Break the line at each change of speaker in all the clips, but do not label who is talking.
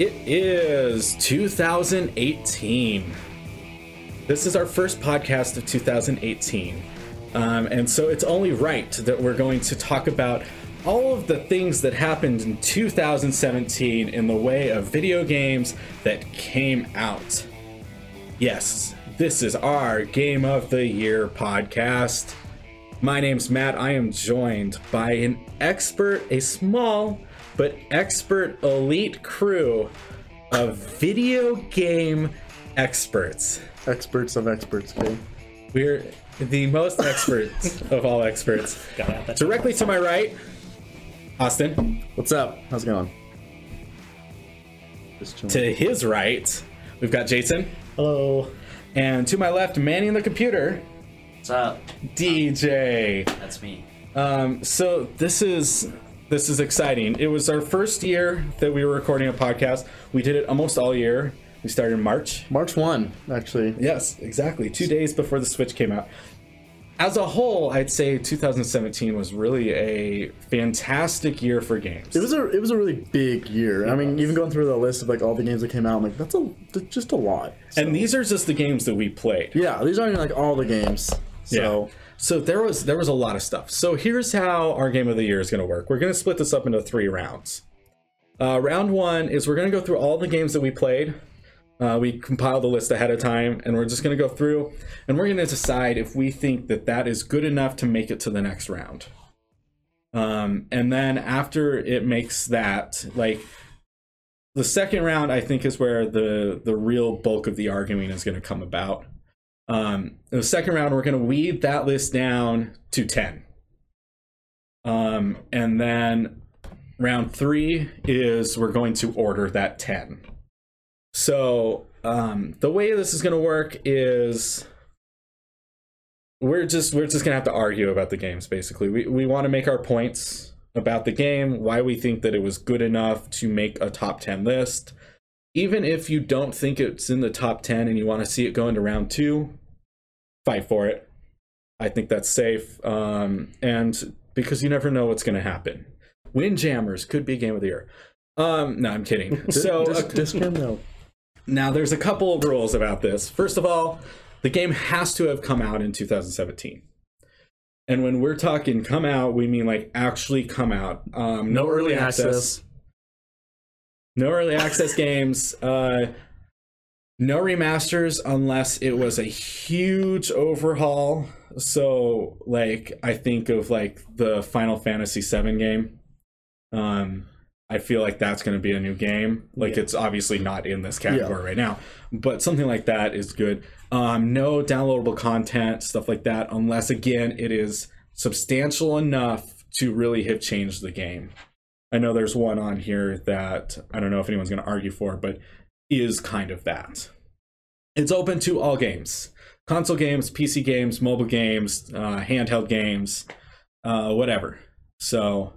It is 2018. This is our first podcast of 2018. Um, and so it's only right that we're going to talk about all of the things that happened in 2017 in the way of video games that came out. Yes, this is our Game of the Year podcast. My name's Matt. I am joined by an expert, a small but expert elite crew of video game experts.
Experts of experts, okay?
We're the most experts of all experts. Directly to my right, Austin.
What's up? How's it going? Just chilling.
To his right, we've got Jason.
Hello.
And to my left, manning the computer,
What's up?
DJ.
That's me.
Um, so this is this is exciting. It was our first year that we were recording a podcast. We did it almost all year. We started in March.
March 1, actually.
Yes, exactly. Two days before the Switch came out. As a whole, I'd say 2017 was really a fantastic year for games.
It was a it was a really big year. I mean, even going through the list of like all the games that came out, I'm like that's a that's just a lot. So-
and these are just the games that we played.
yeah, these aren't even, like all the games. So
So there was there was a lot of stuff. So here's how our game of the year is going to work. We're going to split this up into three rounds. Uh, round one is we're going to go through all the games that we played. Uh, we compiled the list ahead of time, and we're just going to go through, and we're going to decide if we think that that is good enough to make it to the next round. Um, and then after it makes that, like the second round, I think is where the the real bulk of the arguing is going to come about. Um, in the second round, we're going to weed that list down to 10. Um, and then round three is we're going to order that 10. So um, the way this is going to work is we're just we're just going to have to argue about the games basically. We we want to make our points about the game, why we think that it was good enough to make a top 10 list even if you don't think it's in the top 10 and you want to see it go into round two, fight for it. I think that's safe. Um, and because you never know what's going to happen. Windjammers could be game of the year. Um, no, I'm kidding. So uh,
Dis-
a-
discount no.
now there's a couple of rules about this. First of all, the game has to have come out in 2017. And when we're talking come out, we mean like actually come out. Um, no, early access no early access games uh no remasters unless it was a huge overhaul so like i think of like the final fantasy 7 game um i feel like that's going to be a new game like it's obviously not in this category right now but something like that is good um no downloadable content stuff like that unless again it is substantial enough to really have changed the game I know there's one on here that I don't know if anyone's going to argue for, but is kind of that. It's open to all games console games, PC games, mobile games, uh, handheld games, uh, whatever. So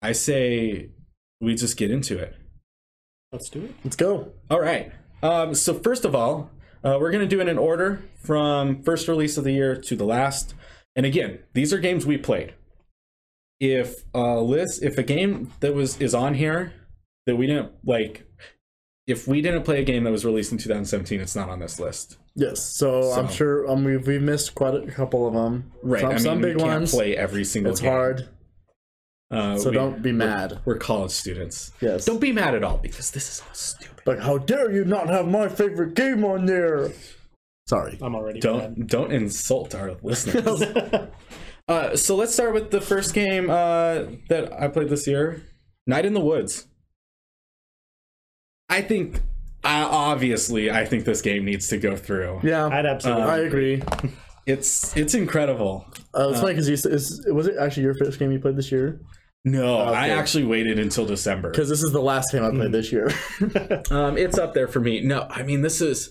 I say we just get into it.
Let's do it.
Let's go.
All right. Um, so first of all, uh, we're going to do it in order from first release of the year to the last. And again, these are games we played. If a list, if a game that was is on here that we didn't like, if we didn't play a game that was released in 2017, it's not on this list.
Yes. So, I'm
So-
sure um, we we missed quite a couple of them.
Right.
Some,
I mean,
some
we
big
can't
ones.
play every single.
it's
game.
hard.
Uh,
So
we-
don't be mad.
We're college students.
Yes.
Don't be mad at all because this is all stupid.
Like how dare you not have my favorite game on there? Sorry.
I'm already done.
Don't don't insult our listeners. Uh, so let's start with the first game uh, that I played this year, Night in the Woods. I think, uh, obviously, I think this game needs to go through.
Yeah.
I'd absolutely.
I agree.
It's it's incredible.
Uh, it's funny because you s- is, was it actually your first game you played this year?
No, I
Okay.
actually waited until December.
Because this is the last game I played this year.
Um, it's up there for me. No, I mean this is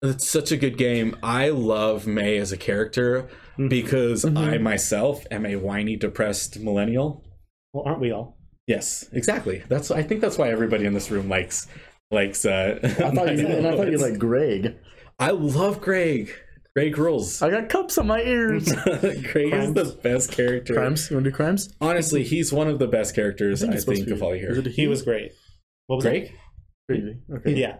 it's such a good game. I love May as a character because I myself am a whiny, depressed millennial.
well, aren't we all?
Yes, exactly. That's I think that's why everybody in this room likes likes. Uh,
I thought you, and I thought you like Greg.
I love Greg. Greg rules.
I got cups on my ears.
Greg is the best character.
crimes? You want to do crimes?
Honestly, he's one of the best characters I
it's supposed
think
to
of
be-
all year.
Is it a
He was great. What was
Greg?
Crazy. Okay.
Yeah.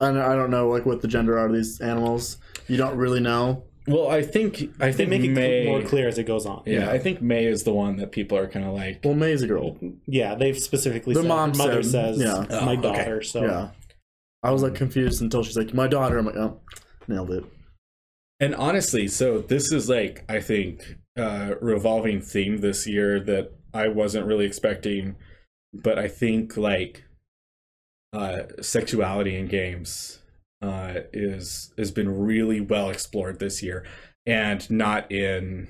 I don't- I don't know like what the gender are of these animals. You don't really know.
Well, I think I
They
think
make it cl-
May.
more clear as it goes on.
Yeah, I think May is the one that people are kind of like.
Well, May's a girl.
Yeah, they've specifically
The
said,
mom
mother
said-
says,
yeah.
Oh,
my
okay.
daughter. So
Yeah. I was like confused until she's like, "My daughter." I'm like, "Oh, nailed it."
And honestly, so this is like I think uh revolving theme this year that I wasn't really expecting, but I think like uh sexuality in games uh is has been really well explored this year and not in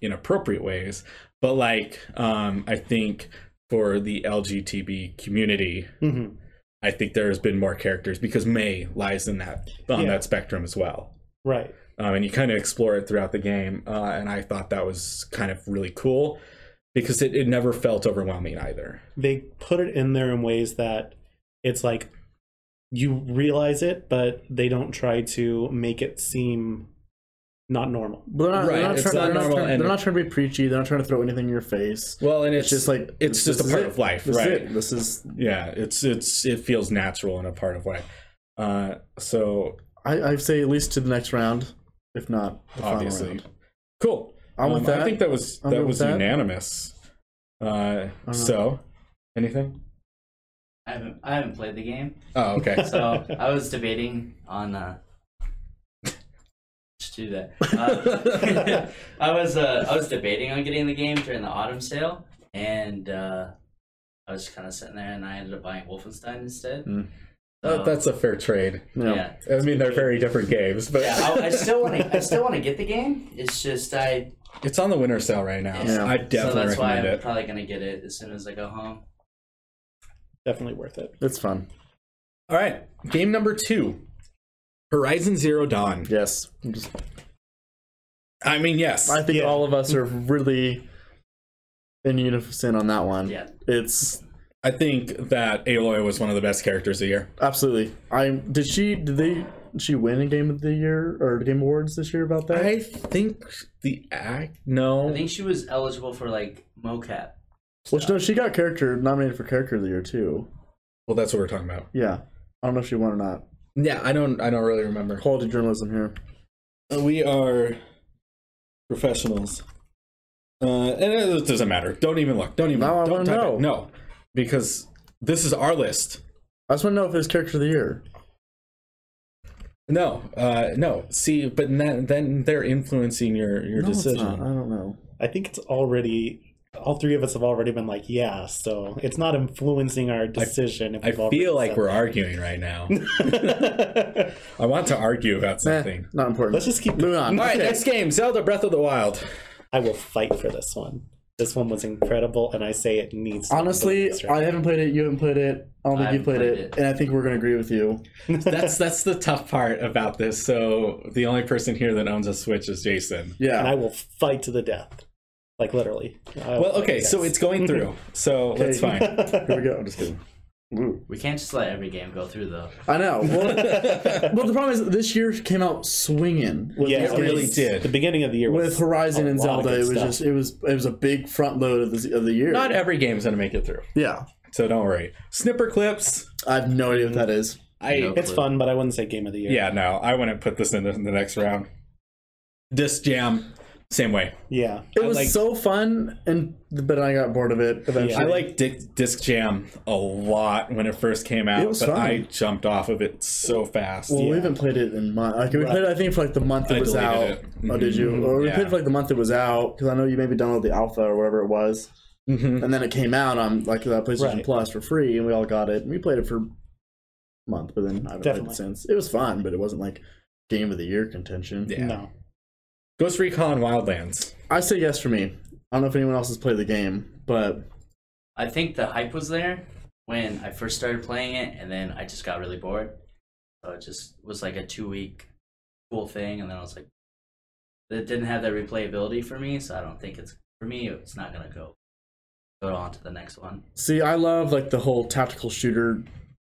inappropriate ways, but like um I think for the LGTB community,
Mhm.
I think there has been more characters because May lies in that on
Yeah.
that spectrum as well
right.
um, and you kind of explore it throughout the game. Uh, and I thought that was kind of really cool because it, it never felt overwhelming either.
They put it in there in ways that it's like you realize it, but they don't try to make it seem not normal.
But they're not,
Right,
they're not,
it's
trying,
not
they're, not
normal
trying,
and-
they're not trying to be preachy. They're not trying to throw anything in your face.
Well, and
It's just like
it's
this
just a
is
part
it.
of life,
This is
right?
it. This is
yeah, it's it's it feels natural and a part of life. Uh, so
I, I say at least to the next round, if not the
Obviously.
final round.
cool.
I'm with
Um,
that.
I think that was
I'm
that
good
was
with that.
unanimous. Uh,
Uh-huh.
so anything?
I haven't I haven't played the game,
Oh, okay.
so I was debating on uh just do that. Uh, I was uh I was debating on getting the game during the autumn sale, and uh I was kind of sitting there, and I ended up buying Wolfenstein instead.
Mm.
So,
Hmm. That- that's a fair trade.
Yeah.
yeah.
I mean, they're very different games, but
Yeah, I, I still want to. I still want to get the game. It's just I.
it's on the winter sale right now.
Yeah.
I definitely
so that's why
recommend
I'm
it.
probably gonna get it as soon as I go home.
Definitely worth it.
It's fun.
All right, game number two, Horizon Zero Dawn.
Yes. I'm just-
I mean, yes,
I think
Yeah.
all of us are really in unison on that
Um,
one.
Yeah.
It's
I think that Aloy was one of the best characters of the year.
absolutely. I did she did they did she win a game of the year or game awards this year about that?
I think the act.
I
No,
think she was eligible for like mocap.
Which no, she got character nominated for character of the year too.
well, that's what we're talking about.
Yeah. I don't know if she won or not.
Yeah, I don't. I don't really remember.
Quality journalism here.
Uh, We are professionals, uh, and it doesn't matter. Don't even look. Don't even.
Now I
don't
wanna
type
know.
It. No, because this is our list.
I just want to know if it's character of the year.
No, uh, no. See, but then, then they're influencing your your
No, it's not. I
decision.
don't know.
I think it's already all three of us have already been like, yeah, so it's not influencing our decision.
I feel like we're arguing right now.
we're.
I want to argue about
Eh,
something.
not important.
Let's just keep
Moving on.
All right, next game, Zelda Breath of the Wild.
I will fight for this one. This one was incredible, and I say it needs. to be
Honestly,
released,
I
right?
haven't played it. You haven't played it. I don't
I
think you
haven't
played,
played
it,
it.
and I think we're gonna agree with you.
That's that's the tough part about this. So the only person here that owns a Switch is Jason.
and
Yeah.
I will fight to the death, like literally. I will
Well, okay,
fight,
so
yes.
it's going through. So that's
Okay.
fine.
Here we go. I'm just kidding. Ooh.
We can't just let every game go through though.
I know. Well, well, the problem is this year came out swinging. With,
yeah,
It really
was-
did.
The beginning of the year
with
was
Horizon
a
and
lot of
Zelda,
good
it was
stuff.
just it was it was a big front load of the of the year.
Not every game's gonna make it through.
yeah.
So don't worry. Snipper clips.
I have no idea what that is.
I
Nope.
It's fun, but I wouldn't say game of the year.
yeah, no, I wouldn't put this in the, in the next round. Disc jam, same way.
yeah.
It
I
was
like-
so fun, and but I got bored of it eventually.
I like Dick, Disc Jam a lot when it first came out,
It was
but
fun.
I jumped off of it so fast.
Well,
yeah.
we haven't played it in months. Like we
Right.
played, it, I think for like the month it
I
was
deleted
out.
it.
Oh, did you?
Mhm.
Or we
Yeah.
played for like the month it was out because I know you maybe downloaded the alpha or whatever it was.
Mhm.
and then it came out on like the PlayStation
Right.
Plus for free, and we all got it. And we played it for a month, but then I haven't played
Definitely.
it since. It was fun, but it wasn't like game of the year contention.
Yeah.
No.
Ghost Recon Wildlands.
I say yes for me. I don't know if anyone else has played the game, but
I think the hype was there when I first started playing it, and then I just got really bored. So it just was like a two week cool thing, and then I was like, it didn't have that replayability for me, so I don't think it's for me. It's not gonna go go on to the next one.
see, I love like the whole tactical shooter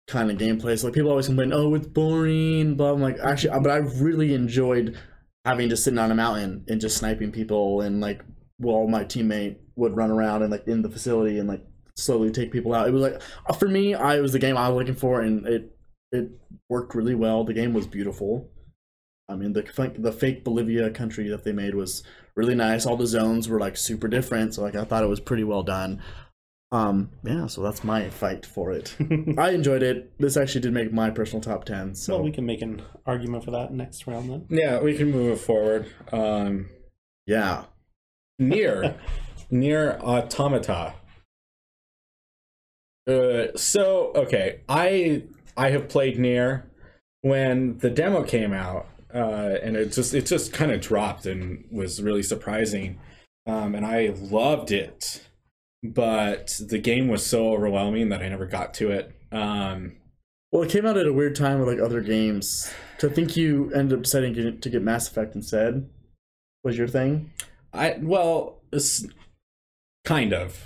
kind of gameplay. So like people always complain, "Oh, it's boring," blah. I'm like, actually, but I really enjoyed having to sit on a mountain and just sniping people, and like, well, my teammate would run around and like in the facility and like slowly take people out. It was like uh, for me, I it was the game I was looking for, and it it worked really well. The game was beautiful. I mean, the fa- the fake Bolivia country that they made was really nice. All the zones were like super different, so like I thought it was pretty well done. Um, yeah, so that's my fight for it. I enjoyed it. This actually did make my personal top ten. So
Well, we can make an argument for that next round then.
Yeah, we can move it forward. Um,
yeah,
near, near automata. Uh, so okay, I I have played near when the demo came out, uh, and it just it just kind of dropped and was really surprising, um, and I loved it, but the game was so overwhelming that I never got to it. Um,
Well, it came out at a weird time with like other games. So I think you ended up setting it to get Mass Effect instead. Was your thing?
I well, it's kind of.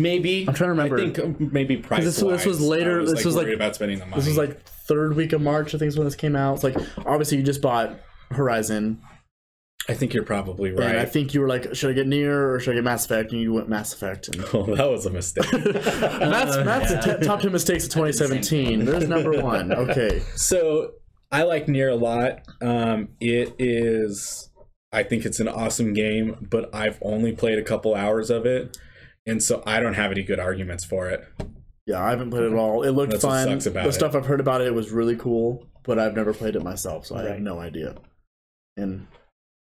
Maybe
I'm trying to remember.
I think um, maybe price.
'Cause this- this was later- this was like-
about spending the money.
This was like third week of March. I think is when this came out. It's like obviously you just bought Horizon,
I think you're probably right.
and I think you were like, should I get Near or should I get Mass Effect? And you went Mass Effect. And
oh, that was a mistake.
that's that's the t- top ten mistakes of 2017. There's number one. Okay,
so I like Nier a lot. Um, it is, I think it's an awesome game, but I've only played a couple hours of it, and so I don't have any good arguments for it.
yeah, I haven't played it at all. It looked
That's what
fun.
sucks about
the
it.
stuff I've heard about it was really cool, but I've never played it myself, so I have
Right.
no idea. And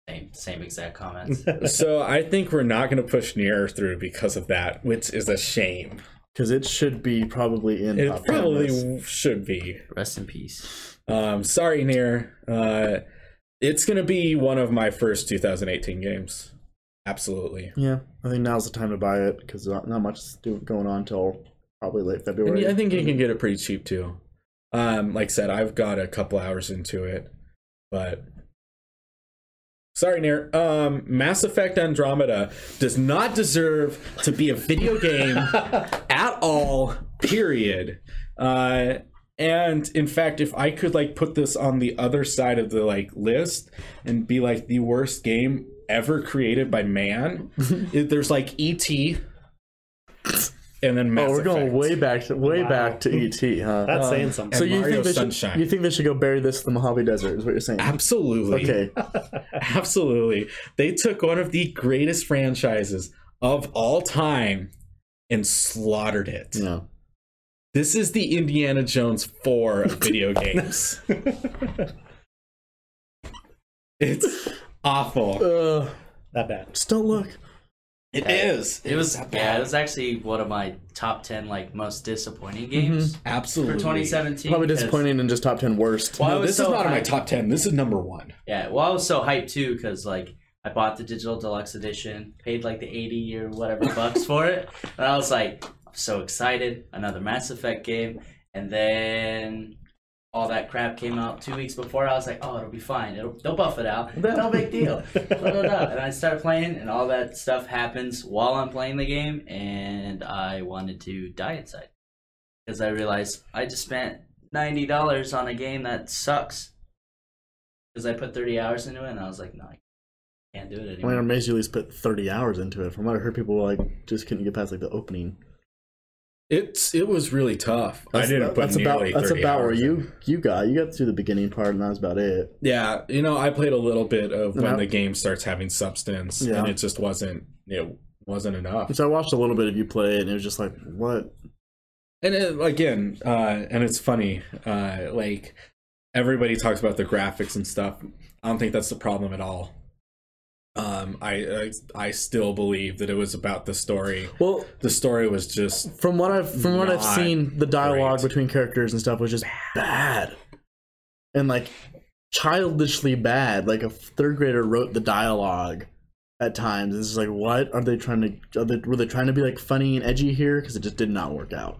Same, same exact comments.
so I think we're not going to push Nier through because of that, which is a shame.
because it should be probably in.
It
top 10 lists.
probably should be.
Rest in peace.
Um, sorry, Nier. Uh, it's going to be one of my first 2018 games. Absolutely.
Yeah, I think now's the time to buy it because not, not much is do, going on till probably late
And
February.
I think you can get it pretty cheap too. Um, like I said, I've got a couple hours into it, but sorry, Nier. Um, Mass Effect Andromeda does not deserve to be a video game at all. Period. Uh, and in fact, if I could like put this on the other side of the like list and be like the worst game ever created by man, it- there's like ET, and then Mass
oh, we're going
Effect.
way back to way
Wow.
back to ET, huh?
That's
Um,
saying something.
so
and
you
Mario
think they
Sunshine.
should you think they should go bury this in the Mojave Desert? Is what you're saying?
Absolutely.
Okay,
Absolutely. They took one of the greatest franchises of all time and slaughtered it.
yeah.
This is the Indiana Jones 4 of video games. it's awful.
Uh,
that bad.
just don't look.
It is.
It was yeah, it was actually one of my top ten like most disappointing games
Absolutely.
for 2017.
Probably
'cause-
disappointing and just top ten worst.
Well, I
No,
was
this
so
is not in my
hyped.
top 10. This is number one.
Yeah, well, I was so hyped too because like I bought the digital deluxe edition, paid like the eighty or whatever bucks for it, and I was like, I'm so excited, another Mass Effect game, and then all that crap came out two weeks before. I was like, oh, it'll be fine. It'll, they'll buff it out. No big deal. Blah, blah, blah. And I started playing, and all that stuff happens while I'm playing the game, and I wanted to die inside because I realized I just spent ninety dollars on a game that sucks because I put 30 hours into it, and I was like, no, I can't do it
I mean, I'm
anymore.
amazed you at least put 30 hours into it. From what I heard, people like just couldn't get past like the opening.
It's it was really tough. I didn't put
That's about
nearly
that's
30
about where
hours in.
you you got you got through the beginning part, and that was about it.
Yeah, you know, I played a little bit of when
Yeah.
the game starts having substance,
Uh-huh. Yeah.
and it just wasn't it wasn't enough.
So I watched a little bit of you play, and it was just like, what?
And it, again, uh, and it's funny, uh, like everybody talks about the graphics and stuff. I don't think that's the problem at all. Um, I, I I still believe that it was about the story.
Well,
The story was just
from what I've from what I've
Not
seen, the dialogue
great.
between characters and stuff was just bad, and like childishly bad. Like a third grader wrote the dialogue at times. It's just like, what are they trying to? Are they, were they trying to be like funny and edgy here? Because it just did not work out.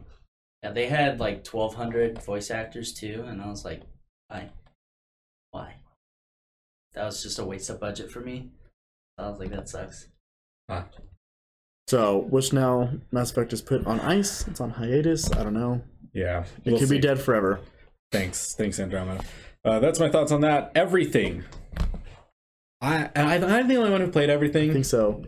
Yeah, they had like 1,200 voice actors too, and I was like, why? Why? That was just a waste of budget for me. I was like, that sucks.
So, which now Mass Effect is put on ice. It's on hiatus. I don't know.
yeah.
It
we'll
could
see.
be dead forever.
Thanks, thanks, Andromeda. Uh, that's my thoughts on that. Everything. I, I I'm the only one who played everything.
I think so.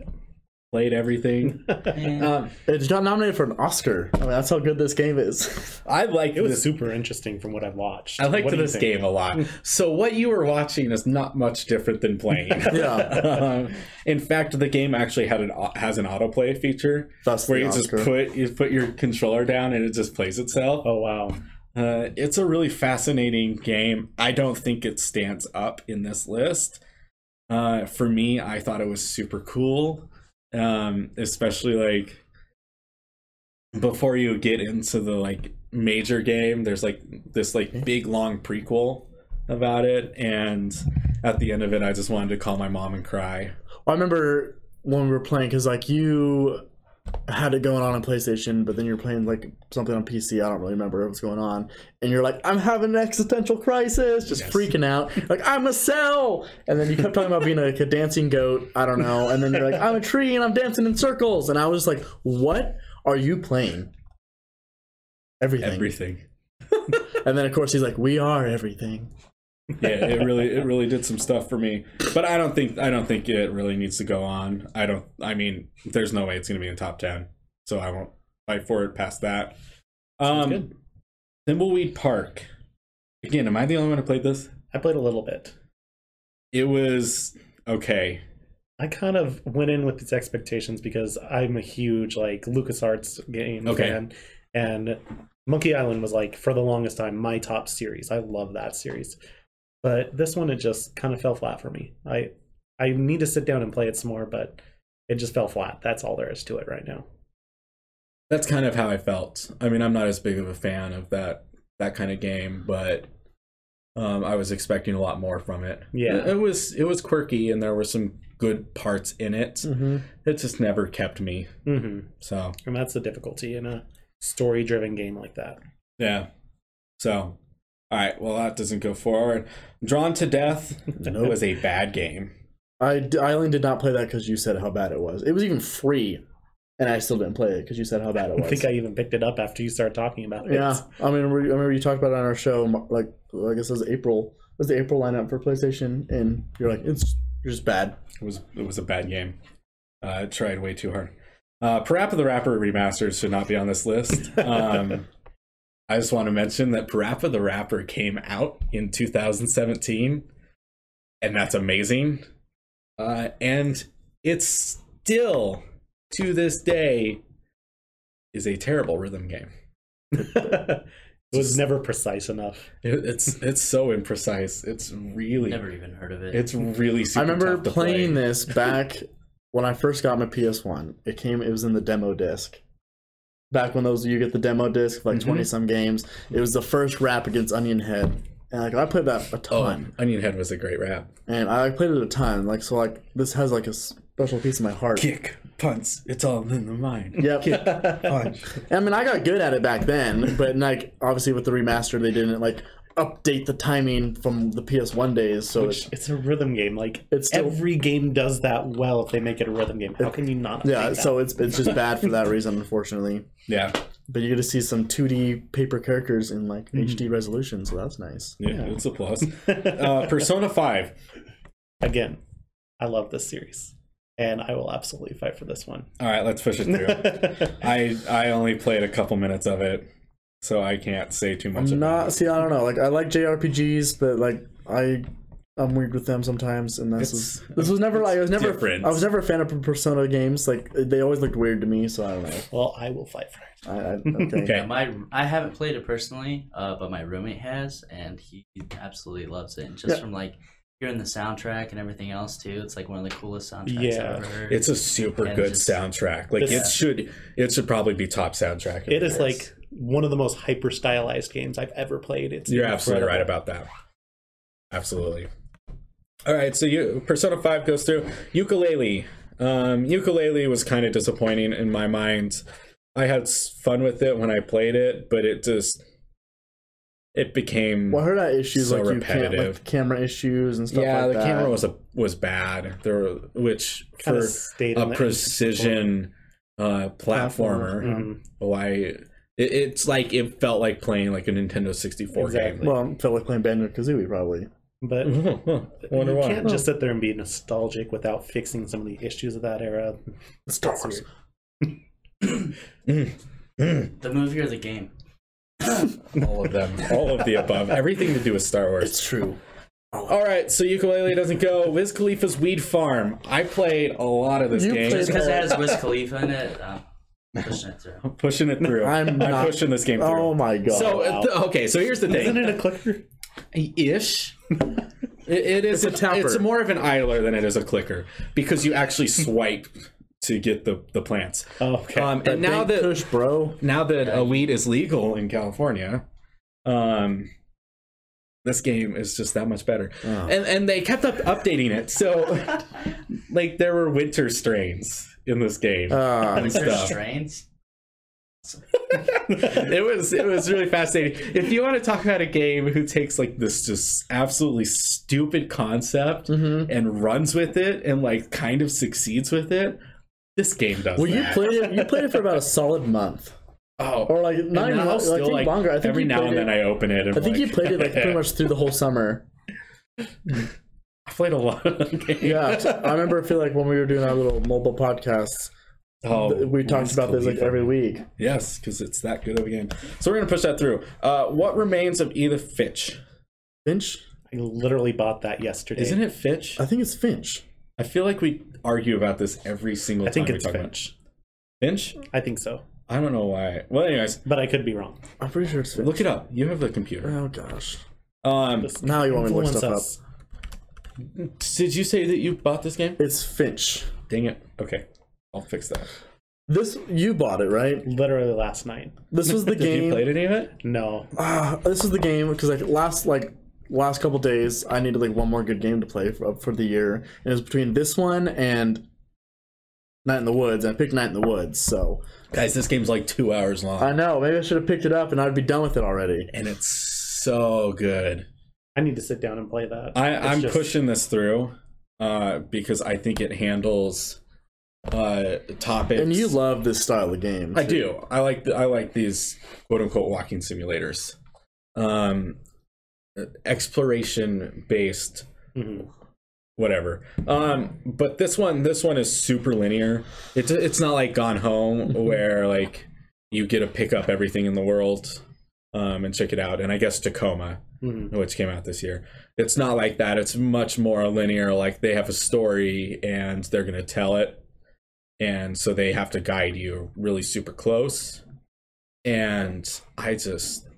played everything.
Eh,
Uh,
Um, it got nominated for an Oscar. I mean, that's how good this game is.
I like
It was
this.
super interesting from what I've watched.
I liked
What do you
this
think?
game a lot. So what you were watching is not much different than playing.
yeah,
Um, in fact, the game actually had an au- has an autoplay feature
that's
where
the
you just
Oscar.
put you put your controller down and it just plays itself.
Oh wow.
Uh, it's a really fascinating game. I don't think it stands up in this list. Uh, for me, I thought it was super cool, um, especially like before you get into the like major game. There's like this like big long prequel about it, and at the end of it, I just wanted to call my mom and cry.
I remember when we were playing because like you had it going on on PlayStation, but then you're playing like something on PC. I don't really remember what was going on, and you're like, "I'm having an existential crisis," just
Yes.
freaking out, like "I'm a cell," and then you kept talking about being like a dancing goat. I don't know, and then you're like, "I'm a tree and I'm dancing in circles," and I was like, "What are you playing?" Everything.
Everything.
And then of course he's like, "We are everything."
yeah, it really it really did some stuff for me. But I don't think I don't think it really needs to go on. I don't I mean, there's no way it's gonna be in top ten. So I won't fight for it past that.
Sounds
Um
good.
Thimbleweed Park. Again, am I the only one who played this?
I played a little bit.
It was okay.
I kind of went in with these expectations because I'm a huge like LucasArts game
Okay.
fan and Monkey Island was like for the longest time my top series. I love that series. But this one it just kind of fell flat for me. I I need to sit down and play it some more, but it just fell flat. That's all there is to it right now.
That's kind of how I felt. I mean, I'm not as big of a fan of that that kind of game, but um, I was expecting a lot more from it.
Yeah.
it, it was it was quirky, and there were some good parts in
Mm.
it.
Mm-hmm.
It just never kept me.
hmm
So
And that's the difficulty in a story driven game like that.
Yeah. So, all right. Well, that doesn't go forward. Drawn to Death
Nope.
was a bad game.
I, d- I only did not play that because you said how bad it was. It was even free, and I still didn't play it because you said how bad it
I
was.
think I even picked it up after you started talking about it.
yeah, I mean, we- I remember you talked about it on our show. m- Like, I guess it was April. It was the April lineup for PlayStation, and you're like, it's you're just bad.
It was it was a bad game. Uh, it tried way too hard. Uh, Parappa the Rapper remasters should not be on this list. Um, I just want to mention that Parappa the Rapper came out in 2017, and that's amazing. Uh, and it's still to this day is a terrible rhythm game.
it was never precise enough.
It- It's it's so imprecise. It's really
Never even heard of it.
it's really super
I remember
tough to
playing
play.
this back when I first got my PS1. It came. It was in the demo disc. Back when those you get the demo disc, like 20 some games. It was the first rap against Onion Head, and like I played that a ton.
Oh, Onion Head was a great rap.
and I played it a ton. Like so, like this has like a special piece of my heart.
Kick, punts, it's all in the mind.
Yep.
Punch.
I mean, I got good at it back then, but like obviously with the remaster, they didn't like update the timing from the PS1 days. So
Which
it-
it's a rhythm game. Like
It's still-
every game does that well if they make it a rhythm game. How can you not?
yeah,
make that?
so it's it's just bad for that reason, unfortunately.
yeah,
But you're gonna see some 2D paper characters in like
Mm-hmm.
HD resolution, so that's nice.
yeah, it's a plus. Uh, Persona Five.
again, I love this series, and I will absolutely fight for this one.
All right, let's push it through. I I only played a couple minutes of it, so I can't say too much. about
I'm not. See, I don't know. Like I like JRPGs, but like I. I'm weird with them sometimes, and this was
It's-
this was never like I was never
different.
I was never a fan of Persona games. Like they always looked weird to me, so I don't know.
well, I will fight for it.
I, I, okay.
Okay.
Yeah, my I haven't played it personally, uh, but my roommate has, and he absolutely loves it. And just
Yeah.
from like hearing the soundtrack and everything else too, it's like one of the coolest soundtracks
Yeah.
I've ever heard.
it. It's a super
And
good
just-
soundtrack. Like it
This-
should it should probably be top soundtrack. of
It
the
is
year.
like one of the most hyper stylized games I've ever played. It's
You're absolutely right
incredible.
about that. Absolutely. All right, so you, Persona 5 goes through. Ukulele. Um, ukulele was kind of disappointing in my mind. I had s- fun with it when I played it, but it just it became
Well, I heard that issues
So
like you can't
repetitive.
like camera issues and stuff.
yeah.
like
the
that.
camera was a was bad. There, were, which
Kinda
for
stayed
a
on the-
precision uh, platformer,
Mhm.
why it, it's like it felt like playing like a Nintendo 64 game.
Exactly.
well, it felt like playing Banjo Kazooie probably.
But
Mm-hmm. Wonder
you
why.
can't just sit there and be nostalgic without fixing some of the issues of that era.
Star Wars.
The movie or the game?
all of them. All of the above. Everything to do with Star Wars.
It's true.
All right, so ukulele doesn't go. Wiz Khalifa's Weed Farm. I played a lot of this
You
game.
played-
Because it has Wiz Khalifa in it. Uh, pushing it through.
I'm pushing it through.
I'm not-
pushing this game through.
Oh my god.
so uh, th- okay, so here's the
Isn't
thing.
it a clicker?
Ish. It, it is
It's a tapper.
It's more of an idler than it is a clicker because you actually swipe to get the the plants.
Oh, okay.
Um,
That
and now
big
that
push, bro.
now that uh, weed is legal in California, um, this game is just that much better. And and they kept up updating it, so like there were winter strains in this game.
Uh,
There's
stuff.
strains.
it was it was really fascinating. If you want to talk about a game who takes like this just absolutely stupid concept
mm-hmm.
and runs with it and like kind of succeeds with it, this game does.
well, you
that.
played it. You played it for about a solid month,
oh,
or like
and
not even.
now
I
still,
think
like,
longer. I think
every
you
now
played
and then
it-
I open it. And
I think
like,
you played it like pretty much through the whole summer.
I played a lot of the game.
Yeah, I remember. I feel like when we were doing our little mobile podcasts,
Oh,
th- we talked
Wiz
about this like
Khalifa.
every week.
Yes, because it's that good of a game. So we're gonna push that through. Uh, what remains of Edith Fitch?
Finch,
I literally bought that yesterday.
Isn't it Fitch?
I think it's Finch.
I feel like we argue about this every single
I think
time
it's
we talk
Finch.
about Finch.
I think so,
I don't know why. Well, anyways,
but I could be wrong.
I'm pretty sure it's Finch.
look it up. You have the computer.
Oh gosh.
Um,
Just
Now you want me to look
influence
stuff up.
us.
did you say that you bought this game?
It's Finch.
Dang it. Okay, I'll fix that.
This you bought it right?
Literally last night.
This was the
Did you play
game.
any of it?
No,
Ah, this was the game because like last like last couple days I needed like one more good game to play for, for the year, and it was between this one and Night in the Woods. And I picked Night in the Woods, so
Guys, this game's like two hours long,
I know maybe I should have picked it up and I'd be done with it already.
and it's so good.
I need to sit down and play
Uh,
that.
I,
It's
I'm
just-
pushing this through uh, because I think it handles uh, topics.
And you love this style of game.
I do. I like the, I like these quote unquote walking simulators, um, exploration based,
Mhm.
whatever. Um, but this one, this one is super linear. It's it's not like Gone Home where like you get to pick up everything in the world um, and check it out. And I guess Tacoma,
Mhm.
which came out this year, it's not like that. It's much more linear. Like they have a story and they're gonna tell it and so they have to guide you really super close and i just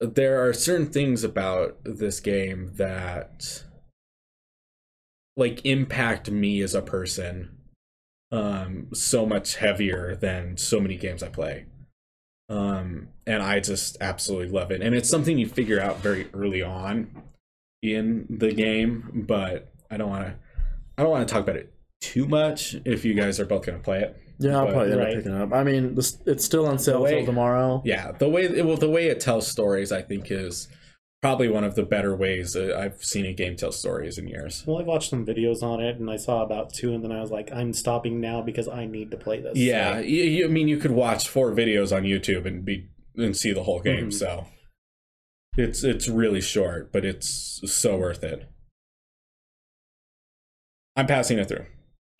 there are certain things about this game that like impact me as a person um so much heavier than so many games i play um and i just absolutely love it and it's something you figure out very early on in the game but i don't want to i don't want to talk about it too much if you guys are both going to play it
Yeah, I'll
But-
probably end
Right.
up picking it up. I mean, this, it's still on sale
way-
till tomorrow.
yeah the way it, well, the way it tells stories i think is probably one of the better ways that i've seen a game tell stories in years
Well, I watched some videos on it, and I saw about two, and then I was like, I'm stopping now because I need to play this.
yeah you, you- i mean you could watch four videos on youtube and be and see the whole game
Mhm.
so it's it's really short but it's so worth it i'm passing it through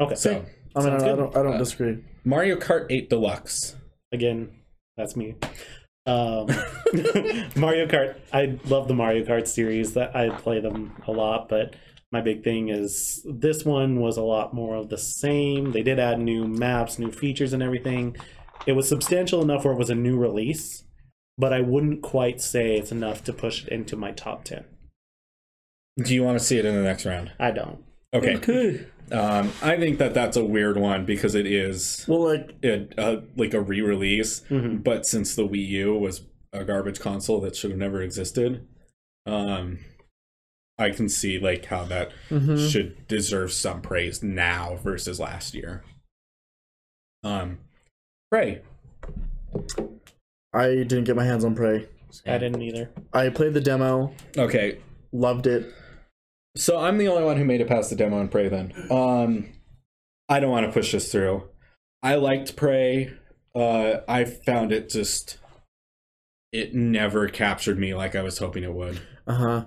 Okay.
so
I mean, I,
Sounds
I
good.
don't, I don't
Uh,
disagree.
mario kart 8 deluxe
again, that's me. Um, Mario Kart. I love the Mario Kart series. That I play them a lot, but my big thing is this one was a lot more of the same. They did add new maps, new features, and everything. It was substantial enough where it was a new release, but I wouldn't quite say it's enough to push it into my top ten.
do you want to see it in the next round
I don't.
okay um i think that that's a weird one because it is
Well, like
a, a like a re-release,
Mhm.
but since the Wii U was a garbage console that should have never existed, um, I can see like how that
mhm.
should deserve some praise now versus last year. Um, right.
I didn't get my hands on Prey.
I didn't either.
I played the demo,
Okay.
loved it.
So I'm the only one who made it past the demo and Prey. Then, um, I don't want to push this through. I liked Prey. Uh, I found it just it never captured me like I was hoping it would.
Uh huh.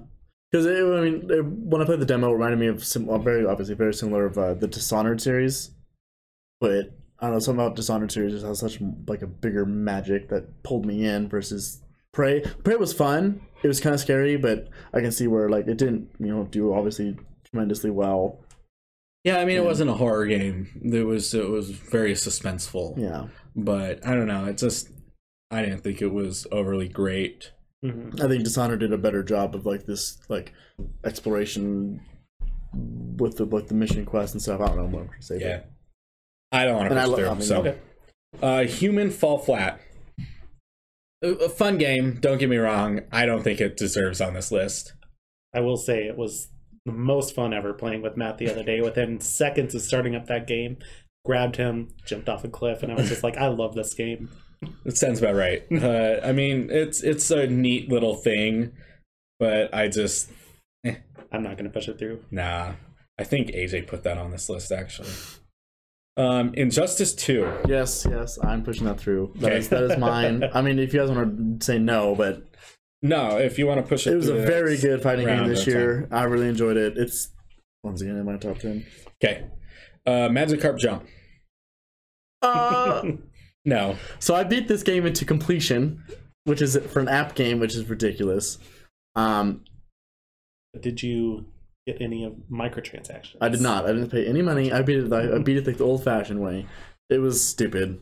Because I mean, it, when I played the demo, it reminded me of sim- well, very obviously very similar of uh, the Dishonored series, but I don't know something about Dishonored series just has such like a bigger magic that pulled me in versus Prey. Prey was fun. It was kind of scary, but I can see where like it didn't you know do obviously tremendously well.
Yeah, I mean, it
Yeah.
wasn't a horror game. It was it was very suspenseful.
Yeah,
But I don't know. It just I didn't think it was overly great.
Mhm.
I think Dishonored did a better job of like this like exploration with the like the mission quest and stuff. I don't know what I'm gonna say. but-
Yeah. I don't want to
And I
push
lo-
through.
I mean,
so,
okay.
uh, Human Fall Flat. A a fun game. Don't get me wrong. I don't think it deserves on this list.
I will say it was the most fun ever playing with Matt the other day. Within seconds of starting up that game, grabbed him, jumped off a cliff, and I was just like, I love this game.
It sounds about right. Uh, I mean, it's it's a neat little thing, but I just
I'm not gonna push it through.
nah. I think AJ put that on this list actually. Um, Injustice Two.
Yes, yes, I'm pushing that through. That
Okay.
is that is mine. I mean, if you guys want to say no, but
No, if you want to push it,
it was a
through the
very
next-
good fighting game
round,
this
that's
year. I really enjoyed it. It's once again in my top ten.
Okay, uh, Magikarp Jump.
Uh,
No,
so I beat this game into completion, which is for an app game, which is ridiculous. Um,
Did you get any of microtransactions?
I did not. I didn't pay any money. I beat it. I beat it the old-fashioned way. It was stupid.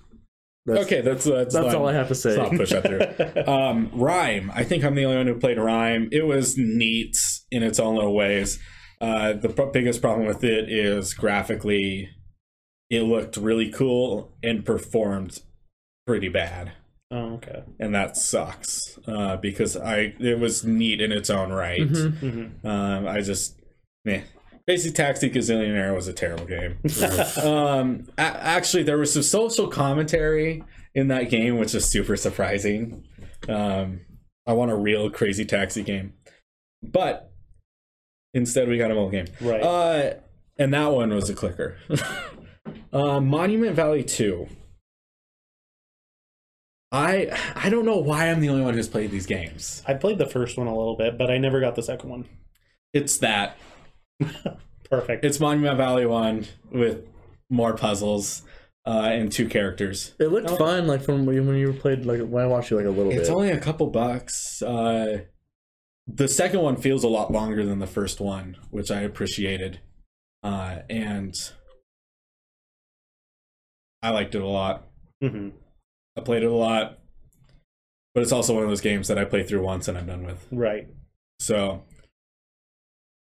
That's,
okay, that's that's,
that's
fine.
all I have to say.
Let's not push that through. um, Rhyme. I think I'm the only one who played Rhyme. It was neat in its own little ways. Uh, the pro- biggest problem with it is graphically, it looked really cool and performed pretty bad,
Oh, okay.
and that sucks uh, because I it was neat in its own right.
Mhm.
Mhm.
Um, I just, meh. Basic Taxi Gazillionaire was a terrible game. um, a- actually, there was some social commentary in that game, which is super surprising. Um, I want a real Crazy Taxi game, but instead we got a mobile game.
Right.
Uh, and that one was a clicker. uh, Monument Valley Two. I I don't know why I'm the only one who's played these games.
I played the first one a little bit, but I never got the second one.
It's that
Perfect.
it's Monument Valley one with more puzzles uh, and two characters.
It looked fun, like from when you- when you played, like when I watched you, like a little
It's
bit.
only a couple bucks. Uh, the second one feels a lot longer than the first one, which I appreciated, uh, and I liked it a lot.
Mhm.
I played it a lot, but it's also one of those games that I play through once and I'm done with.
Right.
So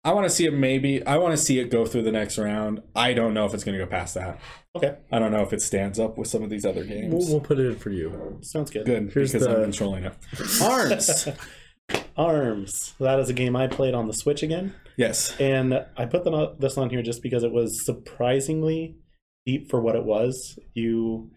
I want to see it. Maybe I want to see it go through the next round. I don't know if it's going to go past that.
Okay.
I don't know if it stands up with some of these other games.
We'll, we'll put it in for you.
Sounds good.
Good,
Here's
because I'm
the-
controlling it. Arms.
Arms. That is a game I played on the Switch again.
yes.
and I put them on, this on here just because it was surprisingly deep for what it was. You,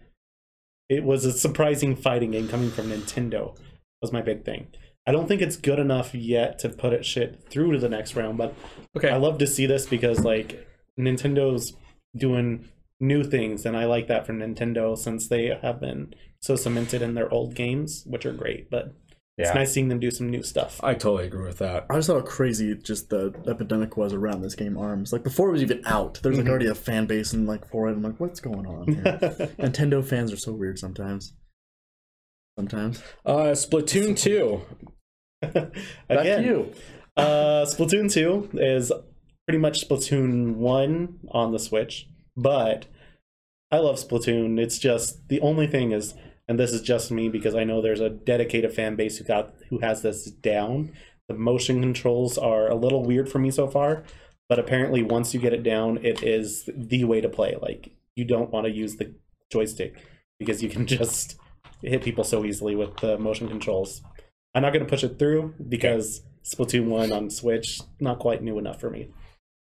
it was a surprising fighting game coming from Nintendo. Was my big thing. I don't think it's good enough yet to put it shit through to the next round, but
Okay.
I love to see this because like Nintendo's doing new things, and I like that from Nintendo since they have been so cemented in their old games, which are great. But
Yeah.
it's nice seeing them do some new stuff.
I totally agree with that.
I just saw how crazy just the epidemic was around this game Arms. Like before it was even out, there's like
Mhm.
already a fan base and like for it. I'm like, what's going on? Here? Nintendo fans are so weird sometimes. Sometimes.
Uh, Splatoon two.
Back
Again,
to you.
Uh, Splatoon 2 is pretty much Splatoon 1 on the Switch, but I love Splatoon. It's just the only thing is, and this is just me because I know there's a dedicated fan base who got who has this down. The motion controls are a little weird for me so far, but apparently once you get it down, it is the way to play. Like you don't want to use the joystick because you can just hit people so easily with the motion controls. I'm not going to push it through because Splatoon 1 on Switch, not quite new enough for me.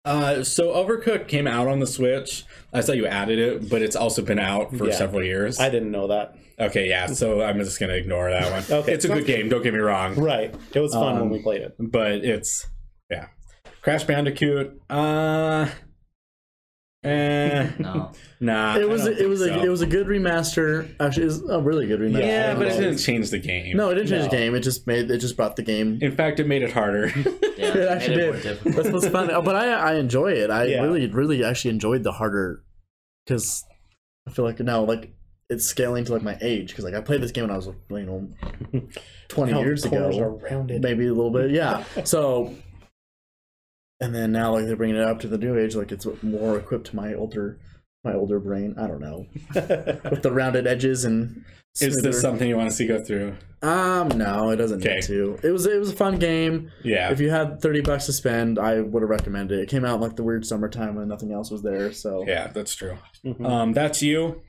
Uh, so Overcooked came out on the Switch. I saw you added it, but it's also been out for
Yeah.
several years.
I didn't know that.
okay, yeah. So I'm just gonna ignore that one.
Okay.
It's a good game. Don't get me wrong,
Right. It was fun
Um,
when we played it.
but it's yeah. Crash Bandicoot. Uh, Eh,
No.
nah. I
It was
don't
it was
think
a
so.
it was a good remaster. Actually, it was a really good remaster.
yeah,
It
but it
was-
didn't change the game.
No, it didn't change
No.
the game. It just made it just brought the game.
In fact, it made it harder.
Yeah,
It
it
actually
made it more
did.
difficult.
That's what's fun. Oh, But I I enjoy it. I
Yeah.
really really actually enjoyed the harder because I feel like now like it's scaling to like my age because like I played this game when I was you know twenty years
corners
ago.
are rounded.
maybe a little bit yeah so and then now like they're bringing it up to the new age like it's more equipped to my older my older brain i don't know with the rounded edges and
Is
smoother-
this something you want to see go through?
um no it doesn't
Okay.
need to it was it was a fun game
Yeah.
if you had 30 bucks to spend i would have recommended it it came out like the weird summertime when nothing else was there so
Yeah, that's true.
Mhm.
Um, that's you.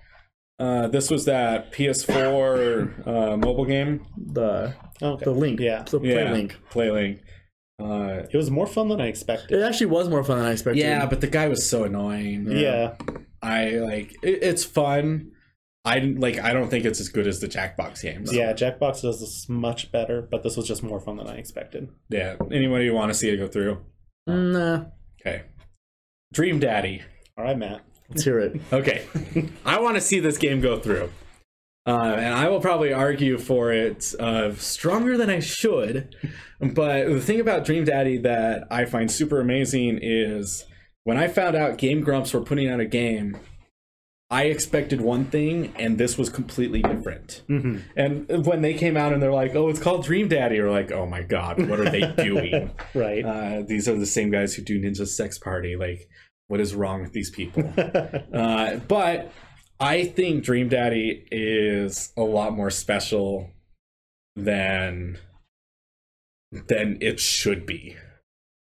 Uh, this was that PS4 uh, mobile game,
the
Oh, okay.
the link
Yeah.
the play
Yeah.
link
Playlink. Uh,
It was more fun than I expected.
it actually was more fun than i expected
yeah, but the guy was so annoying.
Yeah.
I like it, it's fun. I didn't- like. I don't think it's as good as the Jackbox games.
Yeah, Jackbox does this much better, but this was just more fun than I expected.
Yeah. Anybody want to see it go through?
Mm, nah
Okay. Dream Daddy.
All right, Matt.
let's hear it
Okay. I want to see this game go through. Uh, and I will probably argue for it uh, stronger than I should. But the thing about Dream Daddy that I find super amazing is when I found out Game Grumps were putting out a game, I expected one thing, and this was completely different.
Mm-hmm.
And when they came out and they're like, oh, it's called Dream Daddy, we're like, oh my God, what are they doing?
Right.
uh, these are the same guys who do Ninja Sex Party. Like, what is wrong with these people? uh, but I think Dream Daddy is a lot more special than than it should be.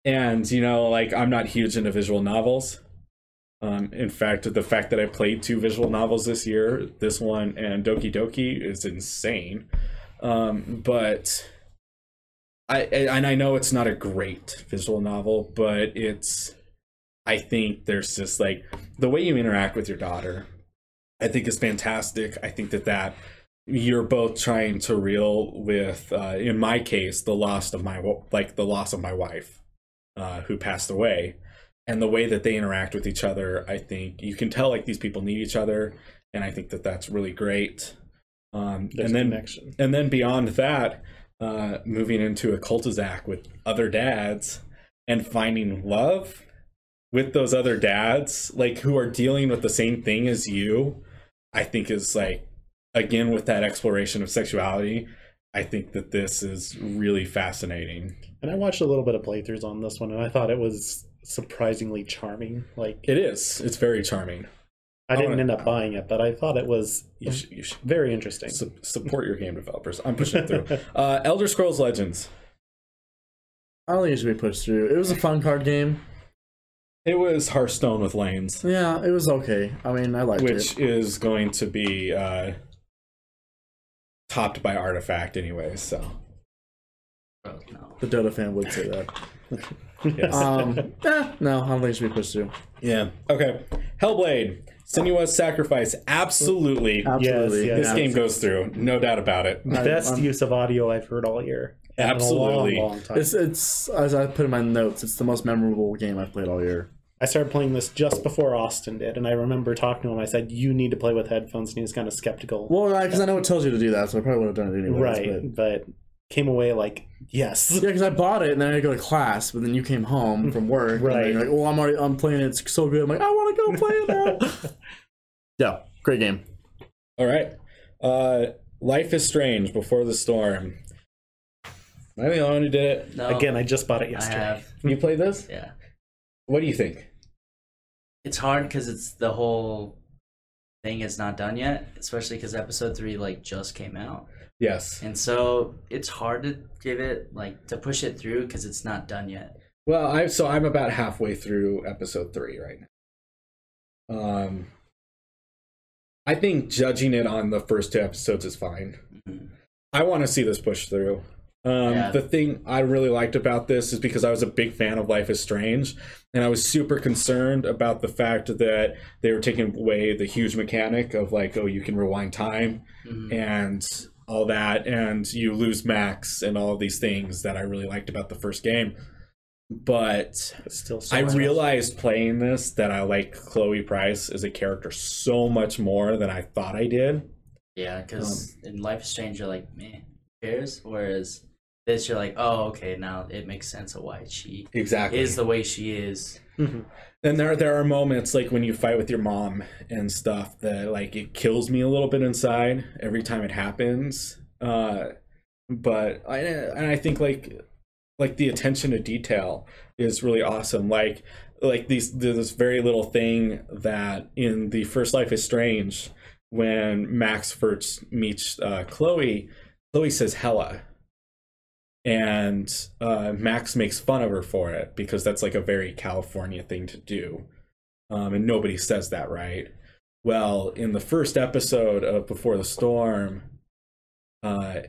And you know, like I'm not huge into visual novels. Um, in fact, the fact that I played two visual novels this year, this one and Doki Doki, is insane. Um, but I and I know it's not a great visual novel, but it's I think there's just like the way you interact with your daughter. I think is fantastic. I think that that you're both trying to reel with, uh, in my case, the loss of my wa- like the loss of my wife, uh, who passed away, and the way that they interact with each other. I think you can tell like these people need each other, and I think that that's really great. Um,
There's
and then
connection.
and then beyond that, uh, moving into a cultizac with other dads and finding love with those other dads, like who are dealing with the same thing as you, I think is like, again, with that exploration of sexuality, I think that this is really fascinating.
And I watched a little bit of playthroughs on this one, and I thought it was surprisingly charming. Like
It is, it's very charming.
I didn't
wanna-
end up buying it, but I thought it was
You should, you should
very interesting.
su- support your game developers. I'm pushing it through. Uh, Elder Scrolls Legends.
i don't think it should be pushed through it was a fun card game
It was Hearthstone with lanes.
Yeah, it was okay. I mean, I liked it.
which is going to be uh, topped by Artifact anyway. So
Bro, no.
The Dota fan would say that.
yes.
Um, eh, no, I don't think it should be pushed through.
yeah, okay. Hellblade, Sinua's Sacrifice, absolutely.
Absolutely.
yes.
This game goes through, no doubt about it.
I'm-
Best
I'm-
use of audio I've heard all year. In a
Absolutely.
long, long time.
It's, it's, as I put in my notes, it's the most memorable game I've played all year.
I started playing this just before Austin did, and I remember talking to him. I said, "You need to play with headphones," and he was kind of skeptical.
Well, because I know it tells you to do that, so I probably would have done it anyway.
right, but came away like, "Yes."
yeah, because I bought it and then I had to go to class, but then you came home from work. And
Right.
then you're like, oh, I'm already I'm playing it. It's so good. I'm like, I want to go play it now. yeah, great game.
All right. Uh, Life is Strange, Before the Storm. Am I the only one who did it?
No.
Again, I just bought it
I
yesterday.
have.
You played this?
Yeah.
What do you think?
It's hard because it's the whole thing is not done yet, especially because episode three like just came out,
Yes.
and so it's hard to give it like to push it through because it's not done yet.
Well, I so I'm about halfway through episode three right now. Um, I think judging it on the first two episodes is fine.
Mhm.
I want to see this push through. Um,
Yeah.
The thing I really liked about this is because I was a big fan of Life is Strange, and I was super concerned about the fact that they were taking away the huge mechanic of like, oh, you can rewind time
Mm-hmm.
Mhm.
and all that, and you lose Max and all these things that I really liked about the first game. but
It's still so
I
much fun.
realized playing this that I like Chloe Price as a character so much more than I thought I did.
Yeah, because in Life is Strange, you're like, man, who cares? Whereas this, you're like, oh, okay, now it makes sense of why she
Exactly.
is the way she is.
Mhm.
and there there are moments like when you fight with your mom and stuff that like it kills me a little bit inside every time it happens uh but i and i think like like the attention to detail is really awesome like like these this very little thing that in the first life is strange when max first meets uh chloe chloe says hella and uh, Max makes fun of her for it because that's like a very California thing to do, um, and nobody says that, right? Well, in the first episode of Before the Storm, uh,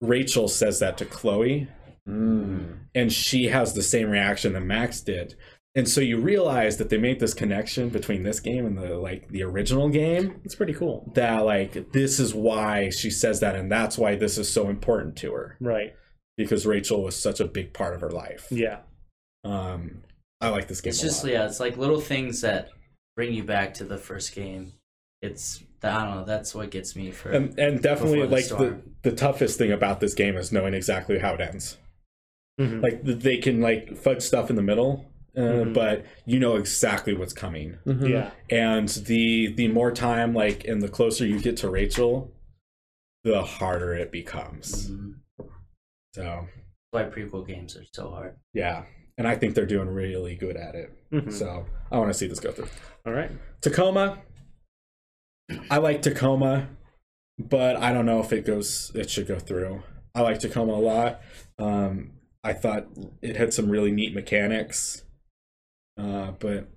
Rachel says that to Chloe, and she has the same reaction that Max did, and so you realize that they made this connection between this game and the like the original game
It's pretty cool.
that like this is why she says that, and that's why this is so important to her
Right.
because Rachel was such a big part of her life.
Yeah.
Um, I like this game.
It's
a
just
lot.
yeah, it's like little things that bring you back to the first game. It's I don't know. That's what gets me for.
and, and definitely
Before the
like the,
Storm.
the toughest thing about this game is knowing exactly how it ends.
Mhm.
Like th- they can like fudge stuff in the middle, uh,
Mhm.
but you know exactly what's coming.
Yeah.
And the the more time like and the closer you get to Rachel, the harder it becomes.
Mhm.
So
That's why prequel games are so hard.
yeah, and I think they're doing really good at it.
Mhm.
So I want to see this go through.
All right.
Tacoma. I like Tacoma, but I don't know if it goes. It should go through. I like Tacoma a lot. Um, I thought it had some really neat mechanics, uh, but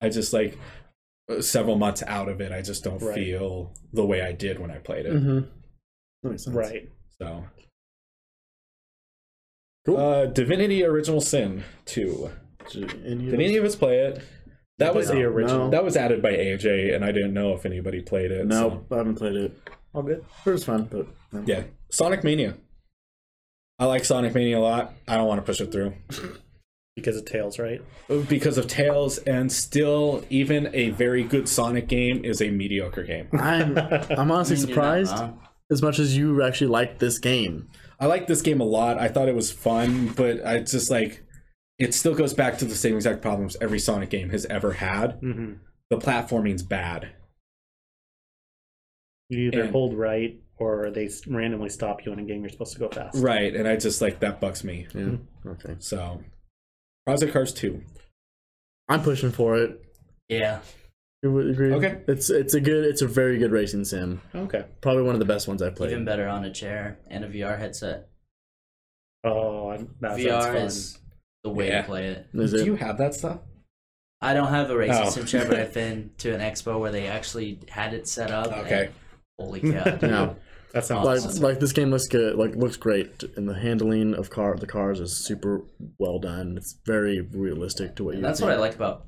I just like several months out of it. I just don't
Right.
feel the way I did when I played it.
Mm-hmm. That makes sense.
Right.
So,
Cool.
uh, Divinity: Original Sin Two.
Did any of
Did any of us play it? That was
the original.
no.
That was added by AJ, and I didn't know if anybody played it.
those- no,
so-
I haven't played it.
All good.
It was fun, but no.
Yeah. Sonic Mania. I like Sonic Mania a lot. I don't want to push it through
Because of Tails, right?
because of Tails, and still, even a very good Sonic game is a mediocre game.
I'm I'm honestly
You're not
surprised
wrong.
as much as you actually liked this game.
I like this game a lot. I thought it was fun, but I just like it still goes back to the same exact problems every Sonic game has ever had.
Mm-hmm.
The platforming's bad.
You either
And-
hold right or they s- randomly stop you in a game you're supposed to go fast.
Right, and I just like that bugs me.
Yeah. Okay.
So Project Cars 2.
I'm pushing for it.
Yeah,
You would agree?
Okay.
It's it's a good it's a very good racing sim.
Okay.
Probably one of the best ones I've played.
even better on a chair and a VR headset.
Oh, I'm, that sounds
VR
fun.
is the way
Yeah.
to play it.
Is
Do
it?
you have that stuff?
I don't have a racing
Oh.
sim chair, but I've been to an expo where they actually had it set up. and
Okay.
holy cow! dude.
No.
That sounds
Like
Awesome.
like this game looks good. Like looks great, and the handling of car the cars is super well done. It's very realistic to what you.
And that's
think.
what I like about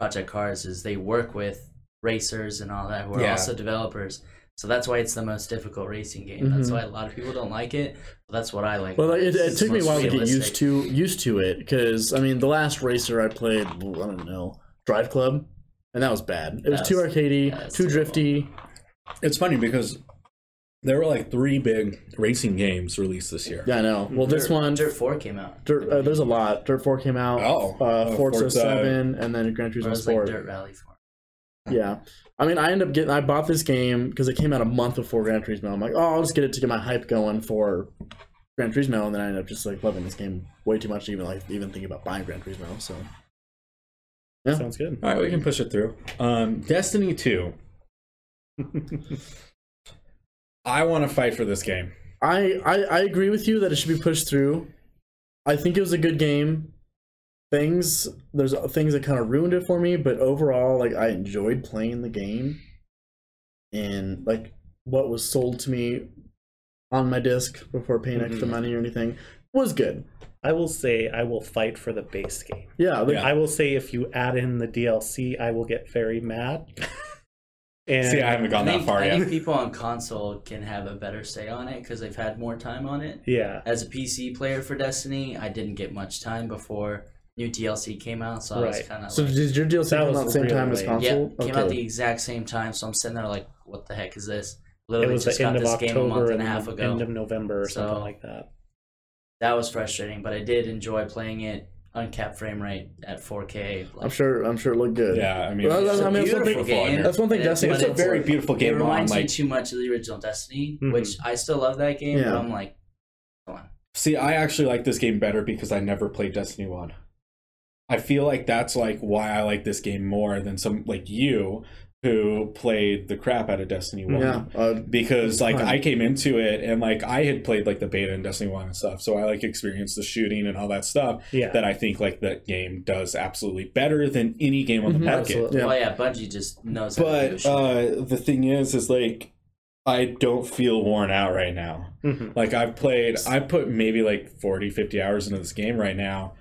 Project Cars is they work with racers and all that who are
Yeah.
also developers. So that's why it's the most difficult racing game. That's why a lot of people don't like it. But that's what I like.
Mm-hmm. Well,
about
like, it, it
It's
took me a
most
while to get used
realistic.
to used to it because I mean the last racer I played I don't know Drive Club, and that was bad. It was
That's-
too arcadey,
that's
too
terrible.
drifty.
It's funny because there were like three big racing games released this year.
Yeah, I know. Well, this one,
Dirt
Dirt,
Four came out.
uh, there's a lot. Dirt Four came out.
Oh.
uh,
Oh,
Forza,
Forza.
Seven, and then Gran
Or it
Turismo
was like
Sport.
Dirt Rally Four.
yeah, I mean, I end up getting. I bought this game because it came out a month before Gran Turismo. I'm like, oh, I'll just get it to get my hype going for Gran Turismo, and then I end up just like loving this game way too much to even like even think about buying Gran Turismo. So Yeah.
Sounds good.
All right, we can push it through. Um, Destiny 2. I want to fight for this game.
I, I I agree with you that it should be pushed through. I think it was a good game. Things there's uh, things that kind of ruined it for me, but overall, like I enjoyed playing the game, and like what was sold to me on my disc before paying extra
Mhm.
money or anything was good.
I will say I will fight for the base game.
Yeah, like,
Yeah.
I will say if you add in the DLC, I will get very mad. And
See, I haven't
I
gone that
think,
far
I
yet.
think people on console can have a better say on it because they've had more time on it.
yeah,
As a PC player for Destiny, I didn't get much time before new DLC came out, so I was
Right.
kind of
So
like,
did your DLC
That
come
was
out the same
really
time as
late.
console?
yeah, came out the exact same time. So I'm sitting there like, what the heck is this?
it
Literally
was
just
the
got
end of
this game a month
October
and
and
a half
the
ago.
end of November or
So-
something like that.
that was frustrating, but I did enjoy playing it uncapped frame rate at 4K. Like,
I'm sure. I'm sure it looked good.
Yeah, I mean,
Well,
it's
that's-
a
I mean, it's a
beautiful
big-
game.
That's one thing
It-
Destiny.
but
It's a very beautiful
It
game. on,
reminds me
like,
too much of the original Destiny,
Mhm.
which I still love that game,
Yeah.
but I'm like, come on.
see, I actually like this game better because I never played Destiny One. I feel like that's like why I like this game more than some like you who played the crap out of Destiny One.
Yeah. Uh,
because like
Fun.
I came into it and like I had played like the beta and Destiny One and stuff, so I like experienced the shooting and all that stuff.
Yeah,
That I think like that game does absolutely better than any game on the
Mhm.
market.
absolutely.
Yeah.
Well, yeah, Bungie just knows how to do
But
shit.
uh, the thing is, is like I don't feel worn out right now.
Mhm.
Like I've played, I put maybe like 40, 50 hours into this game right now.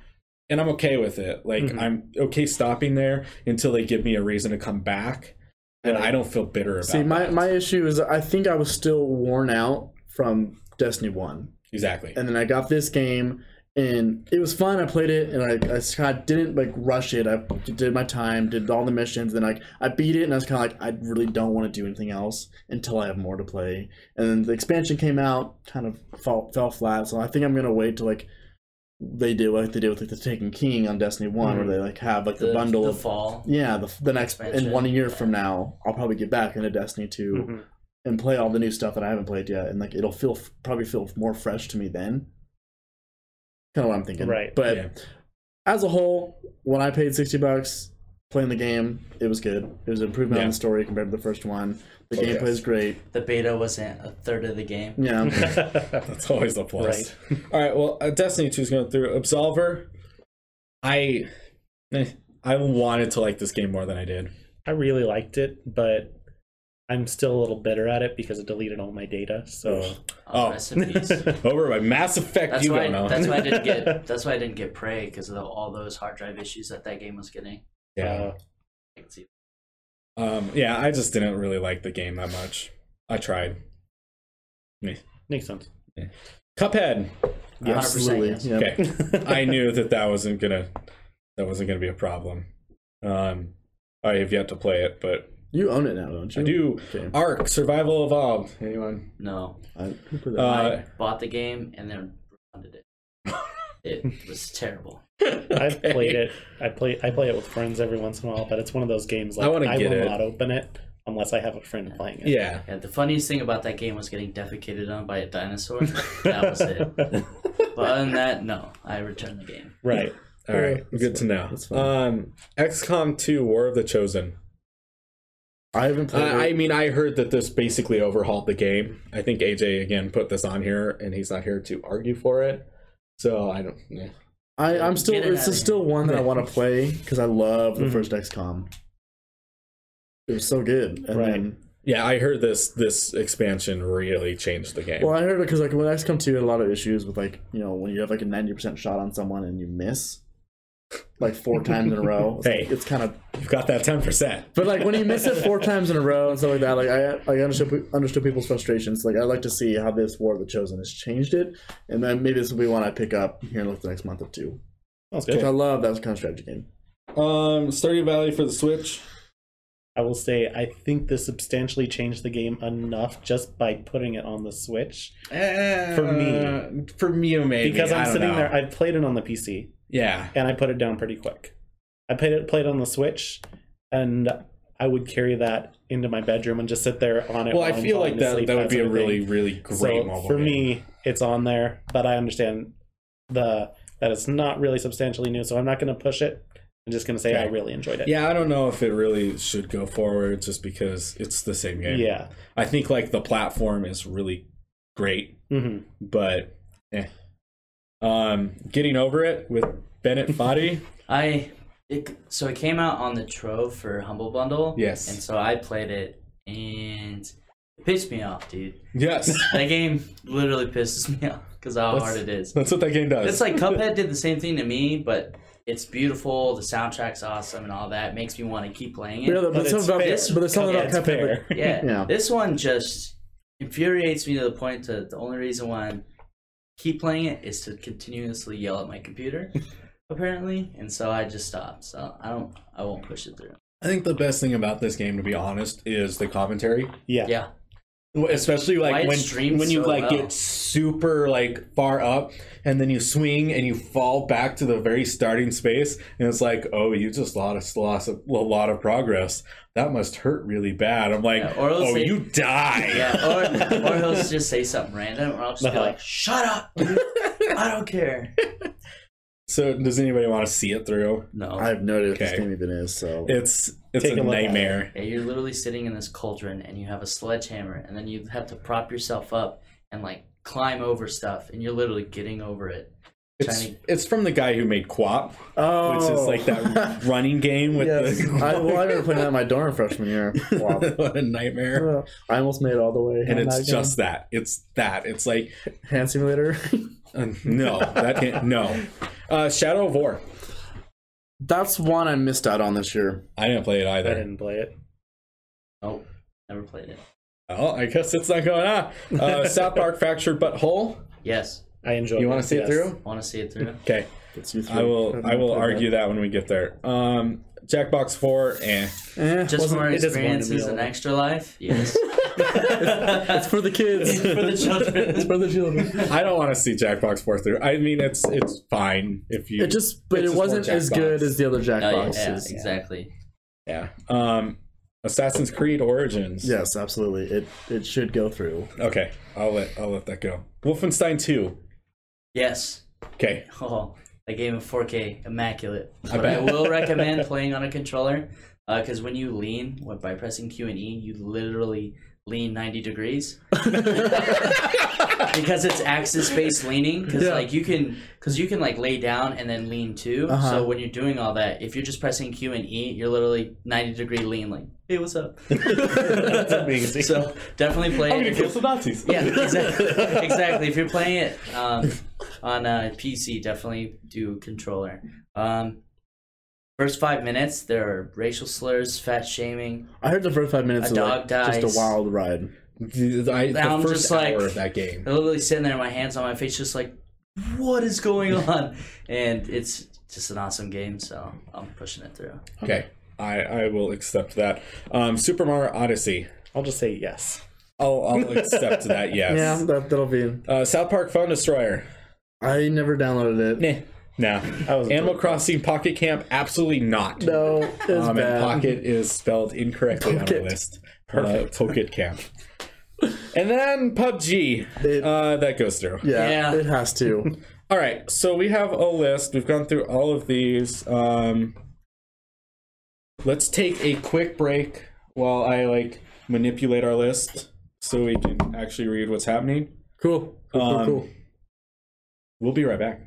And I'm okay with it. Like
Mhm.
I'm okay stopping there until they give me a reason to come back, and I don't feel bitter about.
see, my
that.
my issue is I think I was still worn out from Destiny One,
exactly.
and then I got this game, and it was fun. I played it, and I I just kinda didn't like rush it. I did my time, did all the missions, then like I beat it, and I was kind of like I really don't want to do anything else until I have more to play. And then the expansion came out, kind of fall, fell flat. So I think I'm gonna wait till like. They do like they did with like the Taken King on Destiny One, where they like have like the,
Mm-hmm. the
bundle
the
of
fall.
Yeah, the, the next in
Expansion. Mm-hmm.
one year from now, I'll probably get back into Destiny 2
Mhm.
and play all the new stuff that I haven't played yet, and like it'll feel probably feel more fresh to me then. Kind of what I'm thinking,
Right,
But
yeah.
as a whole, when I paid sixty bucks playing the game, it was good. It was an improvement on
Yeah.
the story compared to the first one. The
Oh,
gameplay
yes.
is great.
The beta wasn't a third of the game.
Yeah,
mm-hmm.
That's always a plus.
right.
All right. Well, uh, Destiny Two is going through Absolver. I, eh, I wanted to like this game more than I did.
I really liked it, but I'm still a little bitter at it because it deleted all my data. So
Oh.
Oh, recipes.
Over by Mass Effect.
That's
you
why.
don't know.
That's why I didn't get. That's why I didn't get Prey because of the- all those hard drive issues that that game was getting.
yeah.
uh,
I could see- uh,
Um. Yeah. I just didn't really like the game that much. I tried.
makes sense.
Cuphead.
Yeah, 100%
absolutely.
yes.
Yeah.
Okay. I knew that that wasn't gonna that wasn't gonna be a problem. Um. I have yet to play it, but
You own it now, don't you?
I do.
Okay.
Arc Survival Evolved. Anyone?
No,
I, who put that?
Uh,
I bought the game and then refunded it. It was terrible.
I've
Okay.
played it. I play. I play it with friends every once in a while, but it's one of those games like
I wanna
I,
get
will
it.
not open it unless I have a friend playing it.
Yeah.
Yeah, the funniest thing about that game was getting defecated on by a dinosaur. that was it. But other than that, no, I returned the game.
Right.
All right,
Yeah,
good
that's
to know.
That's fine.
Um, XCOM 2 War of the Chosen.
I haven't played.
Uh, I, I
it.
mean, I heard that this basically overhauled the game. I think AJ again put this on here, and he's not here to argue for it. So I don't. Yeah.
I, I'm still.
Get it
It's
outta
still one that I want to play because I love the
Mm-hmm.
Mhm.
first XCOM. It was so good. And
Right.
Then,
Yeah, I heard this this expansion really changed the game.
well, I heard it because like when XCOM two had a lot of issues with like you know when you have like a ninety percent shot on someone and you miss, like four times in a row. It's,
Hey.
it's kind of.
You've got that ten percent.
But like when you miss it four times in a row and stuff like that, like I I understood understood people's frustrations. Like I like to see how this War of the Chosen has changed it, and then maybe this will be one I pick up here in like the next month or two.
Sounds
'Cause
good.
I love that kind of strategy game.
Um, Stardew Valley for the Switch.
I will say I think this substantially changed the game enough just by putting it on the Switch
for
me.
Uh, for me, maybe
because
I
I'm
don't
sitting
know.
there. I played it on the PC
yeah,
and I put it down pretty quick. I played it played on the Switch and. I would carry that into my bedroom and just sit there on it.
well,
while
I
I'm
feel
falling
like that
asleep,
that would be a
sort of thing.
really really great
so
mobile
for
game.
me it's on there but i understand the that it's not really substantially new so i'm not going to push it i'm just going to say i
Okay.
really enjoyed it
Yeah, I don't know if it really should go forward just because it's the same game.
yeah
I think like the platform is really great,
hmm
but eh. um getting over it with Bennett Foddy.
I it, so it came out on the Trove for Humble Bundle.
Yes.
And so I played it, and it pissed me off, dude.
yes.
That game literally pisses me off because how
That's-
hard it is.
That's what that game does.
It's like Cuphead did the same thing to me, but It's beautiful. The soundtrack's awesome and all that. Makes me want to keep playing it.
You know, but,
But
something
it's
about,
fair.
but there's something
Yeah,
about
it's
Cuphead. that-
yeah.
Yeah.
This one just infuriates me to the point that the only reason why I keep playing it is to continuously yell at my computer, apparently. And so I just stopped. So I don't I won't push it through.
I think the best thing about this game, to be honest, is the commentary.
Yeah.
Yeah.
Especially
Why
like
it's
when
streamed
when you
so
like
well.
get super like far up and then you swing and you fall back to the very starting space and it's like, oh, you just lost lost a, a lot of progress. That must hurt really bad. I'm like,
Yeah, or it'll
oh,
say-
you die.
Yeah. Or or he'll just say something random or I'll just be
Uh-huh.
like, Shut up. I don't care.
So does anybody want to see it through?
No.
I have no idea what this
Okay.
game even is. So
It's it's
Take
a
a look at it.
nightmare.
Yeah, you're literally sitting in this cauldron and you have a sledgehammer and then you have to prop yourself up and like climb over stuff and you're literally getting over it.
It's
Tiny-
it's from the guy who made Quap,
oh,
which is like that running game with
Oh. Yes.
the
I, well, I remember playing that in my dorm freshman year. Wow.
what a nightmare.
I almost made it all the way.
and
on
it's
that
just that it's that it's like
game. hand simulator.
uh, no that can't no uh shadow of war
That's one I missed out on this year.
i didn't play it
I
either
didn't play it.
Nope. Oh, Never played it.
oh i guess it's not going on uh south park fractured butthole
Yes.
I enjoyed
you
it.
want to see
yes.
it through
I wanna see it through.
okay
It's you
i will i will argue that when we get there um jackbox 4 eh.
Eh,
Just
Wasn't-
more
it just wanted to be
experiences and
all-
extra life? Yes. Oh,
it's for the kids.
For the
it's
children.
for the children.
i don't want to see jackbox 4 through i mean it's it's fine if you
It just, but
It's
it
just
wasn't
more
as
Jackbox.
good as the other
No, Oh, yeah,
Jackboxes.
yeah, exactly.
yeah um assassin's creed origins
Yes, absolutely. It it should go through.
okay i'll let i'll let that go wolfenstein 2
Yes.
okay
Oh, that game in 4K, immaculate.
I
But I
bet.
will recommend playing on a controller because when you lean, what, by pressing Q and E, you literally lean 90 degrees because it's axis based leaning because
Yeah.
like you can because you can like lay down and then lean too
Uh-huh.
so when you're doing all that if you're just pressing q and e you're literally 90 degree lean like hey what's up
That's amazing.
so definitely play it if you're-
some nazis
yeah, exactly. exactly. If you're playing it um, on a PC, definitely do controller. Um, first five minutes, there are racial slurs, fat shaming.
I heard the first five minutes
A
was like,
dog dies.
just a wild ride.
I, the
I'm
first
just
hour
like-
of that game.
I'm literally sitting there, my hands on my face, just like, what is going on? And it's just an awesome game, so I'm pushing it through.
Okay, I, I will accept that. Um, Super Mario Odyssey.
I'll just say yes.
I'll, I'll accept that.
Yeah,
Yes.
that, that'll be.
Uh, South Park Phone Destroyer.
I never downloaded it.
Nah. No.
I was
Animal Crossing Pocket Camp. Absolutely not.
No, it's
um, and
bad.
Pocket is spelled incorrectly on
Pocket.
our list. Perfect. Pocket Camp. And then PUBG.
It-
Uh, that goes through.
yeah,
Yeah.
it has to.
All right, so we have a list. We've gone through all of these. Um, let's take a quick break while I like manipulate our list so we can actually read what's happening.
Cool. Cool. cool,
Um,
cool.
We'll be right back.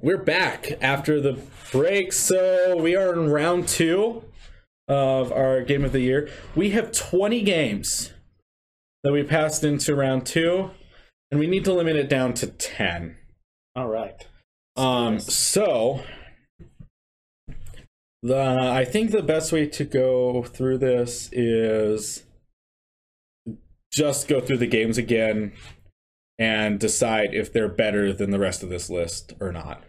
we're back after the break. So we are in round two of our game of the year. We have 20 games that we passed into round two, and we need to limit it down to 10.
All right.
Um, so the I think the best way to go through this is just go through the games again and decide if they're better than the rest of this list or not.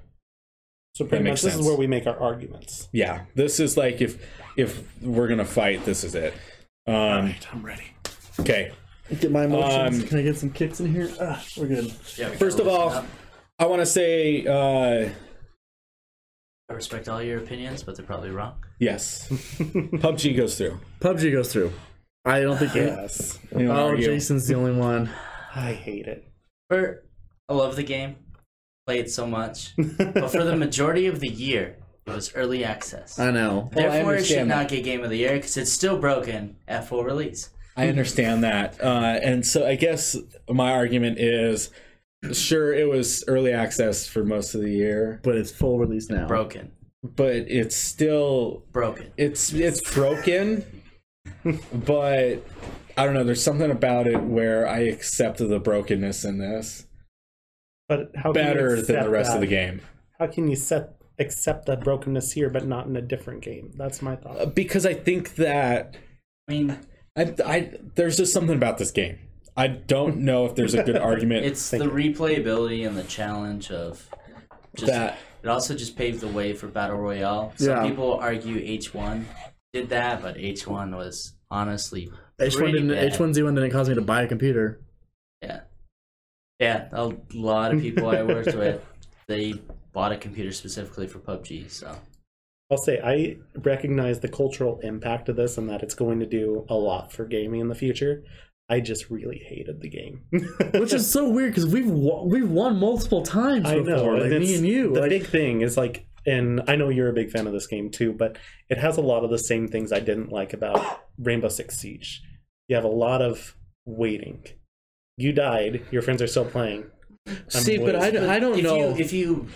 So pretty much
makes
this
sense.
is where we make our arguments.
Yeah, this is like if if we're gonna fight, this is it. Um,
I'm ready.
okay,
Get my emotions.
Um,
Can I get some kicks in here? Ah, we're good.
Yeah, we
First
gotta
of all-
listen up.
I want to say uh,
I respect all your opinions, but they're probably wrong.
yes. PUBG goes through.
PUBG goes through. I don't think. it-
Yes.
You know,
oh,
argue.
Jason's the only one.
I hate it.
For I love the game, play it so much, but for the majority of the year, it was early access.
I know.
Well, I
Therefore, it should
understand
not get Game of the Year because it's still broken at full release.
I understand that. Uh, and so I guess my argument is sure, it was early access for most of the year,
But it's full release now.
Broken,
but it's still
broken.
it's it's broken but I don't know, there's something about it where I accept the brokenness in this
But how can you
better than the
accept
rest of the
that?
game.
How can you set accept that brokenness here, but not in a different game? That's my thought.
Because I think that
I mean,
I, I there's just something about this game. I don't know if there's a good argument
it's
Thank
the replayability and the challenge of just.
that
It also just paved the way for battle royale. Some
Yeah.
people argue H one did that, but H one was honestly
H one
pretty
didn't.
bad.
H one Z one didn't cause me to buy a computer.
Yeah. Yeah, a lot of people I worked with, they bought a computer specifically for PUBG, so
I'll say I recognize the cultural impact of this and that it's going to do a lot for gaming in the future. I just really hated the game.
which is so weird because we've wa- we've won multiple times
I
before,
know,
like
and
me
it's-
and you.
The
Like,
big thing is like, and I know you're a big fan of this game too, but it has a lot of the same things I didn't like about Rainbow Six Siege. You have a lot of waiting. You died. Your friends are still playing.
See, but I,
wasted.
I don't
if
know
you if you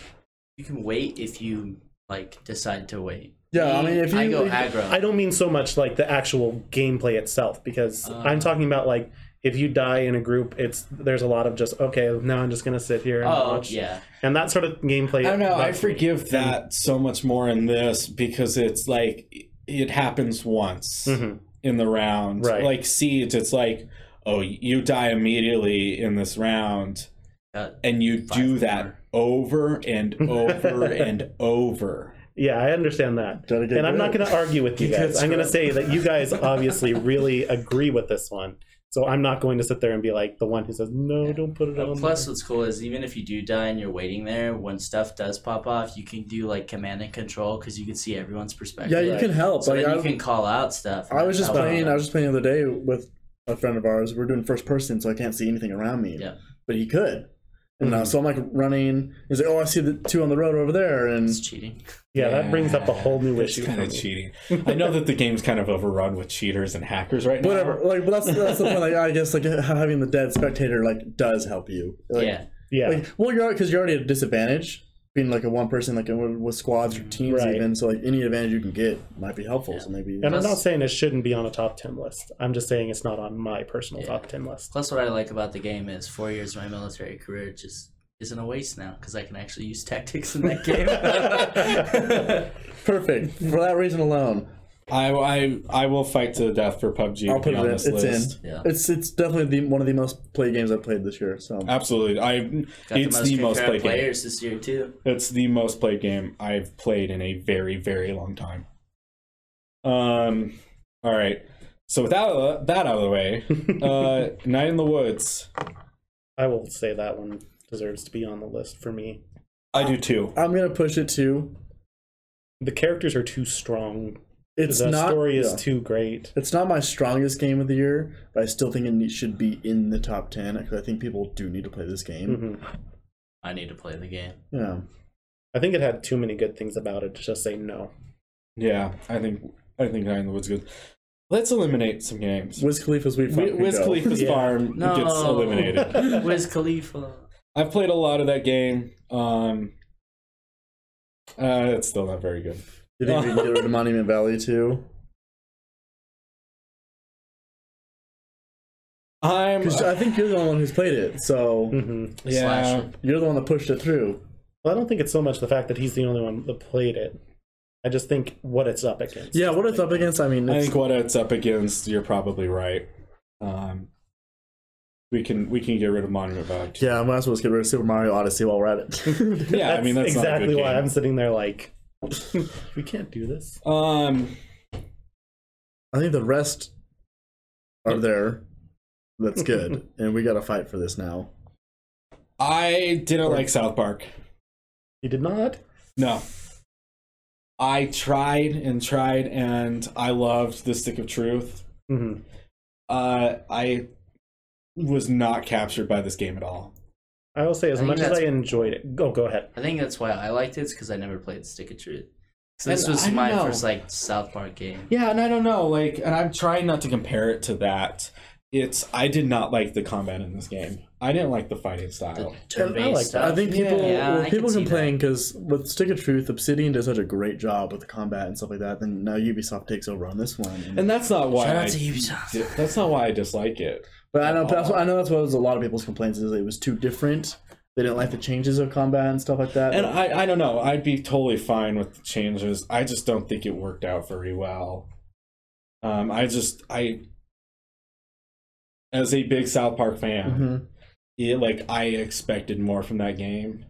you can wait if you like decide to wait.
Yeah, I mean, if
I
you-
go
if-
aggro.
I don't mean so much like the actual gameplay itself because
Ah.
I'm talking about like if you die in a group, it's there's a lot of just okay. Now I'm just gonna sit here and
oh
watch,
yeah.
and that sort of gameplay.
I don't know. I
that-
forgive that so much more in this because it's like it happens once
Mm-hmm.
Mhm.
in the round.
Right.
Like Siege, it's like, oh, you die immediately in this round,
Uh,
and you do
Five
that
more.
over and over and over.
Yeah, I understand that,
Gotta
and
get
I'm not
good.
gonna argue with you guys.
That's
I'm gonna
right.
say that you guys obviously really agree with this one, so I'm not going to sit there and be like the one who says no, don't put it
Uh,
on.
Plus,
there."
what's cool is even if you do die and you're waiting there, when stuff does pop off, you can do like command and control because you can see everyone's perspective.
yeah, you can help.
So
like,
then
I,
you can call out stuff.
I was just
Oh,
playing. I was just playing the other day with a friend of ours. We're doing first person, so I can't see anything around me.
Yeah.
but he could. And uh, so I'm like running. He's like, "Oh, I see the two on the road over there." And
It's cheating.
yeah, that brings up a whole new
It's
issue. for
kind of
me.
cheating. I know that the game's kind of overrun with cheaters and hackers right now.
whatever. Like, but that's that's the point. Like, I guess like having the dead spectator like does help you. Like,
yeah.
Yeah,
Like, well, you're because you're already at a disadvantage being like a one person like with with squads or teams
Right.
even. So like any advantage you can get might be helpful. So maybe
and I'm not saying it shouldn't be on a top ten list. I'm just saying it's not on my personal
Yeah.
top ten list.
Plus, what I like about the game is four years of my military career just isn't a waste now because I can actually use tactics in that game.
perfect for that reason alone.
I, I I will fight to the death for PUBG.
I'll put
be
it
on
in.
This
It's
list.
in.
Yeah.
It's it's definitely the, one of the most played games I've played this year. So
Absolutely, I.
Got
it's the most
concurrent
played game.
players this year too.
It's the most played game I've played in a very, very long time. Um, all right. So with that, that out of the way, uh, Night in the Woods.
I will say that one deserves to be on the list for me.
I do too.
I'm gonna push it to.
The characters are too strong.
It's
the
not.
story is
yeah.
too great.
it's not my strongest game of the year, but I still think it ne- should be in the top ten because I think people do need to play this game.
Mhm.
I need to play the game.
Yeah,
I think it had too many good things about it to just say no.
Yeah, I think I think Night in the Woods is good. Let's eliminate some games.
Wiz Khalifa's Weed Farm.
Wi-
can
Wiz
go.
Khalifa's
Yeah.
Farm
No.
gets eliminated.
Wiz Khalifa.
I've played a lot of that game. Um, Uh, it's still not very good.
Did he get rid of Monument Valley too?
I'm.
'Cause I think you're the only one who's played it, so
hmm
yeah.
Slasher.
you're the one that pushed it through.
Well, I don't think it's so much the fact that he's the only one that played it. I just think what it's up against.
Yeah, what it's up against, I mean,
I
it's,
think what it's up against, you're probably right. Um, we can we can get rid of Monument Valley. too.
yeah, I might as well just get rid of Super Mario Odyssey while we're at it.
Yeah, I mean that's not a
exactly
good
why
game.
I'm sitting there like, we can't do this.
Um,
I think the rest are there. That's good, and we got to fight for this now.
I didn't like South Park.
He did not.
No. I tried and tried, and I loved The Stick of Truth.
hmm
Uh, I was not captured by this game at all.
I will say, as
I think
much as I
that's-
enjoyed it, oh, go go ahead.
I think that's why I liked it, is because I never played Stick of Truth. So
And
this was
I don't
my
know.
first like South Park game.
Yeah, and I don't know, like, and I'm trying not to compare it to that. It's I did not like the combat in this game. I didn't like the fighting
The
style.
turn-based
I like that.
stuff.
I think people
Yeah,
well,
I can
people
see that.
complain because with Stick of Truth, Obsidian does such a great job with the combat and stuff like that. Then now Ubisoft takes over on this one.
And that's not why
Shout
I
out to Ubisoft.
di- that's not why I dislike it.
but I know but that's, I know that's what was a lot of people's complaints is it was too different. They didn't like the changes of combat and stuff like that.
And I I don't know, I'd be totally fine with the changes. I just don't think it worked out very well. Um I just I as a big South Park fan,
Mhm.
it, like I expected more from that game.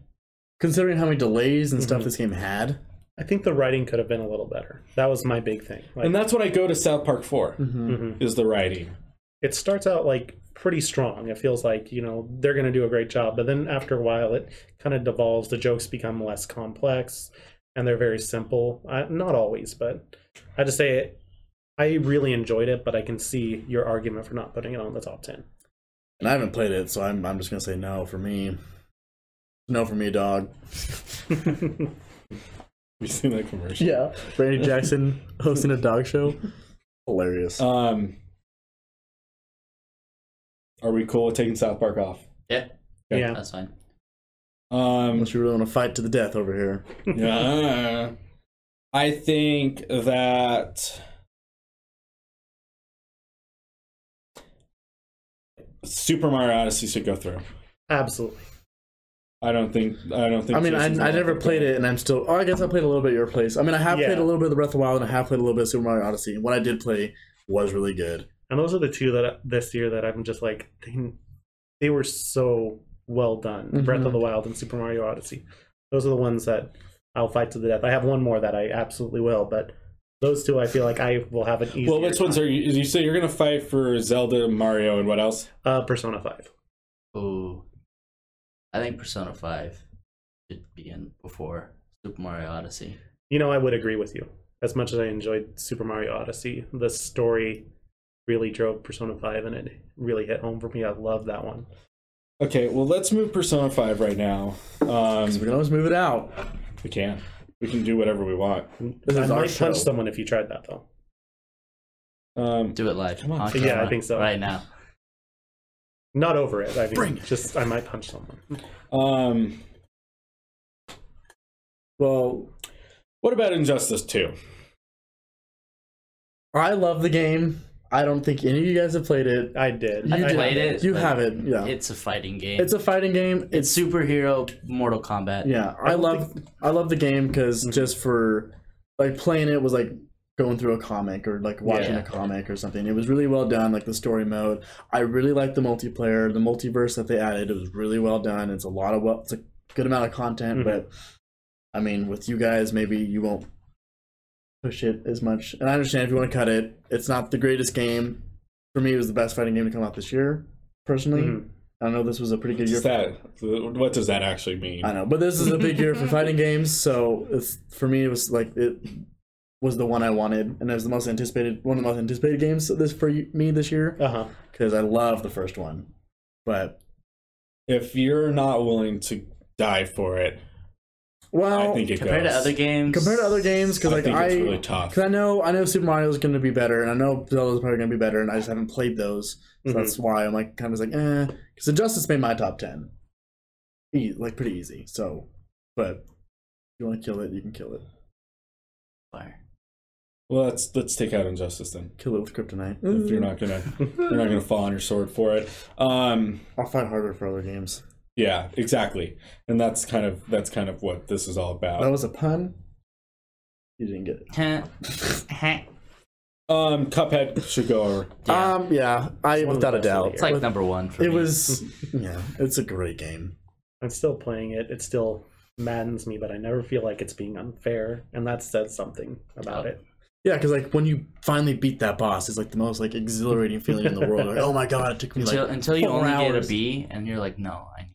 Considering how many delays and
Mm-hmm.
stuff this game had,
I think the writing could have been a little better. That was my big thing. Like,
And that's what I go to South Park for
Mm-hmm.
mhm.
is the writing.
it starts out like pretty strong. It feels like you know they're going to do a great job, but then after a while, it kind of devolves. The jokes become less complex, and they're very simple. Uh, not always, but I just say it. I really enjoyed it, but I can see your argument for not putting it on the top ten.
and I haven't played it, so I'm I'm just gonna say no for me. No for me, dog.
We've seen that commercial.
Yeah, Randy Jackson hosting a dog show, hilarious.
Um, are we cool with taking South Park off?
Yeah,
yeah,
that's fine.
Um,
Unless you really want to fight to the death over here.
yeah. I think that Super Mario Odyssey should go through.
absolutely.
I don't think. I don't think.
I mean, I,
Jason's
I
allowed
never
to
played it, and I'm still. Oh, I guess I played a little bit of your place. I mean, I have played
Yeah.
a little bit of the Breath of the Wild, and I have played a little bit of Super Mario Odyssey. And what I did play was really good.
And those are the two that I- this year that I'm just like they, they were so well done.
Mm-hmm.
Breath of the Wild and Super Mario Odyssey. Those are the ones that I'll fight to the death. I have one more that I absolutely will, but those two I feel like I will have an easier.
Well, which ones
time.
are you? You say you're gonna fight for Zelda, Mario, and what else?
Uh, Persona Five.
Ooh, I think Persona Five should be in before Super Mario Odyssey.
You know, I would agree with you. As much as I enjoyed Super Mario Odyssey, the story really drove Persona Five, and it really hit home for me. I love that one.
Okay, well, let's move Persona Five right now. Um,
So we can always move it out.
we can. We can do whatever we want.
This
I
is our
might
show.
punch someone if you tried that though.
Um,
Do it live.
Come on.
on
Yeah, I
camera,
think so.
Right now.
Not over it. I mean,
Bring it.
just I might punch someone.
um,
Well,
what about Injustice Two?
I love the game. I don't think any of you guys have played it.
I did.
You
I
did.
played it.
You
but
have it. Yeah,
It's a fighting game.
it's a fighting game.
it's superhero Mortal Kombat.
Yeah, I,
don't
love I love the game because just for like playing it was like going through a comic or like watching
Yeah.
a comic or something. It was really well done, like the story mode. I really like the multiplayer, the multiverse that they added. It was really well done. It's a lot of well, it's a good amount of content,
Mhm.
but I mean, with you guys, maybe you won't push it as much. And I understand if you want to cut it. It's not the greatest game. For me, it was the best fighting game to come out this year. Personally,
Mhm.
I know this was a pretty good year.
Is
for
that what does that actually mean?
I know, but this is a big year for fighting games, so it's, for me, it was like it was the one I wanted, and it was the most anticipated, one of the most anticipated games this for me this year
Uh huh.
because I love the first one, but
If you're not willing to die for it,
well,
I think it
Compared
goes.
to other games.
compared to other games, because
I
like
think
I,
it's really tough.
because I know I know Super Mario's going to be better, and I know Zelda's probably going to be better, and I just haven't played those, so
Mm-hmm.
Mhm.
that's why I'm like kind of like eh, because Injustice made my top ten, e- like pretty easy, so, but you want to kill it, you can kill it.
Fire.
Well, let's let's take out injustice then.
Kill it with kryptonite.
If you're not gonna you're not gonna fall on your sword for it. Um,
I'll fight harder for other games.
yeah, exactly. And that's kind of that's kind of what this is all about.
That was a pun. You didn't get it.
yeah.
Um, Cuphead should go over.
Um, yeah, I
one of
without
the
a
best of the
doubt.
year.
it's like number one for
it
me.
was. Yeah, it's a great game.
I'm still playing it. It still maddens me, but I never feel like it's being unfair, and that says something about it.
Yeah, because like when you finally beat that boss, it's like the most like exhilarating feeling in the world. Like, oh my god, it took me
until
like.
until you
four
only get a
hours.
B and you're like, no, I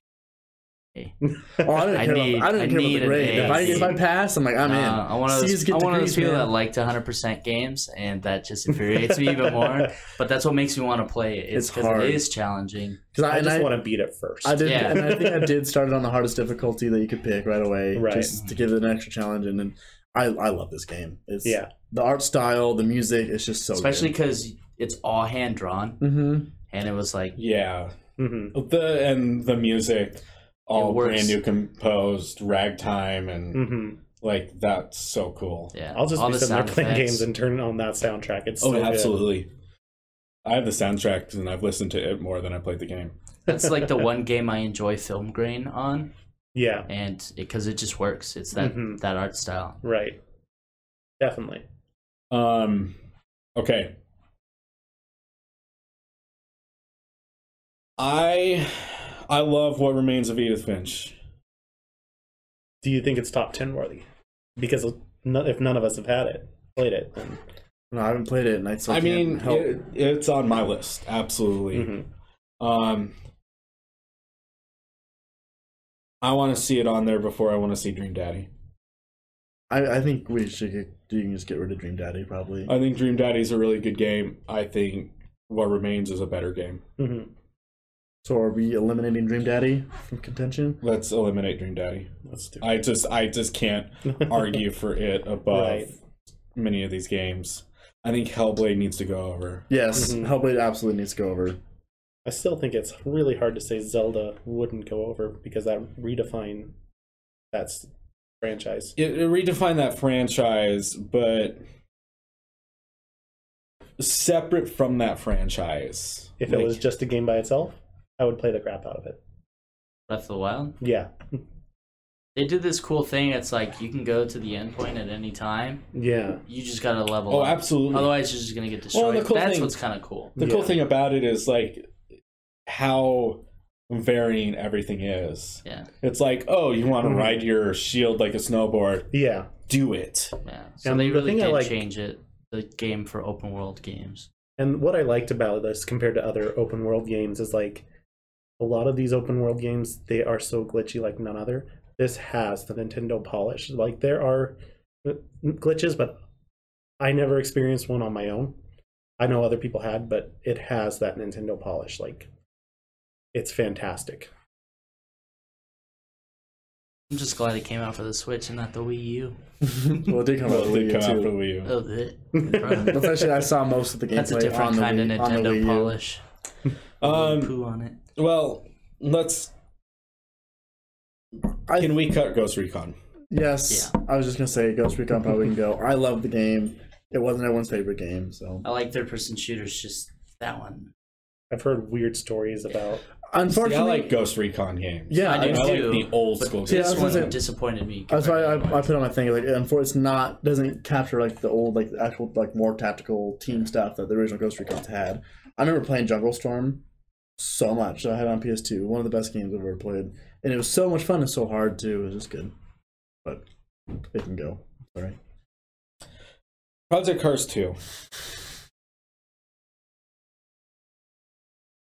Oh, I didn't
I
care. about, I
need-
didn't care
I
about
need
the
an
grade. If I
A.
if I pass, I'm like I'm
nah,
in.
I'm one of
C's
those,
get
I'm one of
degrees,
those people
man.
that liked 100% games, and that just infuriates me even more. But that's what makes me want to play it.
It's
It's because
hard.
it is challenging.
'Cause
I
and
just want to beat it first.
I did,
Yeah.
and I think I did start it on the hardest difficulty that you could pick right away,
Right.
just to give it an extra challenge. And then I, I love this game. It's
yeah,
the art style, the music, it's just so
Especially 'cause Especially because it's all hand drawn,
Good. Mm-hmm.
and it was like,
Yeah,
hmm
the and the music, all
It works.
brand new composed, ragtime, and
Mm.
hmm
like that's so cool.
yeah,
I'll just
all
be
the
sitting there
sound
playing
effects.
games and turning on that soundtrack. It's
oh,
so good.
absolutely. I have the soundtrack and I've listened to it more than I played the game.
That's like the one game I enjoy film grain on,
Yeah,
and because it, just works. It's that
Mm-hmm.
Mhm.
that art style.
right. Definitely.
Um, okay. I I love what remains of Edith Finch.
Do you think it's top ten worthy? Because no- if none of us have had it, played it, then
No, I haven't played it, and I still
I
can't
mean,
help.
it, it's on my list, absolutely.
Mhm.
Mm-hmm.
Um, I want to see it on there before I want to see Dream Daddy.
I, I think we should get, you can just get rid of Dream Daddy probably.
I think Dream Daddy is a really good game. I think What Remains is a better game.
Mhm.
so are we eliminating Dream Daddy from contention?
Let's eliminate Dream Daddy.
let's do.
I just, I just can't
it.
argue for it above
Right.
many of these games. I think Hellblade needs to go over.
Yes,
Mm-hmm.
Mhm.
Hellblade absolutely needs to go over.
I still think it's really hard to say Zelda wouldn't go over because that redefine that's franchise.
It, it redefined that franchise, but separate from that franchise.
If
Like,
it was just a game by itself, I would play the crap out of it.
Left the Wild.
Yeah,
They did this cool thing. It's like you can go to the endpoint at any time.
yeah,
You just gotta level
oh,
up.
absolutely.
Otherwise, you're just gonna get
Well,
destroyed.
and the cool
That's
thing-
what's kind of cool.
the cool
Yeah.
thing about it is like how varying everything is
Yeah,
it's like oh you want to
Hmm.
Mhm.
ride your shield like a snowboard
yeah.
do it
yeah. So
And
they
the
really
thing I
did
like-
change it. The game for open world games.
And what I liked about this compared to other open world games is like a lot of these open world games they are so glitchy like none other. This has the Nintendo polish. Like there are uh, glitches, but I never experienced one on my own. I know other people had, but it has that Nintendo polish. Like it's fantastic.
I'm just glad it came out for the Switch and not the Wii U.
Well, it did come out
Well,
for
it
Wii
did
U
come out for
too.
Wii U.
Oh, bleh.
That's actually I saw most of the gameplay
That's a different
on
kind
the
of
Wii, on the Wii
Nintendo
U.
polish. Uh,
um
poo on it.
well let's
I-
can we cut ghost recon
Yes, I was just gonna say Ghost Recon probably can go. I love the game. It wasn't everyone's favorite game, so
I like third person shooters. Just that one.
I've heard weird stories about
See, i
unfortunately,
like ghost recon games
yeah,
I
I,
do
i like
too,
the old
but
school
this
games.
I was
one
gonna say-
disappointed me.
that's why I,
compared to the
I put on my thing like, unfortunately, it's not doesn't capture like the old like the actual like more tactical team stuff that the original Ghost Recon's had. I remember playing Jungle Storm so much. I had it on PS2, one of the best games I've ever played, and it was so much fun and so hard too. It was just good, but it can go. Sorry,
project cars 2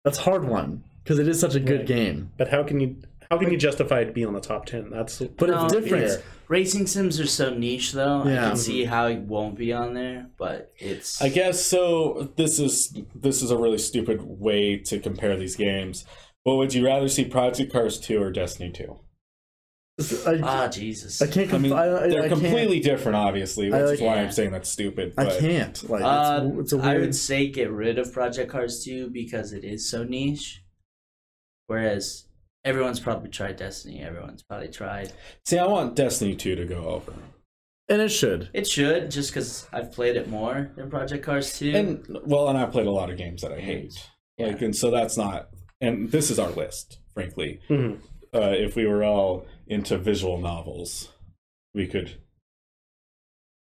that's a hard one because it is such a good
Right.
game,
but how can you how can you justify it to be on the top ten? That's
but
No,
it's different.
it's- Racing sims are so niche, though. I
Yeah.
can see how it won't be on there, but it's.
I guess so. This is this is a really stupid way to compare these games. But would you rather see Project Cars Two or Destiny Two?
It's- I-
Ah, Jesus.
I can't.
I mean,
conf- I, I,
they're
I
completely different, obviously, which
I
is
like-
why
Yeah.
I'm saying that's stupid.
Can't,
But
I can't. Like,
Uh,
it's, it's a
I
weird.
would say get rid of Project Cars 2 because it is so niche. Whereas everyone's probably tried Destiny. Everyone's probably tried.
See, I want Destiny 2 to go over.
and it should.
It should just because I've played it more than Project Cars Two.
And well, and I played a lot of games that I hate. Like, and so that's not. And this is our list, frankly.
Mhm.
Uh, if we were all into visual novels, we could.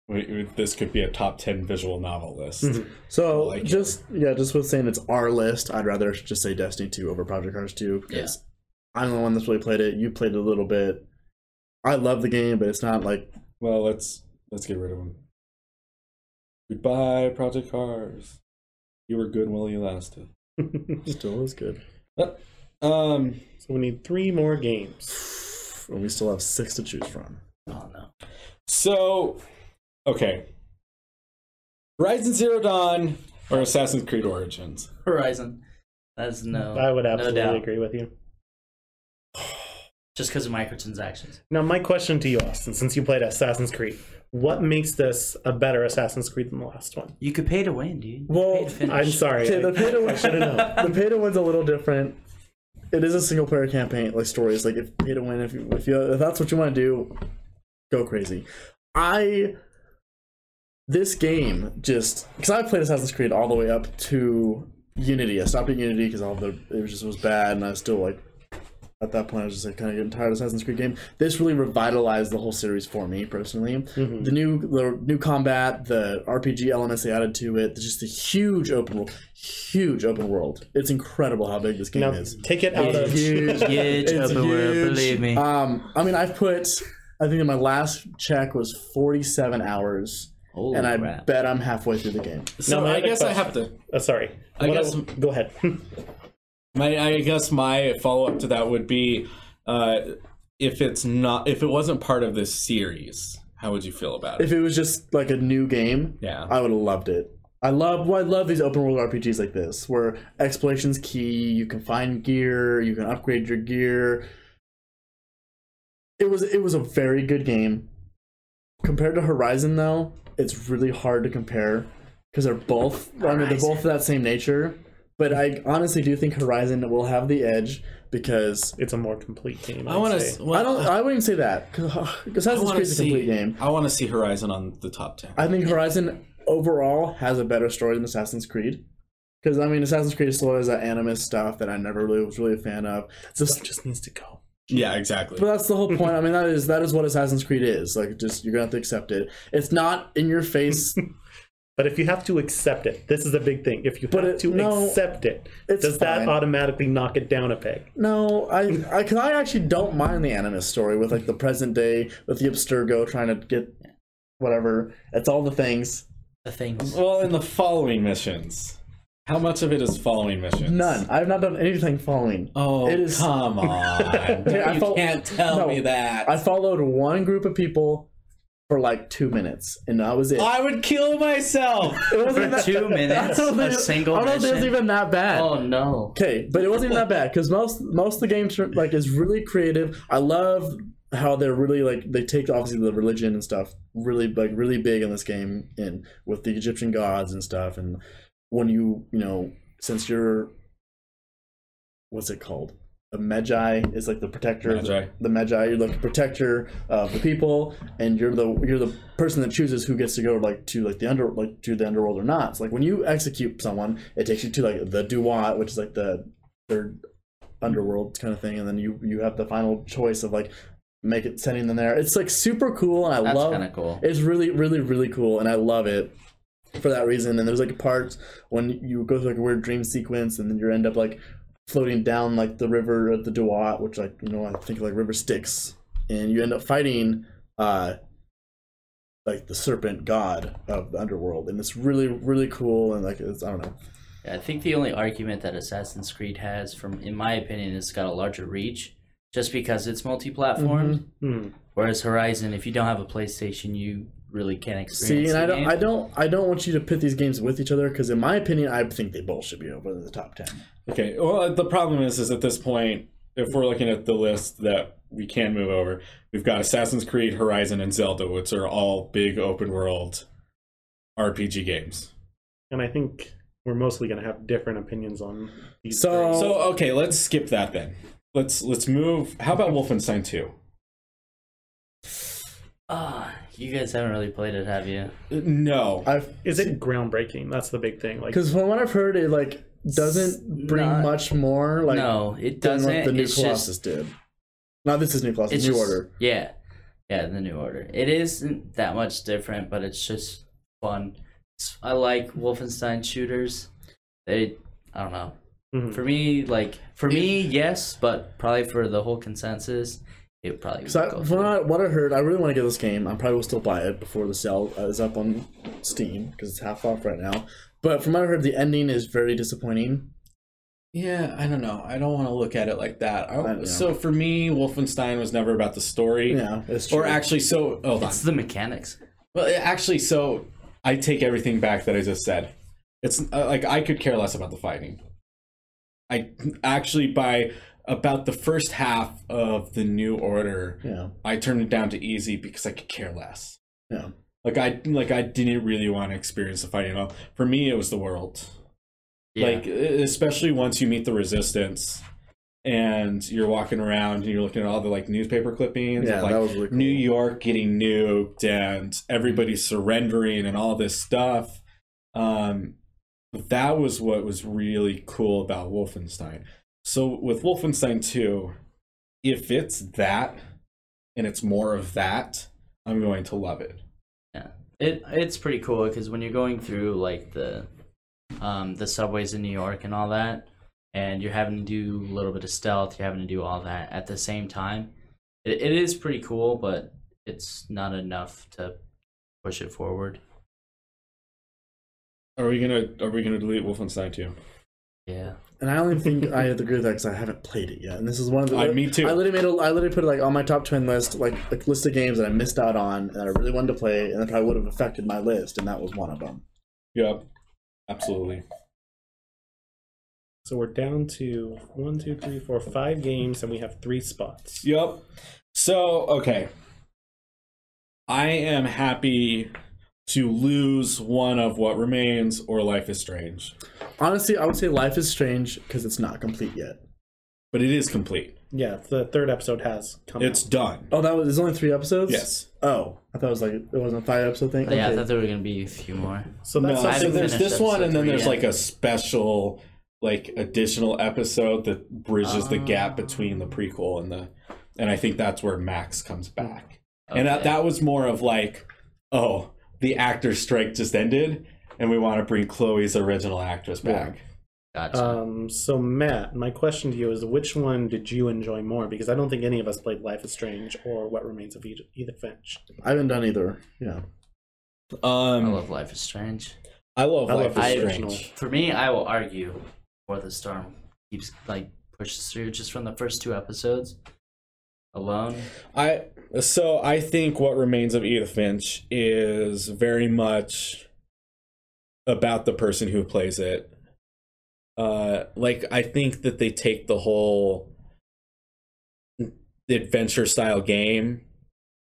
We, we- this could be a top ten visual novel list.
Mhm.
So
I like it.
just yeah, just with saying it's our list, I'd rather just say Destiny Two over Project Cars Two because I'm the one that's really played it. You played it a little bit. I love the game, but it's not like
Well, let's let's get rid of them. Goodbye, Project Cars. You were good while you lasted.
still as good.
Um,
so we need three more games.
And we still have six to choose from.
oh no,
So, okay. Horizon Zero Dawn or Assassin's Creed Origins?
Horizon. That's Oh,
Mm,
no.
I would absolutely
no doubt.
agree with you.
Just because of microtransactions.
Now, my question to you, Austin, since you played Assassin's Creed, what makes this a better Assassin's Creed than the last one?
You could pay to win, dude. You
Well,
pay to finish.
I'm sorry.
Okay, the
I,
Peta,
I
one,
should have known.
the Peta one's a little different. It is a single player campaign, like stories. Like if Peta win, if you, if you if that's what you want to do, go crazy. I this game just because I played Assassin's Creed all the way up to Unity. I stopped at Unity because all the it was just was bad, and I was still like at that point I was just like kind of getting tired of Assassin's Creed game. This really revitalized the whole series for me personally. The new the new combat, the RPG elements they added to it, just a huge open world, huge open world. It's incredible how big this game
Now,
is.
take it out of.
Huge,
Huge open world,
huge.
believe me.
Um, I mean, I've put. I think my last check was 47 hours,
Holy
and I
crap.
bet I'm halfway through the game.
So
my
I
other
guess I have to.
Uh, sorry.
I
What
guess-
else- go ahead.
My I guess my follow up to that would be, uh, if it's not if it wasn't part of this series, how would you feel about it?
If it was just like a new game,
Yeah.
I would have loved it. I love well, I love these open world RPGs like this where exploration's key, you can find gear, you can upgrade your gear. It was it was a very good game. Compared to Horizon though, it's really hard to compare because they're both I mean they're both of that same nature, but I honestly do think Horizon will have the edge because
It's a more complete game.
I want
to.
to. Well,
I don't I wouldn't say that cuz Assassin's
want to
Creed is a complete
see.
game.
I want to see Horizon on the top ten.
I think Horizon overall has a better story than Assassin's Creed. Because I mean, Assassin's Creed still has that animus stuff that I never really was really a fan of. It's just-
Just needs to go.
yeah, exactly.
but that's the whole point. I mean, that is that is what Assassin's Creed is. Like, just you're gonna have to accept it. It's not in your face.
But if you have to accept it, this is a big thing. If you
But
have
it-
to
no,
accept it,
it's
does
fine.
that automatically knock it down a peg?
no, I I because I actually don't mind the animus story with like the present day with the Abstergo trying to get whatever. It's all the things.
the things.
well, in the following missions, how much of it is following missions?
None. I've not done anything following.
Oh,
It is-
come on!
I
you
fol-
can't tell
No.
me that.
I followed one group of people for like two minutes, and that was it.
I would kill myself.
It wasn't that-
Two minutes,
I don't
a
think-
single
I don't think it's
mission.
even that bad.
Oh no.
Okay, but it wasn't even that bad because most most of the game tur- like is really creative. I love how they're really like they take obviously the religion and stuff really like really big in this game and with the Egyptian gods and stuff. And when you you know since you're what's it called the Magi is like the protector of the-
Magi.
the Magi you're like the protector of the people and you're the you're the person that chooses who gets to go like to like the under like to the underworld or not. It's like when you execute someone, it takes you to like the Duat, which is like the third underworld kind of thing, and then you you have the final choice of like make it sending them there. It's like super cool and I
That's
love
kind of cool.
it's really, really, really cool, and I love it for that reason. And there's like parts when you go through like a weird dream sequence, and then you end up like floating down like the river of the Duat, which like you know I think like River Styx, and you end up fighting uh like the serpent god of the underworld, and it's really, really cool. And like it's I don't know,
Yeah, I think the only argument that Assassin's Creed has, from in my opinion, it's got a larger reach, just because it's multi-platform.
Mm-hmm.
Hmm.
Whereas Horizon, if you don't have a PlayStation, you really can't
See,
experience.
and
the
I don't,
game.
I don't, I don't want you to pit these games with each other because, in my opinion, I think they both should be over the top ten.
Okay. Well, the problem is, is at this point, if we're looking at the list that we can move over, we've got Assassin's Creed, Horizon, and Zelda, which are all big open world RPG games.
And I think we're mostly going to have different opinions on these.
So,
Oh. So, okay, let's skip that then. Let's let's move. How about Wolfenstein 2?
Ah, you guys haven't really played it, have you?
No.
I've
Is it groundbreaking? That's the big thing. Like,
because from what I've heard, it like doesn't bring
not-
much more like
no, it
than
doesn't.
what the new
it's
Colossus
just
did. No, this is new Colossus,
it's
new
just-
order.
Yeah, yeah, the new order. It isn't that much different, but it's just fun. It's- I like Wolfenstein shooters. They, I don't know.
Mm-hmm.
mhm.
For me, like for me, yes, but probably for the whole consensus, it probably would
So I,
go
from
through.
what I- what I heard, I really want to get this game. I probably will still buy it before the sale uh, is up on Steam because it's half off right now. But from what I heard, the ending is very disappointing.
Yeah, I don't know. I don't want to look at it like that. I-
I know.
so for me, Wolfenstein was never about the story.
Yeah, it's true.
Or actually, so hold on.
It's the mechanics.
Well, yeah, actually, so I take everything back that I just said. It's uh, like I could care less about the fighting. I actually by about the first half of the new order,
yeah,
I turned it down to easy because I could care less.
yeah.
Like I like I didn't really want to experience the fighting at all. For me, it was the world.
Yeah.
Like e- especially once you meet the resistance, and you're walking around and you're looking at all the like newspaper clippings.
Yeah,
of, like,
that was really cool.
New York getting nuked and everybody surrendering and all this stuff. Um, that was what was really cool about Wolfenstein. So with Wolfenstein 2, if it's that and it's more of that, I'm going to love it.
It it's pretty cool because when you're going through like the um the subways in New York and all that, and you're having to do a little bit of stealth, you're having to do all that at the same time. It it is pretty cool, but it's not enough to push it forward.
Are we gonna Are we gonna delete Wolfenstein 2?
Yeah.
And I only think I agree with that because I haven't played it yet. And this is one of the
I, me too.
I literally made a, I literally put it like on my top ten list, like a list of games that I missed out on and I really wanted to play, and that probably would have affected my list, and that was one of them.
yep, absolutely.
so we're down to one, two, three, four, five games, and we have three spots.
Yep. So, okay. I am happy to lose one of what remains or Life is Strange,
Honestly, I would say Life is Strange because it's not complete yet.
but it is complete.
Yeah, the third episode has come.
It's
out.
done.
Oh, that was there's only three episodes.
Yes.
Oh, I thought it was like it wasn't a five episode thing.
But yeah, I
Okay.
thought there were gonna be a few more.
so
No,
that's
so
haven't
there's
finished
this one,
episode
and then
three
there's
yet.
like a special, like additional episode that bridges the
Oh.
gap between the prequel and the, and I think that's where Max comes back. And that,
Okay.
that was more of like, oh, the actor strike just ended, and we want to bring Chloe's original actress
Yeah.
back.
Gotcha.
Um, so Matt, my question to you is, which one did you enjoy more? Because I don't think any of us played Life is Strange or What Remains of Edith, Edith Finch.
I haven't done either. Yeah.
I
Um,
love Life is Strange.
I love
I
Life
love
the
is
original.
Strange.
For me, I will argue for the storm keeps like pushes through just from the first two episodes alone.
I so I think what remains of Edith Finch is very much about the person who plays it. Uh, like I think that they take the whole adventure style game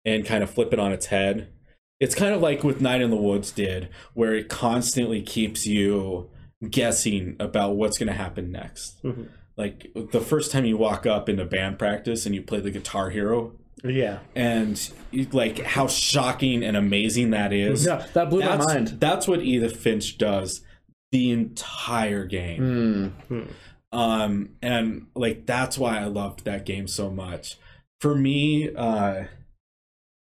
and kind of flip it on its head. It's kind of like what Night in the Woods did, where it constantly keeps you guessing about what's going to happen next
Mhm.
like the first time you walk up into band practice and you play the guitar hero
Yeah,
and you- like how shocking and amazing that is
Yeah, that blew
that's,
my mind.
that's what edith finch does the entire game
Hmm.
um and like that's why i loved that game so much for me uh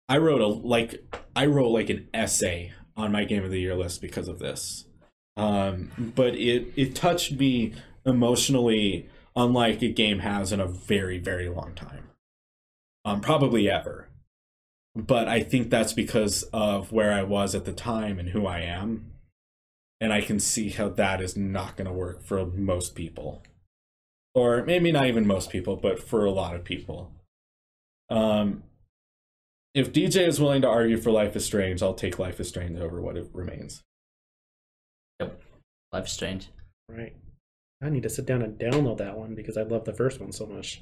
i wrote a like i wrote like an essay on my game of the year list because of this um but it it touched me emotionally unlike a game has in a very very long time um probably ever but i think that's because of where i was at the time and who i am and I can see how that is not going to work for most people, or maybe not even most people, but for a lot of people. Um, if DJ is willing to argue for Life is Strange, I'll take Life is Strange over what it remains.
Life is Strange.
right. I need to sit down and download that one because I love the first one so much.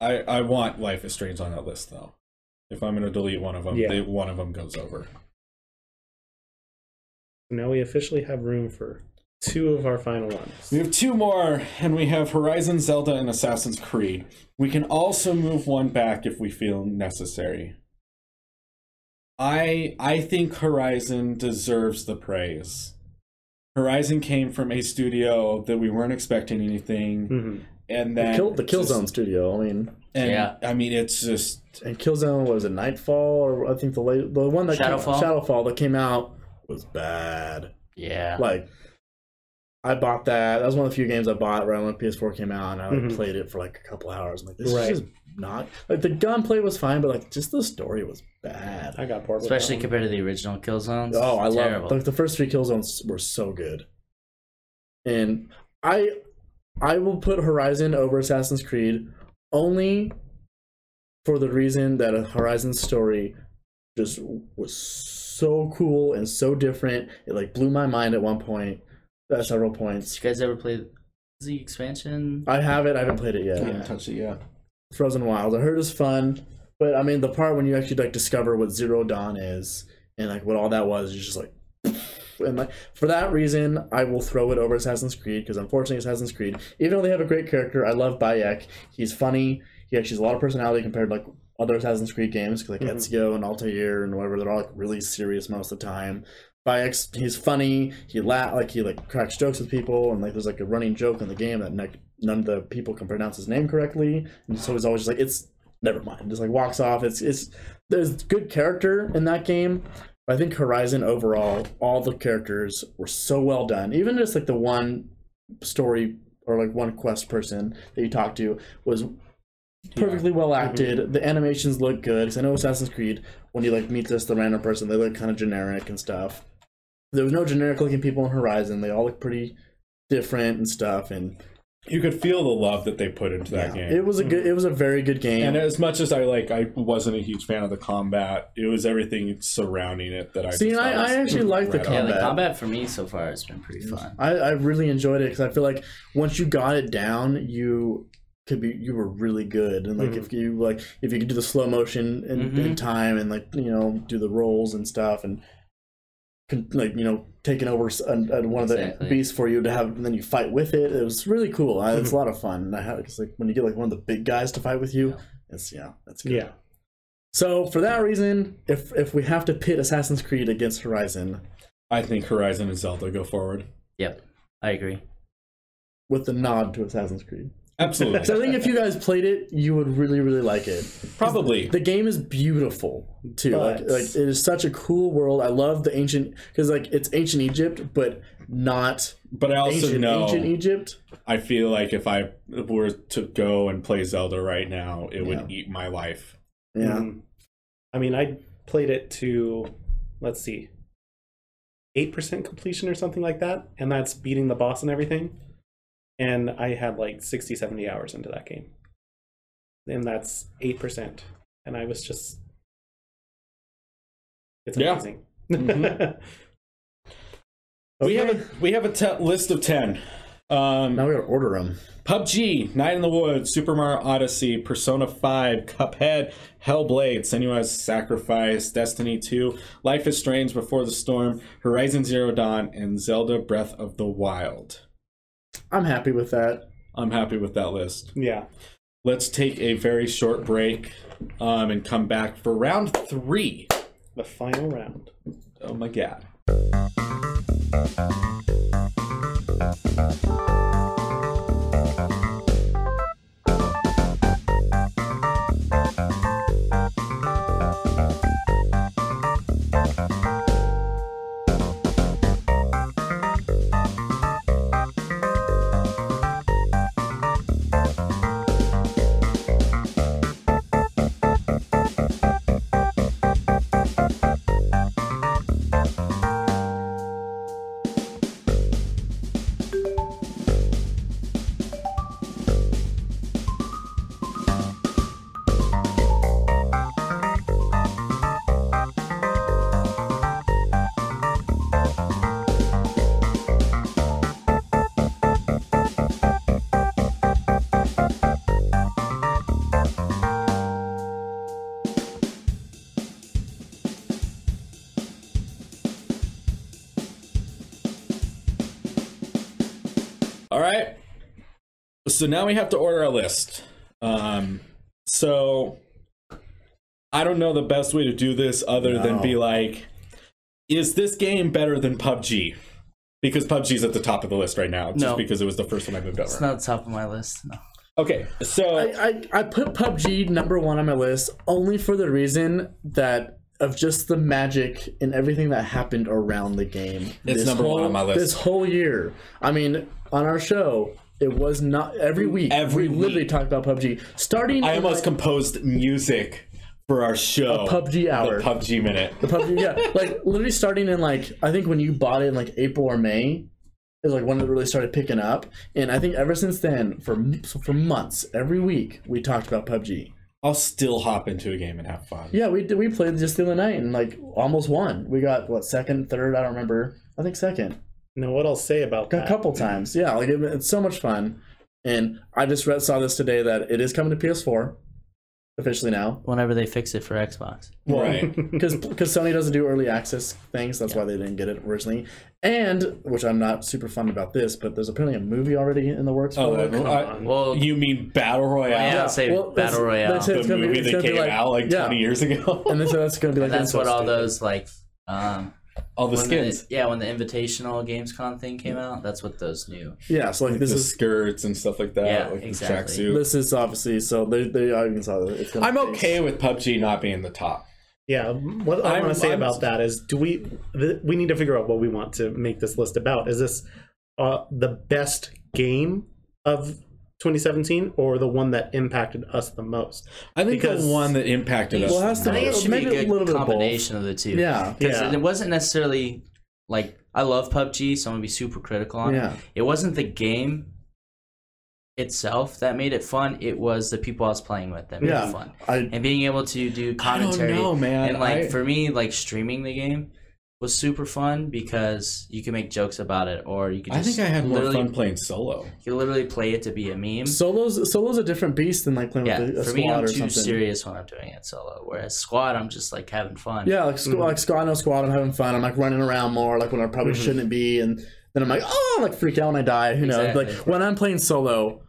I I want Life is Strange on that list though. If I'm going to delete one of them,
Yeah.
they, one of them goes over.
Now we officially have room for two of our final ones.
We have two more, and we have Horizon, Zelda, and Assassin's Creed. We can also move one back if we feel necessary. I I think Horizon deserves the praise. Horizon came from a studio that we weren't expecting anything,
Mhm.
and
Hmm. The,
then
kill, the
just-
Killzone studio. I mean,
And
Yeah.
I mean, it's just
and Killzone what was it Nightfall or I think the late, the one that
Shadowfall?
Came, Shadowfall that came out was bad.
Yeah.
Like, I bought that. That was one of the few games I bought right when PS4 came out, and I like,
Mhm.
played it for like a couple hours. I'm like, this
Right.
is just not like the gunplay was fine, but like just the story was bad.
I got bored. with that
Especially
one.
compared to the original Killzones.
Oh, I
Terrible.
love like the first three kill zones were so good, and I I will put Horizon over Assassin's Creed only for the reason that Horizon's story just was so cool and so different. It like blew my mind at one point, at several points.
Did you guys ever play the expansion?
I have it. I haven't played it yet.
I haven't touched it yet.
Frozen Wild. I heard is fun, but I mean the part when you actually like discover what Zero Dawn is and like what all that was, is just like. And like for that reason, I will throw it over Assassin's Creed because unfortunately, Assassin's Creed, even though they have a great character, I love Bayek. He's funny. He actually has a lot of personality compared to like other Assassin's Creed games, 'cause, like
Mhm.
Ezio and Altair and whatever, they're all like really serious most of the time. Bayek's he's funny. He la- like he like cracks jokes with people, and like there's like a running joke in the game that like, none of the people can pronounce his name correctly, and so he's always just like it's never mind. Just like walks off. It's it's there's good character in that game. But I think Horizon overall, all the characters were so well done. Even just like the one story or like one quest person that you talked to was perfectly well acted. The animations look good. Cause I know Assassin's Creed, when you like meet this the random person, they look kind of generic and stuff. There was no generic looking people in Horizon. They all look pretty different and stuff. And
You could feel the love that they put into that game.
it was a good. It was a very good game.
and as much as I like, I wasn't a huge fan of the combat. It was everything surrounding it that I.
See,
just
I-
thought was
I actually like the
right on.
yeah, the
combat.
combat for me so far has been pretty fun.
I, I really enjoyed it because I feel like once you got it down, you could be you were really good and like if you like if you could do the slow motion in, in
Mhm.
time and like you know do the rolls and stuff and con- like you know taking over s- an- an- one of the
Exactly.
beasts for you to have and then you fight with it. It was really cool. I, it's a lot of fun. And I had it's like when you get like one of the big guys to fight with you,
Yeah.
it's yeah, that's good.
Yeah.
So for that reason, if if we have to pit Assassin's Creed against Horizon
I think Horizon and Zelda go forward.
Yep, I agree.
with the nod to Assassin's Creed.
Absolutely,
So I think if you guys played it, you would really, really like it.
probably.
The game is beautiful too. Like,
But-
like it is such a cool world. I love the ancient because like it's ancient Egypt, but not
But I also
ancient,
know
ancient Egypt.
I feel like if I were to go and play Zelda right now, it would eat my life.
Yeah,
Mhm. I mean, I played it to, let's see, 8% completion or something like that. And that's beating the boss and everything. And I had like 60, 70 hours into that game. And that's 8%. And I was just. It's
Yeah.
amazing.
We have
Okay.
a we have a te- list of ten.
now
Um,
we gotta order them.
PUBG, Night in the Woods, Super Mario Odyssey, Persona 5, Cuphead, Hellblade, Senua's Sacrifice, Destiny 2, Life is Strange Before the Storm, Horizon Zero Dawn, and Zelda Breath of the Wild.
I'm happy with that.
I'm happy with that list.
yeah.
Let's take a very short break um, and come back for round three.
The final round.
Oh my god. All right. So now we have to order a list. Um, so I don't know the best way to do this other than
No.
be like, is this game better than PUBG? Because PUBG's at the top of the list right now, just
No.
because it was the first one I moved over.
It's not top of my list. No.
okay, so
I, I, I put PUBG number one on my list only for the reason that of just the magic and everything that happened around the game.
It's number one
whole-
on my list.
This whole year. I mean, on our show, it was not every week.
Every
we literally
week.
talked about PUBG. Starting
I
in,
almost
like,
composed music for our show.
A PUBG hour.
The PUBG minute.
the PUBG, yeah, like literally starting in like I think when you bought it in like April or May is like when it really started picking up, and I think ever since then, for m- for months, every week we talked about PUBG.
I'll still hop into a game and have fun.
Yeah, we did- we played just the other night and like almost won. We got what second, third, I don't remember. I think second.
Now, what I'll say about
A
that,
couple times. Yeah, like it, it's so much fun. And I just read saw this today that it is coming to PS4 officially now
Whenever they fix it for Xbox.
Right.
because Sony doesn't do early access things. That's why they didn't get it originally. And which I'm not super fun about this, but there's apparently a movie already in the works.
Oh,
for it.
I-
Well,
you mean Battle Royale?
Yeah. I'll say Battle
that's-
Royale.
That's it.
The
It's gonna be-
movie
it's
that
gonna be
came
like,
out like
yeah.
20 years ago.
And then so that's going to be like
that's what
incest
all
stupid.
those like. Um,
All the
when the-
skins.
yeah, when the Invitational Gamescom thing came out, that's what those new.
Yeah, so like
The
this is
skirts and stuff like that.
Yeah,
like the
exactly.
tracksuit.
this is obviously so they they I even saw that it's gonna
I'm
be-
okay with PUBG not being the top.
yeah, what I
I'm-
want to say
I'm-
about that is, do we th- we need to figure out what we want to make this list about? Is this uh, the best game of 2017, or the one that impacted us the most?
I think
Because-
the one that impacted us.
Well, it has to
the
I think it
most-
should
maybe
be
a
a good
little bit of both.
combination of, the two.
Yeah.
because
Yeah.
it wasn't necessarily like I love PUBG, so I'm gonna be super critical on
Yeah.
it. It wasn't the game itself that made it fun; it was the people I was playing with that made
Yeah.
it fun,
I
and being able to do
I don't
commentary.
know, man.
And like
I-
for me, like streaming the game was super fun because you can make jokes about it, or you can.
I
Just
think I had more
literally,
fun playing solo.
You literally play it to be a meme.
solos solos a different beast than like playing
yeah,
with a, a
for
squad
me, I'm
or
too
something.
serious when I'm doing it solo. Whereas squad, I'm just like having fun.
Yeah, like, squ-
Mhm.
like squad, no squad. I'm having fun. I'm like running around more, like when I probably
Mhm.
Mm-hmm.
shouldn't be, and then I'm like, oh, I'm like freak out when I die. Who knows?
Exactly.
Like when I'm playing solo,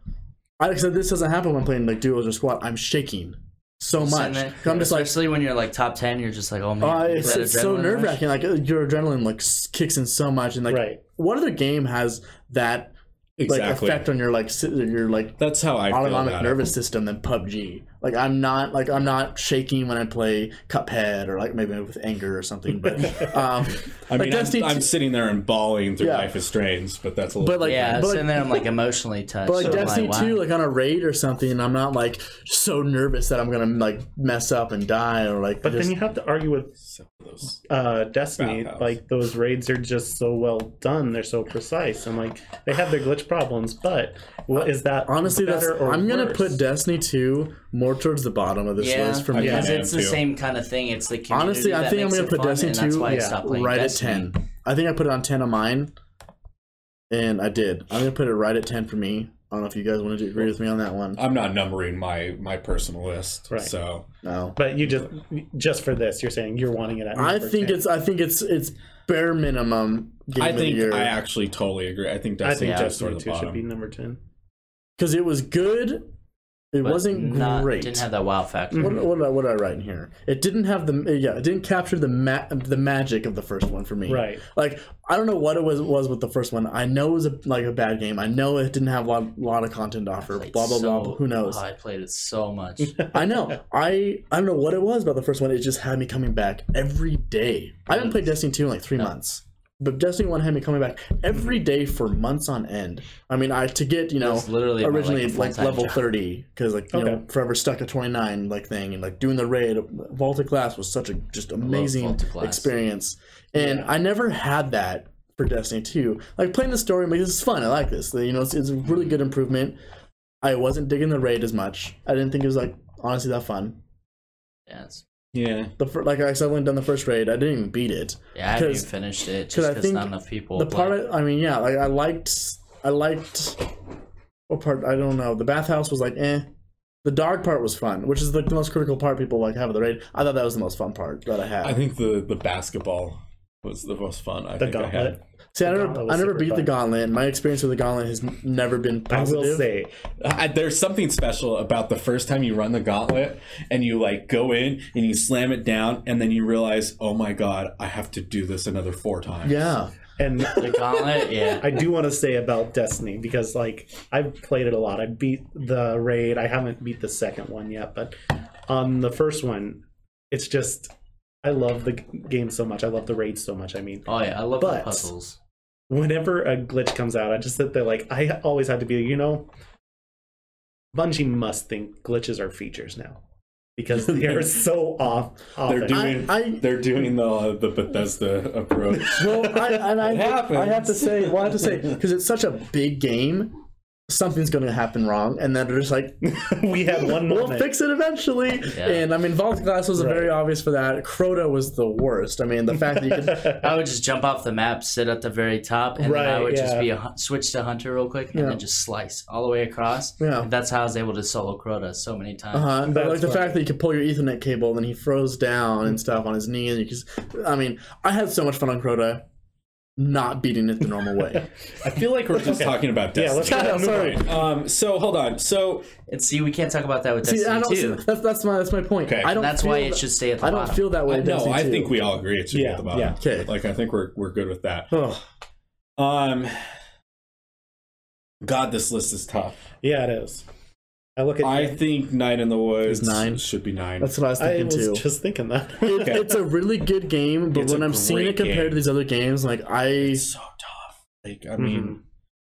I said this doesn't happen when playing like duos or squad. I'm shaking so much.
Sitting there-
'Cause I'm just like,
especially when you're like top ten, you're just like, oh man,
uh, it's,
that
it's so
adrenaline rush.
nerve wracking. Like uh, your adrenaline like s- kicks in so much, and like
Right.
what other game has that like
Exactly.
effect on your like si- your like
That's how I feel
autonomic
about it.
nervous system than PUBG. Like I'm not like I'm not shaking when I play Cuphead or like maybe with anger or something. But um,
I mean,
like Destiny,
I'm, I'm sitting there and bawling through
Yeah.
Life is Strange, but that's a little.
but like
yeah,
but,
and
like,
then I'm like emotionally touched.
but like
so I'm
Destiny
wow.
two, like on a raid or something, I'm not like so nervous that I'm gonna like mess up and die or like.
But
just,
then you have to argue with
So those-
uh destiny
Bathhouse.
like those raids are just so well done they're so precise and like they have their glitch problems but what is that
honestly, that's
better or
I'm gonna
worse?
put Destiny two more towards the bottom of this
Yeah,
list for me.
Yeah.
because
man,
it's the
too.
same kind of thing. It's the community
Honestly, I
that
think I'm
makes
gonna
it
put
fun,
Destiny
and that's
two
why I
yeah,
stopped playing
right
Destiny.
at ten. I think I put it on ten on mine, and I did. I'm gonna put it right at ten for me. I don't know if you guys wanted to agree with me on that one.
I'm not numbering my my personal list,
Right.
so
No,
but you just just for this you're saying you're wanting it at
I
number
think
10.
it's I think it's it's bare minimum game
I
of the
think
year
I actually totally agree. I think
i
Destiny
think
yeah,
destiny
the
2 should be
bottom.
number 10
because it was good. It
but
wasn't
not,
great.
Didn't have that wow factor.
what, what, did I- what did I write in here? It didn't have the yeah. It didn't capture the ma- the magic of the first one for me.
right
Like I don't know what it was was with the first one. I know it was a, like a bad game. I know it didn't have a lot, lot of content to offer.
Played
Blah blah
so-
blah. Who knows?
oh, I played it so much.
I know. I I don't know what it was about the first one. It just had me coming back every day. I haven't played Destiny two in like three months, but Destiny one had me coming back every day for months on end. I mean, I to get you know
It's literally my,
originally
like,
like,
full-time
level
job.
thirty because like you know
Okay.
forever stuck at twenty nine like thing and like doing the raid vaulted glass was such a just amazing
Vaulted Glass.
experience, and I never had that for Destiny two. Like playing the story, I'm like this is fun. I like this. You know, it's, it's a really
Mm-hmm.
good improvement. I wasn't digging the raid as much. I didn't think it was like honestly that fun.
Yeah, it's-
Yeah,
The fir- like I said, when done the first raid, I didn't even beat it.
yeah, I haven't even
'Cause-
finished it
I
just because
think
not enough people.
The
play.
part I, I mean, yeah, like I liked, I liked. What part? I don't know. The bathhouse was like, eh. The dog part was fun, which is like the most critical part people like have of the raid. I thought that was the most fun part that I had.
I think the the basketball was the most fun I
The
think I
gauntlet.
had.
See, I
The
never,
gauntlet
I
was
never
super
beat the
fun.
gauntlet. My experience with the gauntlet has n- never been
I
positive.
will say,
I, there's something special about the first time you run the gauntlet and you like go in and you slam it down and then you realize, oh my god, I have to do this another four times.
yeah,
and
The gauntlet, yeah.
I do want to say about Destiny because like I've played it a lot. I beat the raid. I haven't beat the second one yet, but on the first one, it's just I love the g- game so much. I love the raid so much. I mean,
Oh yeah, I love the
But-
puzzles.
whenever a glitch comes out, I just sit there like I always have to be, you know, Bungie must think glitches are features now because they are so off. off
They're
it.
doing
I- I-
they're doing the the Bethesda approach.
well, I, and I,
It happens.
I have to say, well, I have to say, because it's such a big game, something's going to happen wrong, and then they're just like,
we had one
we'll
moment.
fix it eventually.
Yeah.
And I mean, Vault Glass was very obvious for that. Crota was the worst. I mean, the fact that you could,
I would just jump off the map, sit at the very top, and then I
Right,
would just
yeah.
be a hun- switch to hunter real quick, and
Yeah.
then just slice all the way across.
Yeah.
And that's how I was able to solo Crota so many times.
uh, but
That's
like the
right.
fact that you could pull your Ethernet cable, and then he froze down and stuff on his knee, and you just, I mean, I had so much fun on Crota, not beating it the normal way.
I feel like we're just talking about
yeah,
Destiny.
let's go.
Yeah,
Move
sorry.
on.
um, so hold on. So
And see, we can't talk about that with
See, I
Destiny
don't. See,
too.
that's, that's my that's my point.
Okay. Uh,
I don't.
That's
feel
why it
that-
should stay at the
I don't
bottom.
feel that way. in
no,
Destiny
I
2.
think we all agree it should be
Yeah,
at the bottom.
yeah.
Okay.
Like I think we're we're good with that.
Ugh.
Um, God, this list is tough.
Yeah, it is. I look at.
I think Night in the Woods
Is nine.
should be nine.
That's what I was
I
thinking
was
too.
just thinking that.
It-
Okay.
It's a really good game, but
It's
when
a
I'm seeing it
great
compared
game.
to these other games, like I
it's so tough. Like I
Mm-hmm.
mean,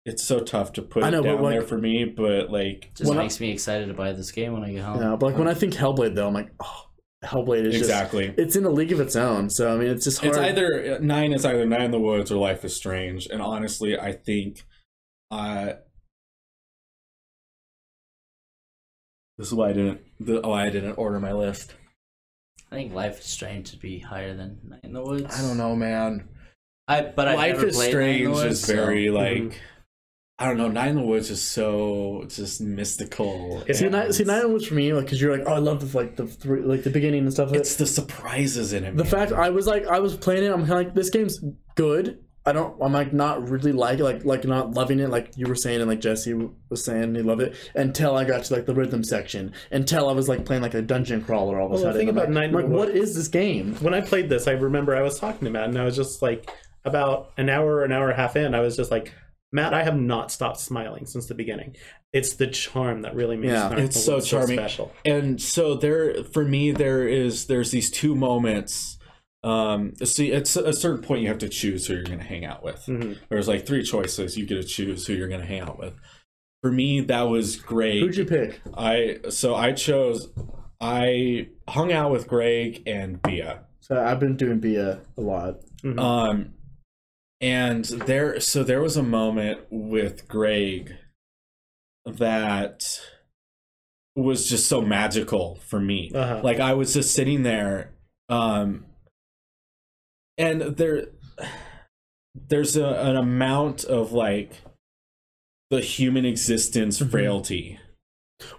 it's so tough to put
I know,
it
but
down
like-
there for me. But like,
Just
When I-
makes me excited to buy this game when I get home.
yeah, but like when I think Hellblade though, I'm like, oh, Hellblade is
exactly.
just it's in a league of its own. So I mean, it's just hard.
it's either uh, nine is either nine in the woods or life is strange and honestly i think uh this is why i didn't the, oh i didn't order my list
I think Life is Strange would be higher than Night in the Woods.
i don't know man
I but I've
life
never
is
played Night in
strange
the Woods,
is very
so- mm-hmm.
like
Mhm.
i don't know nine in the woods is so just mystical
It's-
see,
and
Night, see, Night in the Woods for me, like, cause you're like, oh, I love the like the three, like the beginning and stuff.
it's the surprises in it
the
man.
fact I was like, I was playing it. I'm kind of like, this game's good. I don't. I'm like not really like it, like like not loving it. Like you were saying, and like Jesse was saying, he loved it until I got to like the rhythm section. Until I was like playing like a dungeon crawler all of a
Well, the
sudden.
thing
I'm
about
like,
Night in the
like, what is this game?
when I played this, I remember I was talking to Matt, and I was just like, about an hour, an hour and a half in, I was just like, Matt, I have not stopped smiling since the beginning. It's the charm that really makes
Yeah.
Night in
It's
the
so
Woods
charming.
special.
and so there for me there is there's these two moments um see at s- a certain point you have to choose who you're going to hang out with
Mhm.
there's like three choices you get to choose who you're going to hang out with for me that was great
Who'd you pick?
i so i chose i hung out with greg and bia
So I've been doing Bia a lot.
um and there so there was a moment with greg that was just so magical for me
Uh-huh.
like i was just sitting there um and there there's a, an amount of like the human existence frailty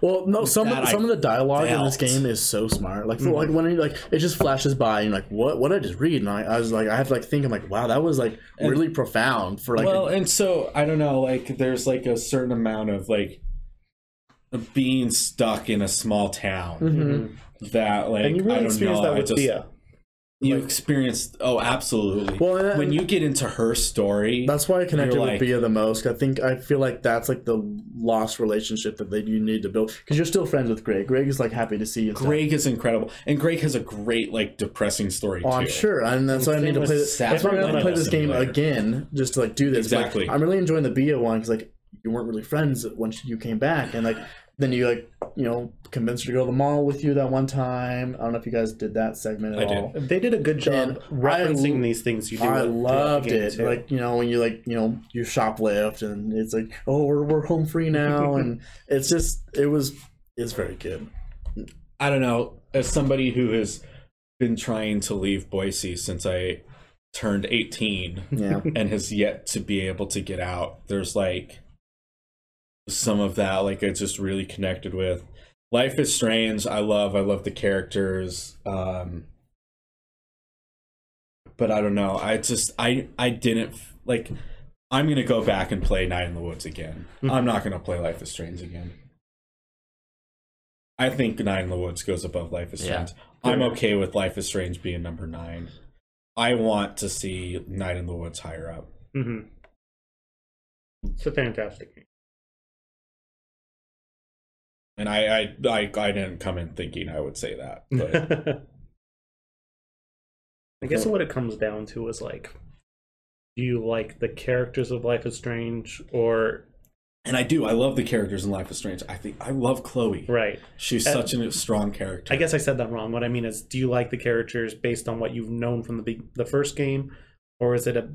Well, no, some
That
of,
I
some of the dialogue in this
felt. Mm-hmm.
game is so smart. Like, like when you like, it just flashes by, and you're like, what? What did I just read? And I, I was like, I have to like think. I'm like, wow, that was like
And-
really profound for like. a-
well and so i don't know like there's like a certain amount of like of being stuck in a small town
Mm-hmm.
Mhm.
that like
and you
I
really
don't
experienced
know,
that
I
with
just,
Thea.
You experienced oh absolutely.
Well, and-
when you get into her story,
That's why I connected
You're
with
like-
Bia the most. I think I feel like that's like the lost relationship that they, you need to build because you're still friends with Greg. Greg is like happy to see you. and stuff.
Greg is incredible, and Greg has a great like depressing story
Oh,
too.
I'm sure, and that's why I
Same
need to
with
play. This, that's why I'm
Saffron
gonna have to play
Lynn
this game
Simulator.
again just to like do this. But, like,
Exactly.
I'm really enjoying the Bia one because like you weren't really friends once you came back, and like then you like you know convinced her to go to the mall with you that one time. I don't know if you guys did that segment
I
at
did.
all.
They did a good job
And
referencing
I-
these things you do.
I
throughout the
loved
game,
it.
too.
Like you know when you like you know you shoplift and it's like oh we're, we're home free now and it's just it was it's very good.
I don't know. As somebody who has been trying to leave Boise since I turned 18
Yeah.
and has yet to be able to get out, there's like some of that like I just really connected with. Life is strange. I love. I love the characters. Um, but I don't know. I just I I didn't f- like. I'm gonna go back and play Night in the Woods again. I'm not gonna play Life is Strange again. I think Night in the Woods goes above Life is
Yeah.
Strange. I'm okay with Life is Strange being number nine. I want to see Night in the Woods higher up.
hmm It's a fantastic game.
And I I I, I didn't come in thinking I would say that, but
I guess what it comes down to is like, do you like the characters of Life is Strange or
and I do. I love the characters in Life is Strange. I think I love Chloe.
right?
She's
Uh,
such a strong character.
I guess I said that wrong. What I mean is, do you like the characters based on what you've known from the be- the first game, or is it a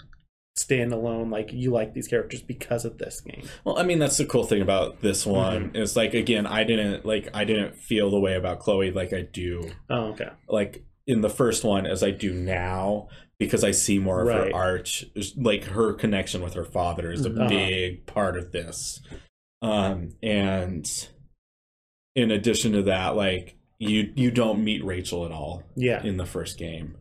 standalone? Like you like these characters because of this game?
Well, I mean, that's the cool thing about this one is like again, I didn't like I didn't feel the way about Chloe like I do
Oh, okay.
like in the first one as I do now because I see more of
Right.
her arch like her connection with her father is a
Mhm.
big part of this. Um and in addition to that, like you you don't meet Rachel at all
Yeah.
in the first game.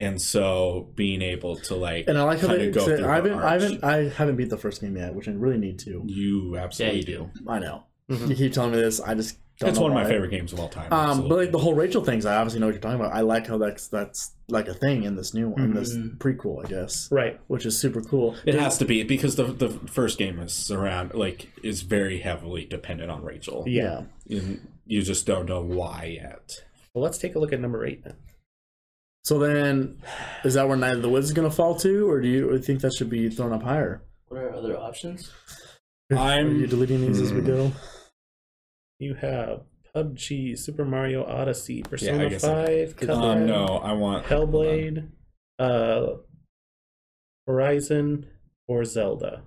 And so being able to like
And I like how
kinda
they.
go
said-
through
I
her
haven't, I
arch.
haven't, I haven't beat the first game yet, which I really need to.
you absolutely
you
do.
do.
I know.
Mhm.
You keep telling me this. I just don't
Mm-hmm. It's
know
one of
why.
my favorite games of all time.
Um, but
absolutely.
like the whole Rachel things, I obviously know what you're talking about. I like how that's that's like a thing in this new one, in this
Mhm.
prequel, I guess,
Right.
which is super cool.
It has to be because the the first game is around like is very heavily dependent on Rachel.
Yeah.
And you just don't know why yet.
Well, let's take a look at number eight then.
So then, is that where Night of the Woods is going to fall to, or do you think that should be thrown up higher?
What are other options?
Are you
I'm
deleting these as we
Hmm.
go?
You have PUBG, Super Mario Odyssey, Persona
guess I-
Five, Cuphead,
um, no, I want
Hellblade, uh, Horizon, or Zelda.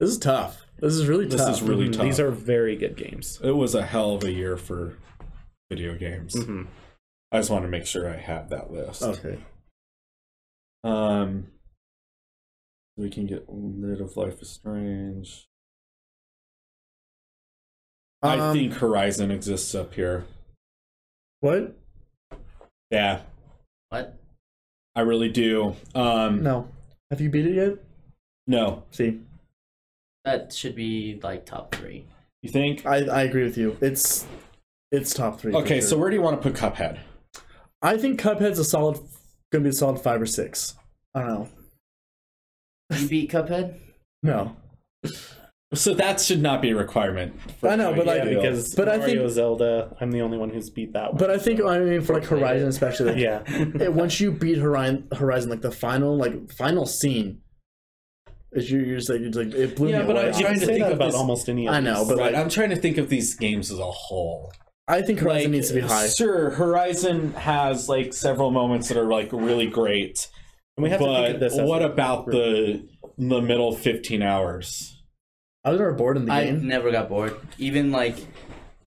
This is tough. This is really
This
tough.
is really
Mhm,
tough.
These are very good games.
It was a hell of a year for video games.
Mhm.
I just want to make sure I have that list.
Mm-hmm. okay.
Um, we can get rid of Life is Strange. I
Um,
think Horizon exists up here.
what?
Yeah,
What?
I really do. Um,
No. Have you beat it yet?
no,
See,
That should be like top three.
you think?
I, I agree with you. It's it's top three. for
Okay,
sure.
so where do you want to put Cuphead?
I think Cuphead's a solid, gonna be a solid five or six. I don't know.
You beat Cuphead?
No,
So that should not be a requirement. for
I know, but
Cuphead.
like-
Yeah, because
But I
Mario,
think-
Zelda, I'm the only one who's beat that one.
but I think I mean for like Horizon, especially. Like,
yeah,
it- once you beat Horizon, Horizon, like the final, like final scene, is you you're just like, it's like it blew
Yeah,
me
but
away.
I'm
you
trying
can
to
say
think
that
of
about
this-
almost any. Of
I know,
these.
but
Right,
like
I'm trying to think of these games as a whole.
I think Horizon needs to be high.
Sure, Horizon has like several moments that are like really great.
And we have to think
but
of this. as
what
a
about
group.
the the middle 15 hours?
I was never bored in the
I
game.
never got bored. Even like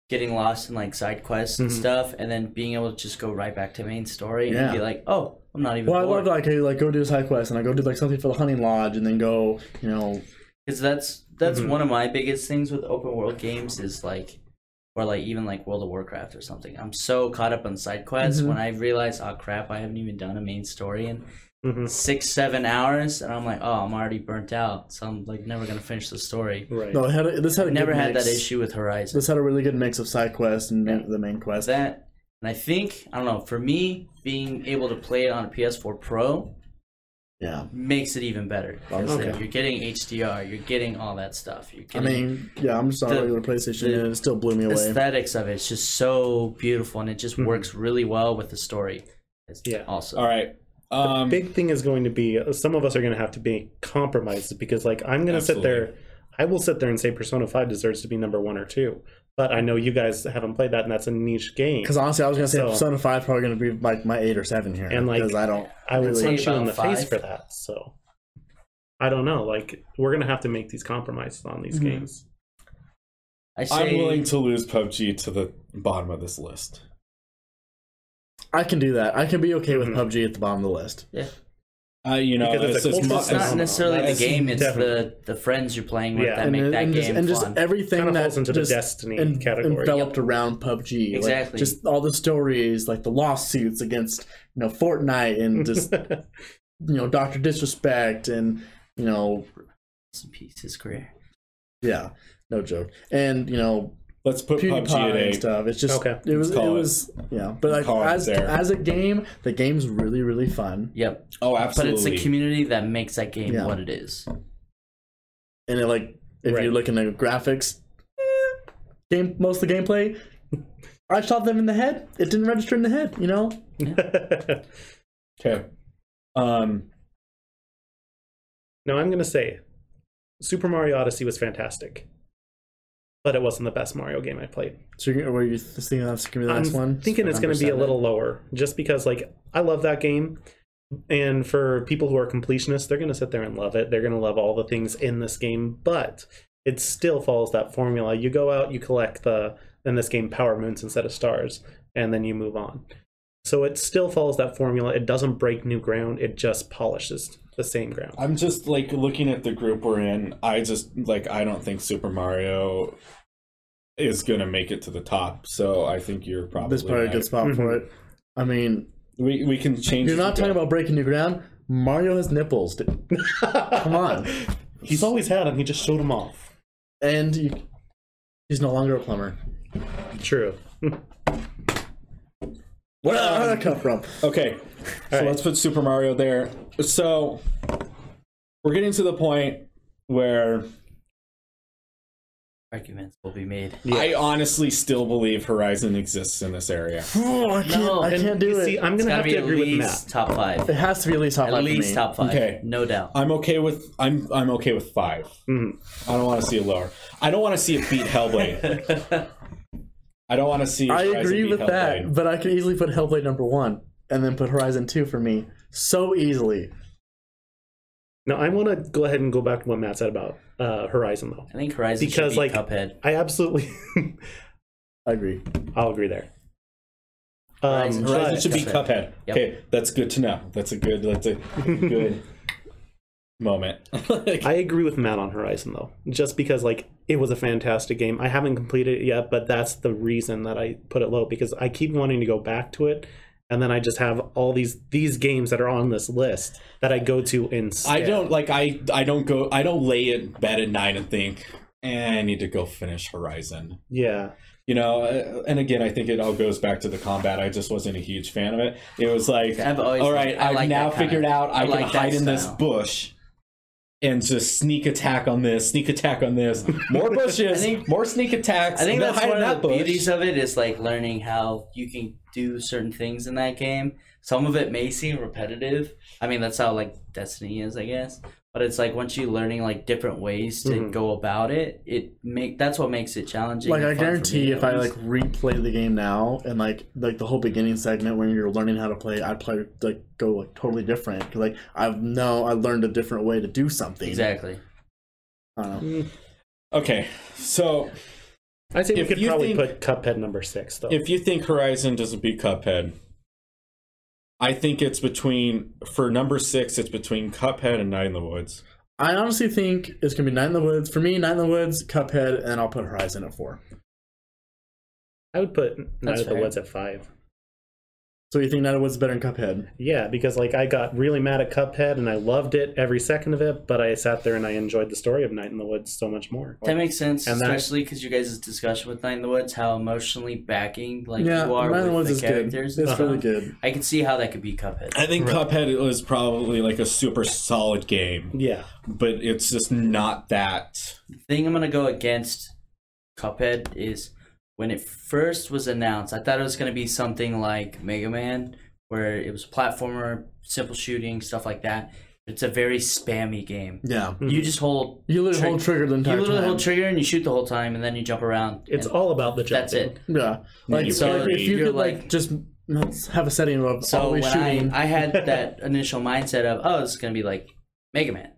getting lost in like side quests and
Mm-hmm.
stuff, and then being able to just go right back to main story
Yeah.
and be like, oh, I'm not even
Well, I
bored.
love like I like go do side quest and I go do like something for the hunting lodge and then go you know
Because that's that's
Mm-hmm.
one of my biggest things with open world games is like, or like even like World of Warcraft or something. I'm so caught up on side quests
Mm-hmm.
when I realize, oh crap, I haven't even done a main story in
Mhm.
six seven hours, and I'm like, oh, I'm already burnt out, so I'm like never gonna finish the story.
right?
no it had a, this had a
Never
good
had
mix.
that issue with Horizon.
This had a really good mix of side quest and main, the main quest.
that. And I think, I don't know, for me, being able to play it on a PS4 Pro
yeah,
makes it even better. 'Cause, like, you're getting HDR, you're getting all that stuff. You're
I
getting,
mean yeah, I'm just on
The-
regular PlayStation and it still blew me away.
aesthetics of it. It's just so beautiful and it just works really well with the story. It's
Yeah.
Also.
All right. Um,
big thing is going to be uh, some of us are going to have to be compromises because like i'm going to sit there i will sit there and say persona 5 deserves to be number one or two but i know you guys haven't played that and that's a niche game
Because honestly, I was gonna say
So-
Persona Five probably gonna be like my eight or seven here,
And, like,
because I don't.
i would
really-
punch you in the
About
face
five.
for that so i don't know like we're going to have to make these compromises on these
Mm-hmm.
Mhm.
games
I say,
I'm willing to lose PUBG to the bottom of this list.
I can do that. I can be okay with
Mhm.
Mm-hmm.
PUBG at the bottom of the list.
Yeah.
Uh, you know,
Because it's a
just
cultural
mu-
It's not
phenomenon.
necessarily the
That's-
game; it's
definitely.
the the friends you're playing with
Yeah.
that
And
make
then-
that
and
game
just, and just
fun.
everything
Kind of
that
falls into
just
the Destiny
en-
category.
enveloped around PUBG. like,
Exactly.
just all the stories, like the lawsuits against you know Fortnite and just you know Doctor Disrespect and you know
Rest in peace, his career.
yeah, no joke. And you know
Let's put PUBG at
PewDiePie and
eight.
stuff. It's just
Okay.
it was
Let's
it
call it.
was yeah. But like
call it
as
there.
as a game, the game's really really fun,
Yep.
Oh,
But
absolutely.
it's the community that makes that game
Yeah.
what it is.
and it like if
Right.
you're looking at graphics, eh, game most of the gameplay. I shot them in the head. It didn't register in the head, you know.
Okay. Um,
now I'm gonna say, Super Mario Odyssey was fantastic, but it wasn't the best Mario game I played.
So you're, were you th- thinking that's gonna be the last
I'm
one?
thinking it's going to be a little lower, just because like I love that game, and for people who are completionists, they're going to sit there and love it. They're going to love all the things in this game, but it still follows that formula. You go out, you collect the in this game power moons instead of stars, and then you move on. So it still follows that formula. It doesn't break new ground. It just polishes the same ground.
I'm just like looking at the group we're in. I just like I don't think Super Mario is gonna make it to the top. So I think you're probably
This probably a
right.
good spot for it. I mean,
We we can change.
you're
it
not
to
talking
go-
about breaking new ground. Mario has nipples. d- Come on,
He's always had them. He just showed them off.
and you, he's no longer a plumber.
True.
Where did that come from?
Okay, so
right.
let's put Super Mario there. So we're getting to the point where
Arguments will be made.
I honestly still believe Horizon exists in this area.
Oh, I can't,
No,
I
and
can't do
You
it.
See, I'm
It's
going to
gotta
have
be
to
at
agree with
least
Matt.
top five.
it has to be at least top
At
five for
least
me.
top five.
Okay.
No doubt.
I'm okay with I'm I'm okay with five.
Mhm.
I don't want to see it lower. I don't want to see it beat Hellblade. I don't want to see.
I
Horizon
agree
beat
with that,
Hellblade.
but I could easily put Hellblade number one and then put Horizon two for me so easily.
Now I want to go ahead and go back to what Matt said about uh, Horizon though.
I think Horizon
Because,
should beat
like-
Cuphead.
I absolutely,
I agree.
I'll agree there. Um,
Horizon
Horizon
but,
should be Cuphead.
Yep.
Okay, that's good to know. That's a good. That's a good moment.
I agree with Matt on Horizon though, just because like it was a fantastic game. I haven't completed it yet, but that's the reason that I put it low because I keep wanting to go back to it, and then I just have all these these games that are on this list that I go to instead.
I don't like. I I don't go. I don't lay in bed at night and think. Eh, I need to go finish Horizon.
Yeah,
You know, uh, and again, I think it all goes back to the combat. I just wasn't a huge fan of it. It was like,
I've always
all right,
liked- I
I've
like
now
that kinda-
figured out I,
I
can
like that
hide in this
style.
bush and just sneak attack on this, sneak attack on this, more bushes,
I think-
more sneak attacks.
I think
and then
that's
hide
one
in
of
that
the
bush.
beauties of it is like learning how you can do certain things in that game. Some of it may seem repetitive. I mean, that's how like Destiny is, I guess. But it's like once you're learning like different ways to
Mhm.
go about it, it make that's what makes it challenging.
Mm-hmm. Like
and
I
fun for me,
guarantee,
at
if I like
least.
replay the game now and like like the whole beginning segment when you're learning how to play, I'd play like go like totally different. 'Cause, like I've no, I learned a different way to do something.
exactly.
I don't know.
Okay, so
I say we
If
could
you
probably
think-
put Cuphead number six though.
if you think Horizon doesn't beat Cuphead, I think it's between for number six. It's between Cuphead and Night in the Woods.
I honestly think it's gonna be Night in the Woods for me. Night in the Woods, Cuphead, and I'll put Horizon at four.
I would put Night
That's
of the
fair.
Woods at five.
So you think Night in the Woods is better than Cuphead?
Yeah, because like I got really mad at Cuphead and I loved it every second of it, but I sat there and I enjoyed the story of Night in the Woods so much more.
That makes sense,
And that-
especially because you guys' discussion with Night in the Woods, how emotionally backing like
yeah,
you are
Night in the
with
Woods
the
is good.
characters. Uh-huh.
It's
and
really
stuff.
good.
I can see how that could be Cuphead.
I think Cuphead is probably like a super solid game,
yeah,
but it's just not that.
thing I'm gonna go against Cuphead is when it first was announced. I thought it was gonna be something like Mega Man, where it was platformer, simple shooting, stuff like that. It's a very spammy game.
Yeah,
You just hold
you literally hold trigger the
you
Mm-hmm. entire
literally
time.
hold trigger and you shoot the whole time, and then you jump around.
it's
and
all about the jumping.
that's it.
yeah,
Then
like,
you
so
can't
if
be-
you
you're
could like,
like-
just have a setting of
So
always
when
shooting.
I, I had that initial mindset of oh, it's gonna be like Mega Man.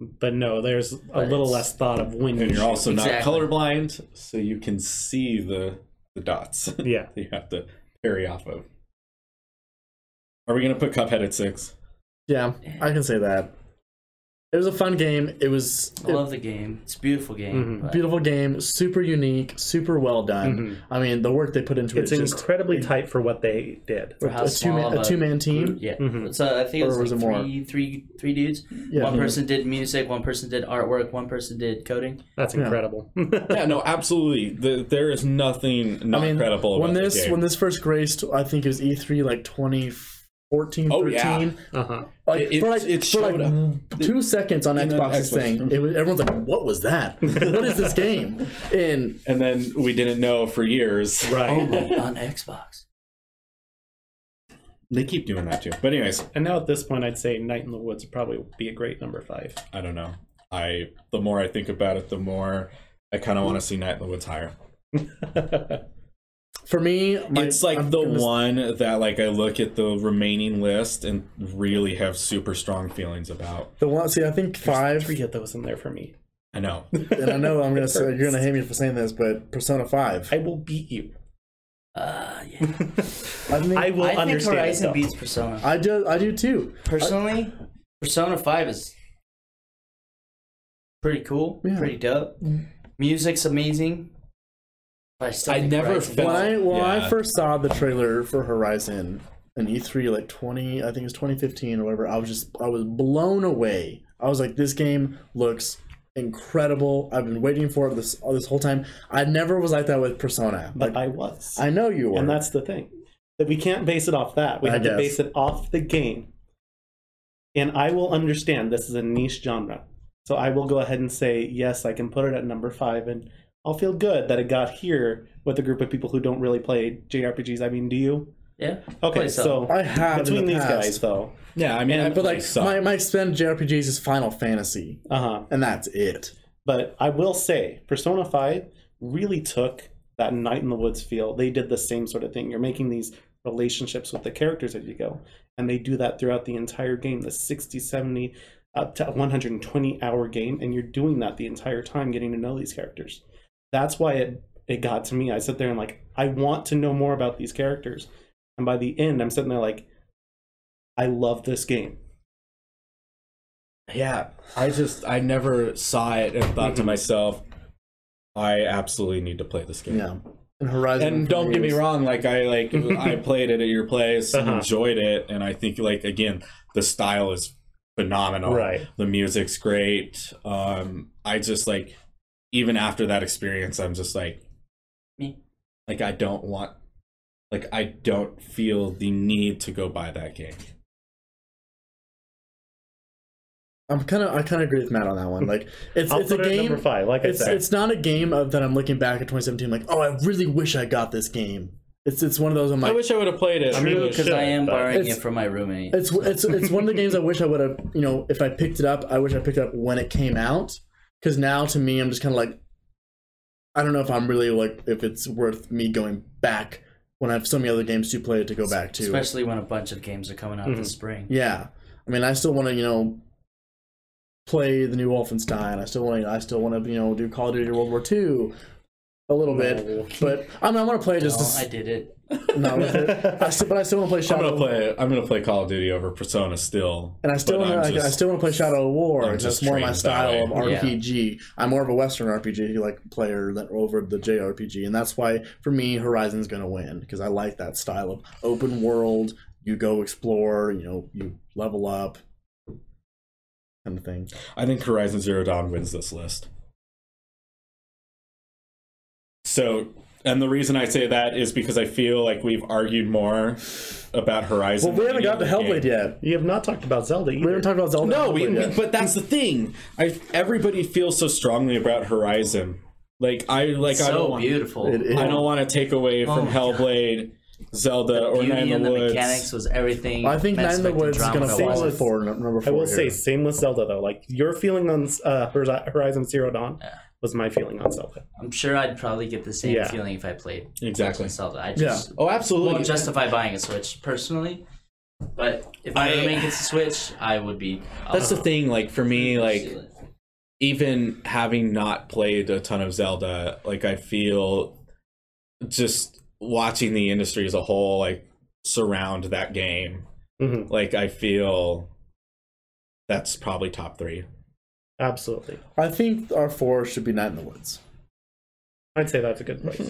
But no, there's a
But
little
it's-
less thought of when
And
you
you're also not
Exactly.
colorblind, so you can see the the dots that
yeah.
you have to parry off of. Are we gonna put Cuphead at six?
Yeah, I can say that. It was a fun game. It was
I love the game. It's a beautiful game.
Mhm.
but
Mm-hmm. beautiful game, super unique, super well done.
Mhm.
Mm-hmm.
I mean, the work they put into
It's
it is just
incredibly tight for what they did.
for how
a two
small
man
of
a two man team.
Yeah.
Mhm.
So I think it was,
Mm-hmm. Or was it
like
more?
three, three, three dudes.
Yeah,
one
yeah.
person did music, one person did artwork, one person did coding.
That's
Yeah.
incredible.
Yeah, no, absolutely. The, there is nothing
I
not
mean,
credible about
when this
game.
when this first graced, I think it was E three like 2014,
Oh,
13.
yeah.
uh-huh.
Like,
It-
for
it-
like,
it
for like
showed
two seconds on
In an
Xbox's
Xbox.
thing, it was, everyone's like, "What was that? what is this game?" And
and then we didn't know for years.
Oh.
Right.
Oh, on Xbox.
They keep doing that too. But anyways,
And now at this point, I'd say Night in the Woods would probably be a great number five.
I don't know. I the more I think about it, the more I kind of want to see Night in the Woods higher.
for me, my-
it's like
I'm
the
gonna-
one that like I look at the remaining list and really have super strong feelings about.
the one. See, I think five.
Three of those in there for me.
I know.
and I know I'm gonna say, you're gonna hate me for saying this, but Persona Five.
I will beat you.
Uh, yeah.
I think
I
I,
will
I think
understand.
Horizon
stuff.
beats Persona.
do. I do too.
Personally, Persona 5 is pretty cool,
Yeah.
pretty dope. Music's amazing. But I, still
I
think
never
Horizon-
felt-
When I when
Yeah.
I first saw the trailer for Horizon in E3, like 20, I think it was 2015 or whatever, I was just I was blown away. I was like, this game looks incredible. I've been waiting for it this all this whole time. I never was like that with Persona.
But
Like,
I was.
I, know you were.
and that's the thing. That we can't base it off that. We
I
have to
guess.
base it off the game. And I will understand this is a niche genre. So I will go ahead and say, yes, I can put it at number five, and I'll feel good that it got here with a group of people who don't really play JRPGs. I mean, do you?
Yeah.
Okay,
Play some.
so
I have
between
in the
these
past.
guys, though.
Yeah, I mean,
And-
I
But like
suck.
my my spend JRPGs is Final Fantasy,
Uh huh.
and that's it.
But I will say, Persona 5 really took that Night in the Woods feel. They did the same sort of thing. You're making these relationships with the characters as you go. And they do that throughout the entire game, the 60, 70, up to 120 hour game. And you're doing that the entire time, getting to know these characters. That's why it, it got to me. I sit there and like, I want to know more about these characters. And by the end, I'm sitting there like, I love this game.
yeah, I just I never saw it and thought
Mm-hmm.
to myself, I absolutely need to play this game.
Yeah. And Horizon.
and
for
don't get me
was-
wrong like i like i played it at your place and
Uh-huh.
enjoyed it and i think like again the style is phenomenal
Right.
the music's great um i just like even after that experience i'm just like
Me.
like i don't want like i don't feel the need to go buy that game
I'm kind of I kind of agree with Matt on that one. Like it's
I'll
it's a
put it at
game.
number five, like
It's
I said.
it's not a game of that I'm looking back at 2017 like oh I really wish I got this game. It's it's one of those I'm
i
like
wish i would have played it
I mean,
Really
it
should.
Because I am
but
borrowing
it's-
it from my roommate.
it's it's it's one of the games I wish I would have you know if I picked it up I wish I picked it up when it came out because now to me I'm just kind of like I don't know if I'm really like if it's worth me going back when I have so many other games to play to go back to.
Especially when a bunch of games are coming out
Mm-hmm.
this spring.
Yeah, I mean, I still want to, you know, play the new Wolfenstein. I still want to, I still want to, you know, do Call of Duty World War Two a little
No.
bit, but I mean, I want to play just.
Oh, I
to,
did it.
no, I still, but I still want to play
i'm
Shadow.
gonna play i'm gonna play call of duty over persona still
and I still,
but
wanna,
I'm
I, I
just-
still want to play Shadow of War.
I'm
because
just
That's more my
trained that
style of
way.
Yeah.
RPG. I'm more of a Western RPG like player than over the JRPG, and that's why for me Horizon's gonna win because I like that style of open world. You go explore, you know, you level up, kind of thing.
I think Horizon Zero Dawn wins this list. So, and the reason I say that is because I feel like we've argued more about Horizon.
Well, we
than
haven't
any
got to
other
Hellblade
game.
yet.
You have not talked about Zelda either.
We haven't talked about Zelda.
No,
and
Oh, we,
Oh
Hellblade
we-
yet.
but that's the thing. I everybody feels so strongly about Horizon. Like I like I don't
so
want,
beautiful.
It- it-
I don't want to take away
Oh
from
my God.
Hellblade, Zelda, or
Beauty
Night in
and
the,
the
Woods.
mechanics was everything.
I think
Mass
Nine the
Effect
Woods is gonna
Andromeda
fall
was.
at four, n- number four.
I will say,
here.
same with Zelda though. Like your feeling on uh, Horiz- Horizon Zero Dawn was my feeling on Zelda.
I'm sure I'd probably get the same
Yeah.
feeling if I played
Exactly.
Zelda. I just
Oh, absolutely.
won't justify buying a Switch personally. But if my
I-
roommate gets a Switch, I would be.
that's the
I'll
thing. Like for
Mm-hmm.
me, like
steal it.
even having not played a ton of Zelda, like I feel just watching the industry as a whole like surround that game.
Mhm.
Like I feel That's probably top three.
Absolutely.
I think our four should be Night in the Woods.
I'd say that's a good place.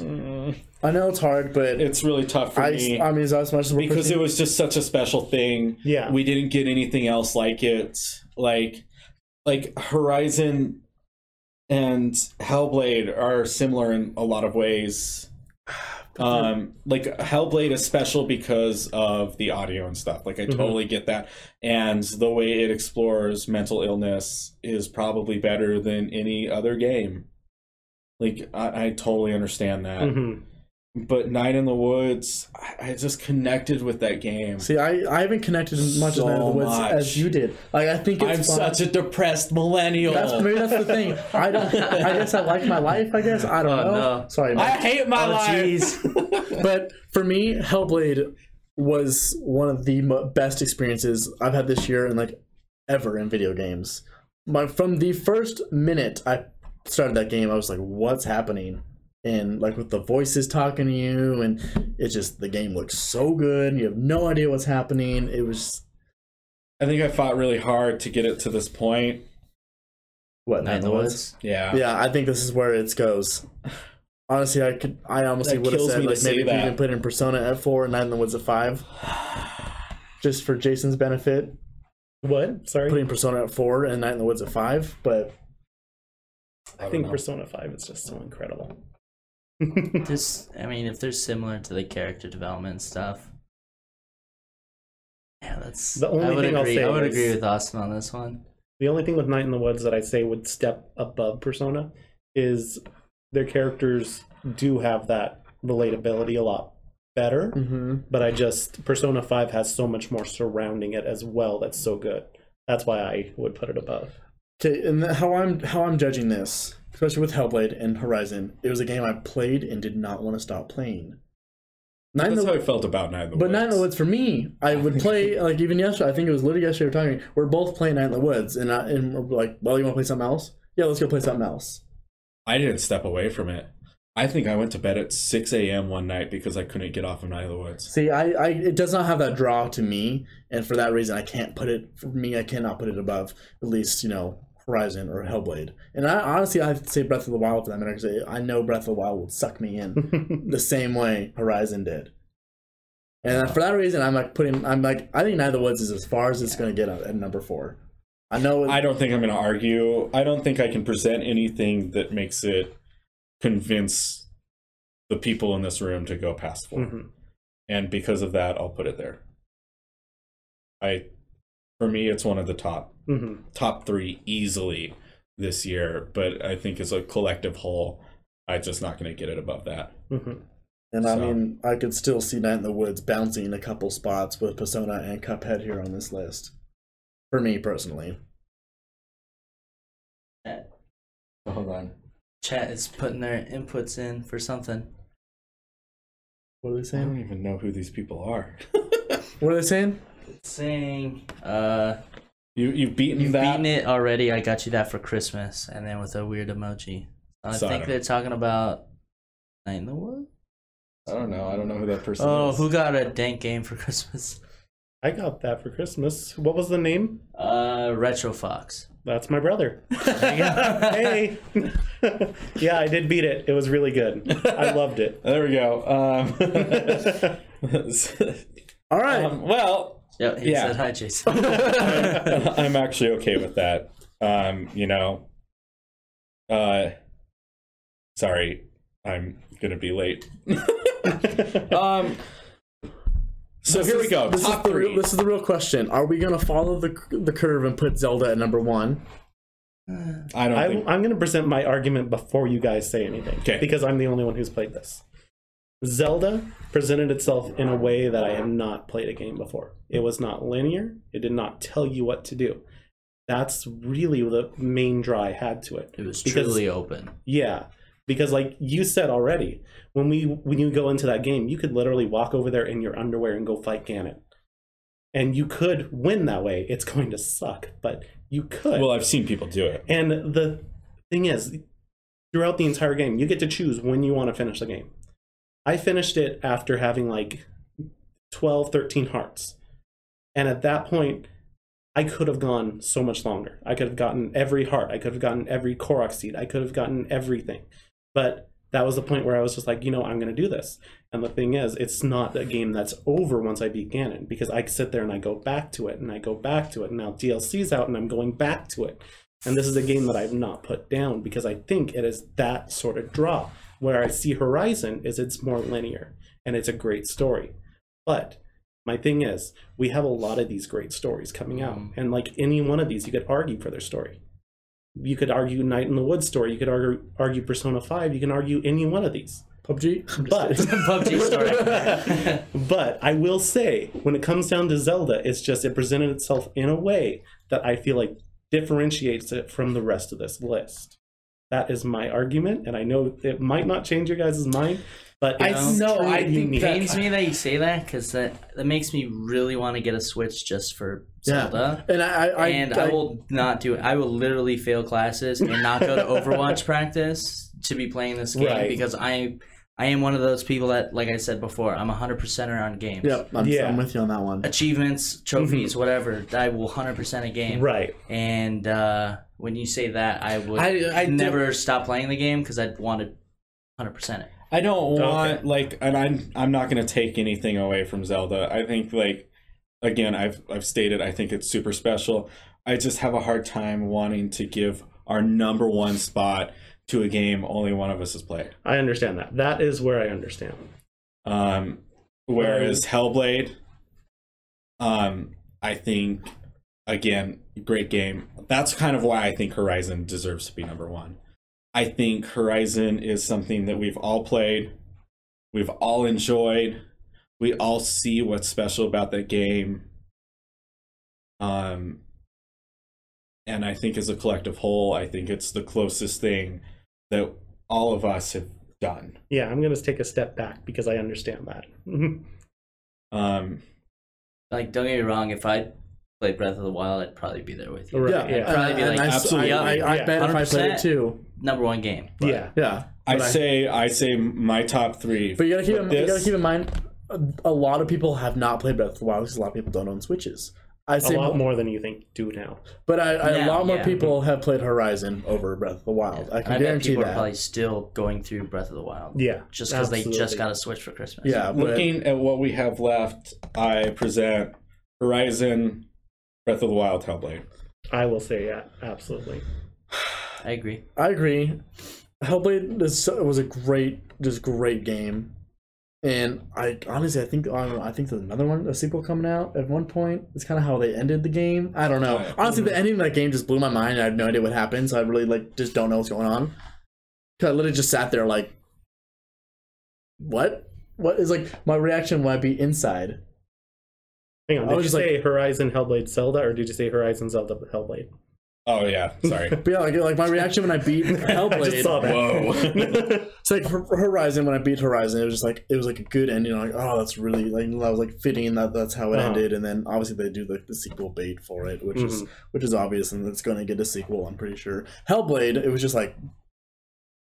I know it's hard, but
It's really tough for
I,
me
I mean, as much as we're
because
pushing-
it was just such a special thing.
Yeah.
we didn't get anything else like it. Like, like Horizon and Hellblade are similar in a lot of ways. Um, like Hellblade is special because of the audio and stuff. Like I
Mhm.
totally get that, and the way it explores mental illness is probably better than any other game. Like I, I totally understand that,
Mhm.
but Night in the Woods, I, I just connected with that game.
See, I, I haven't connected as much as
So
Night in the Woods
much.
as you did. Like, I think it's
I'm
fun.
such a depressed millennial.
That's maybe that's the thing. I don't. I guess I like my life. I guess I don't
Oh,
know.
no.
Sorry,
I
man.
hate my
Oh,
life.
jeez.
but for me, Hellblade was one of the mo- best experiences I've had this year and like ever in video games. My from the first minute I started that game, I was like, "What's happening?" And like with the voices talking to you, and it just the game looks so good. You have no idea what's happening. It was
I think I fought really hard to get it to this point.
what
Night in the Woods.
Yeah.
yeah, I think this is where it goes. Honestly, I could, I honestly
That
would have
kills
said
me to
like
say
maybe if you
that.
didn't put in Persona at four and Night in the Woods at five, just for Jason's benefit,
What? Sorry.
putting Persona at four and Night in the Woods at five. But
I think Persona 5 is just so incredible.
This, I mean, if they're similar to the character development stuff. Yeah, that's.
The only
I would
thing I'll
agree.
say
I would
is-
agree with Austin on this one.
The only thing with Night in the Woods that I'd say would step above Persona is their characters do have that relatability a lot better,
Mm.
Mm-hmm.
but I just Persona 5 has so much more surrounding it as well that's so good. That's why I would put it above.
okay, and the, how I'm how I'm judging this, especially with Hellblade and Horizon, it was a game I played and did not want to stop playing. Night in
That's
the
how I felt about Night in the
But
Woods.
Night in the Woods for me, I would play like even yesterday. I think it was literally yesterday we were talking. We're both playing Night in the Woods, and I, and we're like, well, you want to play something else? Yeah, let's go play something else.
I didn't step away from it. I think I went to bed at 6 a.m. one night because I couldn't get off of Night in the Woods.
See, I, I it does not have that draw to me, and for that reason, I can't put it. For me, I cannot put it above at least you know Horizon or Hellblade. And I honestly, I'd say Breath of the Wild for that matter because I know Breath of the Wild would suck me in. the same way Horizon did. And for that reason, I'm like putting. I'm like I think Night of the Woods is as far as it's gonna get at at number four. I know.
I don't think I'm going to argue. I don't think I can present anything that makes it convince the people in this room to go past 4
Mhm.
And because of that, I'll put it there. I, for me, it's one of the top
Mhm.
top three easily this year, but I think as a collective whole, I'm just not going to get it above that.
Mhm.
and I
so.
mean, I could still see Night in the Woods bouncing a couple spots with Persona and Cuphead here on this list. For me personally,
Hold on. Chat is putting their inputs in for something.
what are they
I
saying?
don't even know who these people are.
What are they saying?
It's saying, uh,
You you've beaten
you've
that.
beaten it already. I got you that for Christmas, and then with a weird emoji. I think
Sodom.
they're talking about Night in the Woods.
I don't know. I don't know who that person
Oh,
is.
who got a dank game for Christmas?
I got that for Christmas. What was the name?
Uh, Retro Fox.
That's my brother. hey. yeah, I did beat it. It was really good. I loved it.
There we go. Um,
All right,
um, well,
Yep, he
Yeah.
said hi, Jason.
I'm actually okay with that. Um, you know, uh, sorry, I'm gonna be late. um, so here we go.
This
Top
is the,
three.
real- This is the real question: Are we gonna follow the the curve and put Zelda at number one?
I don't
I,
think
I'm going to present my argument before you guys say anything.
Okay.
Because I'm the only one who's played this. Zelda presented itself in a way that I have not played a game before. It was not linear, it did not tell you what to do. That's really the main draw I had to it.
It was
Because-
truly open.
Yeah, because like you said already, when we when you go into that game, you could literally walk over there in your underwear and go fight Ganon, and you could win that way. It's going to suck, but you could.
Well, I've seen people do it.
and the thing is, throughout the entire game, you get to choose when you want to finish the game. I finished it after having like 12, 13 hearts, and at that point, I could have gone so much longer. I could have gotten every heart. I could have gotten every Korok seed. I could have gotten everything. But that was the point where I was just like, you know, I'm going to do this. And the thing is, it's not a game that's over once I beat Ganon because I sit there and I go back to it and I go back to it. And now DLC's out and I'm going back to it. And this is a game that I've not put down because I think it is that sort of draw. Where I see Horizon is it's more linear and it's a great story. But my thing is, we have a lot of these great stories coming out, and like any one of these, you could argue for their story. You could argue Night in the Woods story. You could argue, argue Persona Five. You can argue any one of these.
PUBG. I'm just
But
PUBG story.
but I will say, when it comes down to Zelda, it's just it presented itself in a way that I feel like differentiates it from the rest of this list. That is my argument, and I know it might not change your guys' mind, but
I
it's
know, I
truly
think
unique.
that-
pains me that you say that because that, that makes me really want to get a Switch just for
Yeah.
Zelda.
And I, I, I
and I, will not do it. I will literally fail classes and not go to Overwatch practice to be playing this game
Right.
because I I am one of those people that, like I said before, I'm a 100%er on games.
Yeah, I'm,
Yeah.
I'm with you on that one.
Achievements, trophies, whatever, I will 100% a game.
right.
And uh, when you say that, I would
I- I don't-
never stop playing the game because I'd want to 100% it.
I don't want like, and I'm I'm not gonna take anything away from Zelda. I think like, again, I've I've stated I think it's super special. I just have a hard time wanting to give our number one spot to a game only one of us has played.
I understand that. That is where I understand.
Um, whereas Hellblade, um, I think again, great game. That's kind of why I think Horizon deserves to be number one. I think Horizon is something that we've all played, we've all enjoyed, we all see what's special about that game. Um, and I think as a collective whole, I think it's the closest thing that all of us have done.
Yeah, I'm gonna take a step back because I understand that.
Um,
Like, don't get me wrong, if I played Breath of the Wild, I'd probably be there with you.
Right,
yeah,
yeah.
and-
Probably be
and
like,
I,
absolutely.
I, I, I
Yeah.
bet if I played
100%.
it too.
Number one game.
yeah.
Yeah,
I
But I-
say I say my top three.
but you gotta keep in, you
this-
gotta keep in mind, a, a lot of people have not played Breath of the Wild because a lot of people don't own Switches. I
A
say,
lot more than you think do now.
but I, I, a
Now,
lot more
yeah.
people have played Horizon over Breath of the Wild. I
And
can
I bet
guarantee
people
that.
are probably still going through Breath of the Wild.
Yeah.
Just because they just
absolutely.
got a Switch for Christmas.
yeah, but
Looking at what we have left, I present Horizon, Breath of the Wild, Hellblade.
I will say yeah, absolutely.
I agree.
I agree. Hellblade is, was a great, just great game, and I honestly I think I, don't know, I think there's another one, a sequel coming out at one point. It's kind of how they ended the game. I don't know.
Right.
Honestly, the ending of that game just blew my mind. I had no idea what happened, so I really like just don't know what's going on. 'Cause I literally just sat there like, what? What is like my reaction when I be inside?
Hang on,
I
did
was
you
just
say Horizon Hellblade Zelda or did you say Horizon Zelda Hellblade?
Oh yeah, sorry.
But yeah, like, like my reaction when I beat Hellblade.
I just saw that.
Whoa.
It's like Hor- Horizon. When I beat Horizon, it was just like it was like a good ending. Like, oh, that's really like that was like fitting. That that's how it
Uh-huh.
ended. And then obviously they do like the sequel bait for it, which is
Mm-hmm.
which is obvious, and it's going to get a sequel. I'm pretty sure. Hellblade. It was just like,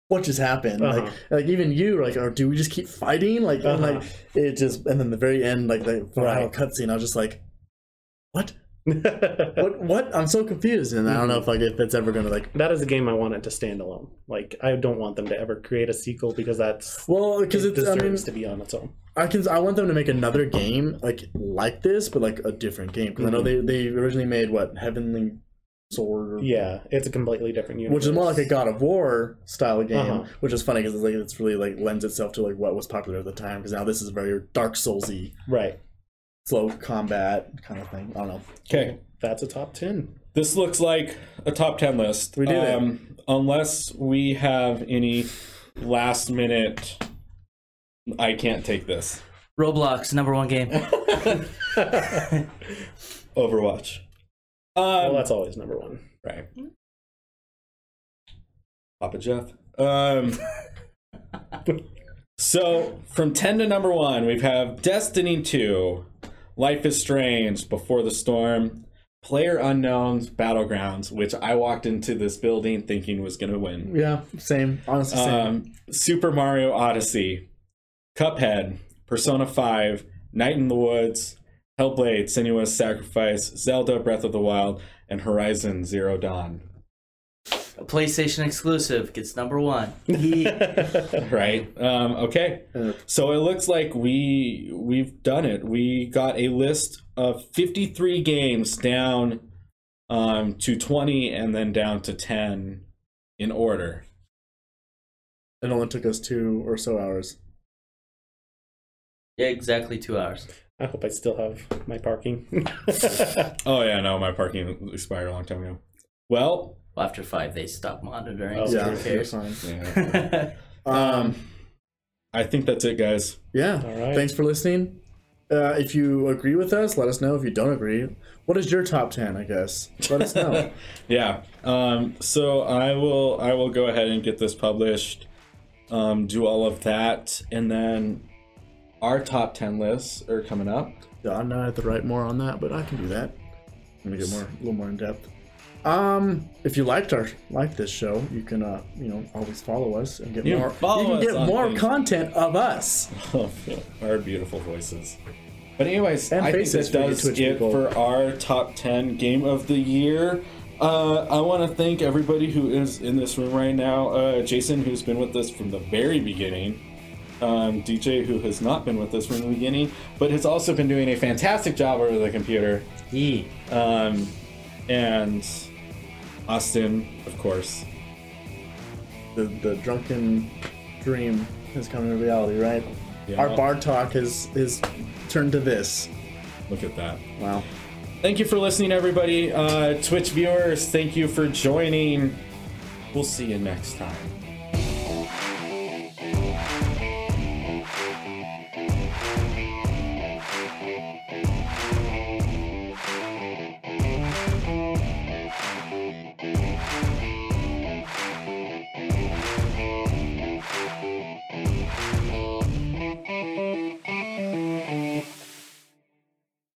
what just happened? Like
Uh-huh.
like even you like, or do we just keep fighting? Like and
Uh-huh.
like it just and then the very end like the final
Right.
cutscene. I was just like, what?
Mhm.
What? What? I'm so confused, and I don't
Mm-hmm.
know if like if it's ever gonna like.
that is a game I wanted to stand alone. Like I don't want them to ever create a sequel because that's
Well, because
it
it's I
deserves
mean,
to be on its own.
I can I want them to make another game like like this, but like a different game. Because I know they they originally made what Heavenly Sword, or,
Yeah, it's a completely different universe.
which is more like a God of War style game,
Uh-huh.
which is funny because it's like it's really like lends itself to like what was popular at the time. Because now this is very Dark Soulsy,
right.
slow combat kind of thing. I don't know.
Okay,
That's a top ten.
this looks like a top ten list.
We did it.
Um, unless we have any last minute. I can't take this.
Roblox, number one game.
Overwatch. Um,
Well, that's always number one.
Right. Papa Jeff. Um, so from 10 to number one, we have Destiny 2, Life is Strange, Before the Storm, Player Unknown's Battlegrounds, which I walked into this building thinking was going to win.
Yeah, same. Honestly, same.
Um, Super Mario Odyssey, Cuphead, Persona 5, Night in the Woods, Hellblade, Senua's Sacrifice, Zelda Breath of the Wild, and Horizon Zero Dawn.
A PlayStation exclusive gets number one.
Right? Um, okay.
Uh,
So it looks like we we've done it. We got a list of 53 games down um, to 20 and then down to 10 in order.
it only took us two or so hours.
Yeah, exactly two hours.
I hope I still have my parking.
Oh yeah, no, my parking expired a long time ago. Well,
Well, after five, they stop monitoring.
Oh,
so
yeah,
who
you're
cares?
fine.
yeah,
Um,
I think that's it, guys.
yeah.
All right.
Thanks for listening. Uh, if you agree with us, let us know. If you don't agree, what is your top ten? I guess let us know.
Yeah. Um, so I will I will go ahead and get this published, um, do all of that, and then our top ten lists are coming up.
Yeah, I'm not at the right more on that, but I can do that. Let me get more, a little more in depth. Um, if you liked our liked this show, you can uh, you know, always follow us and get
You
more.
follow
you can
us
get
on
more
Facebook.
content of us.
our beautiful voices. But anyways,
Oh, And
I think
faces
that
for you
does
Twitch
it
people.
for our top ten game of the year. Uh, I want to thank everybody who is in this room right now. Uh, Jason, who's been with us from the very beginning. Um, DJ, who has not been with us from the beginning, but has also been doing a fantastic job over the computer.
Yee.
Um, and Austin, of course.
The the drunken dream has come to reality, right?
Yeah.
Our bar talk has is turned to this.
Look at that.
Wow.
Thank you for listening, everybody. Uh, Twitch viewers, thank you for joining. We'll see you next time.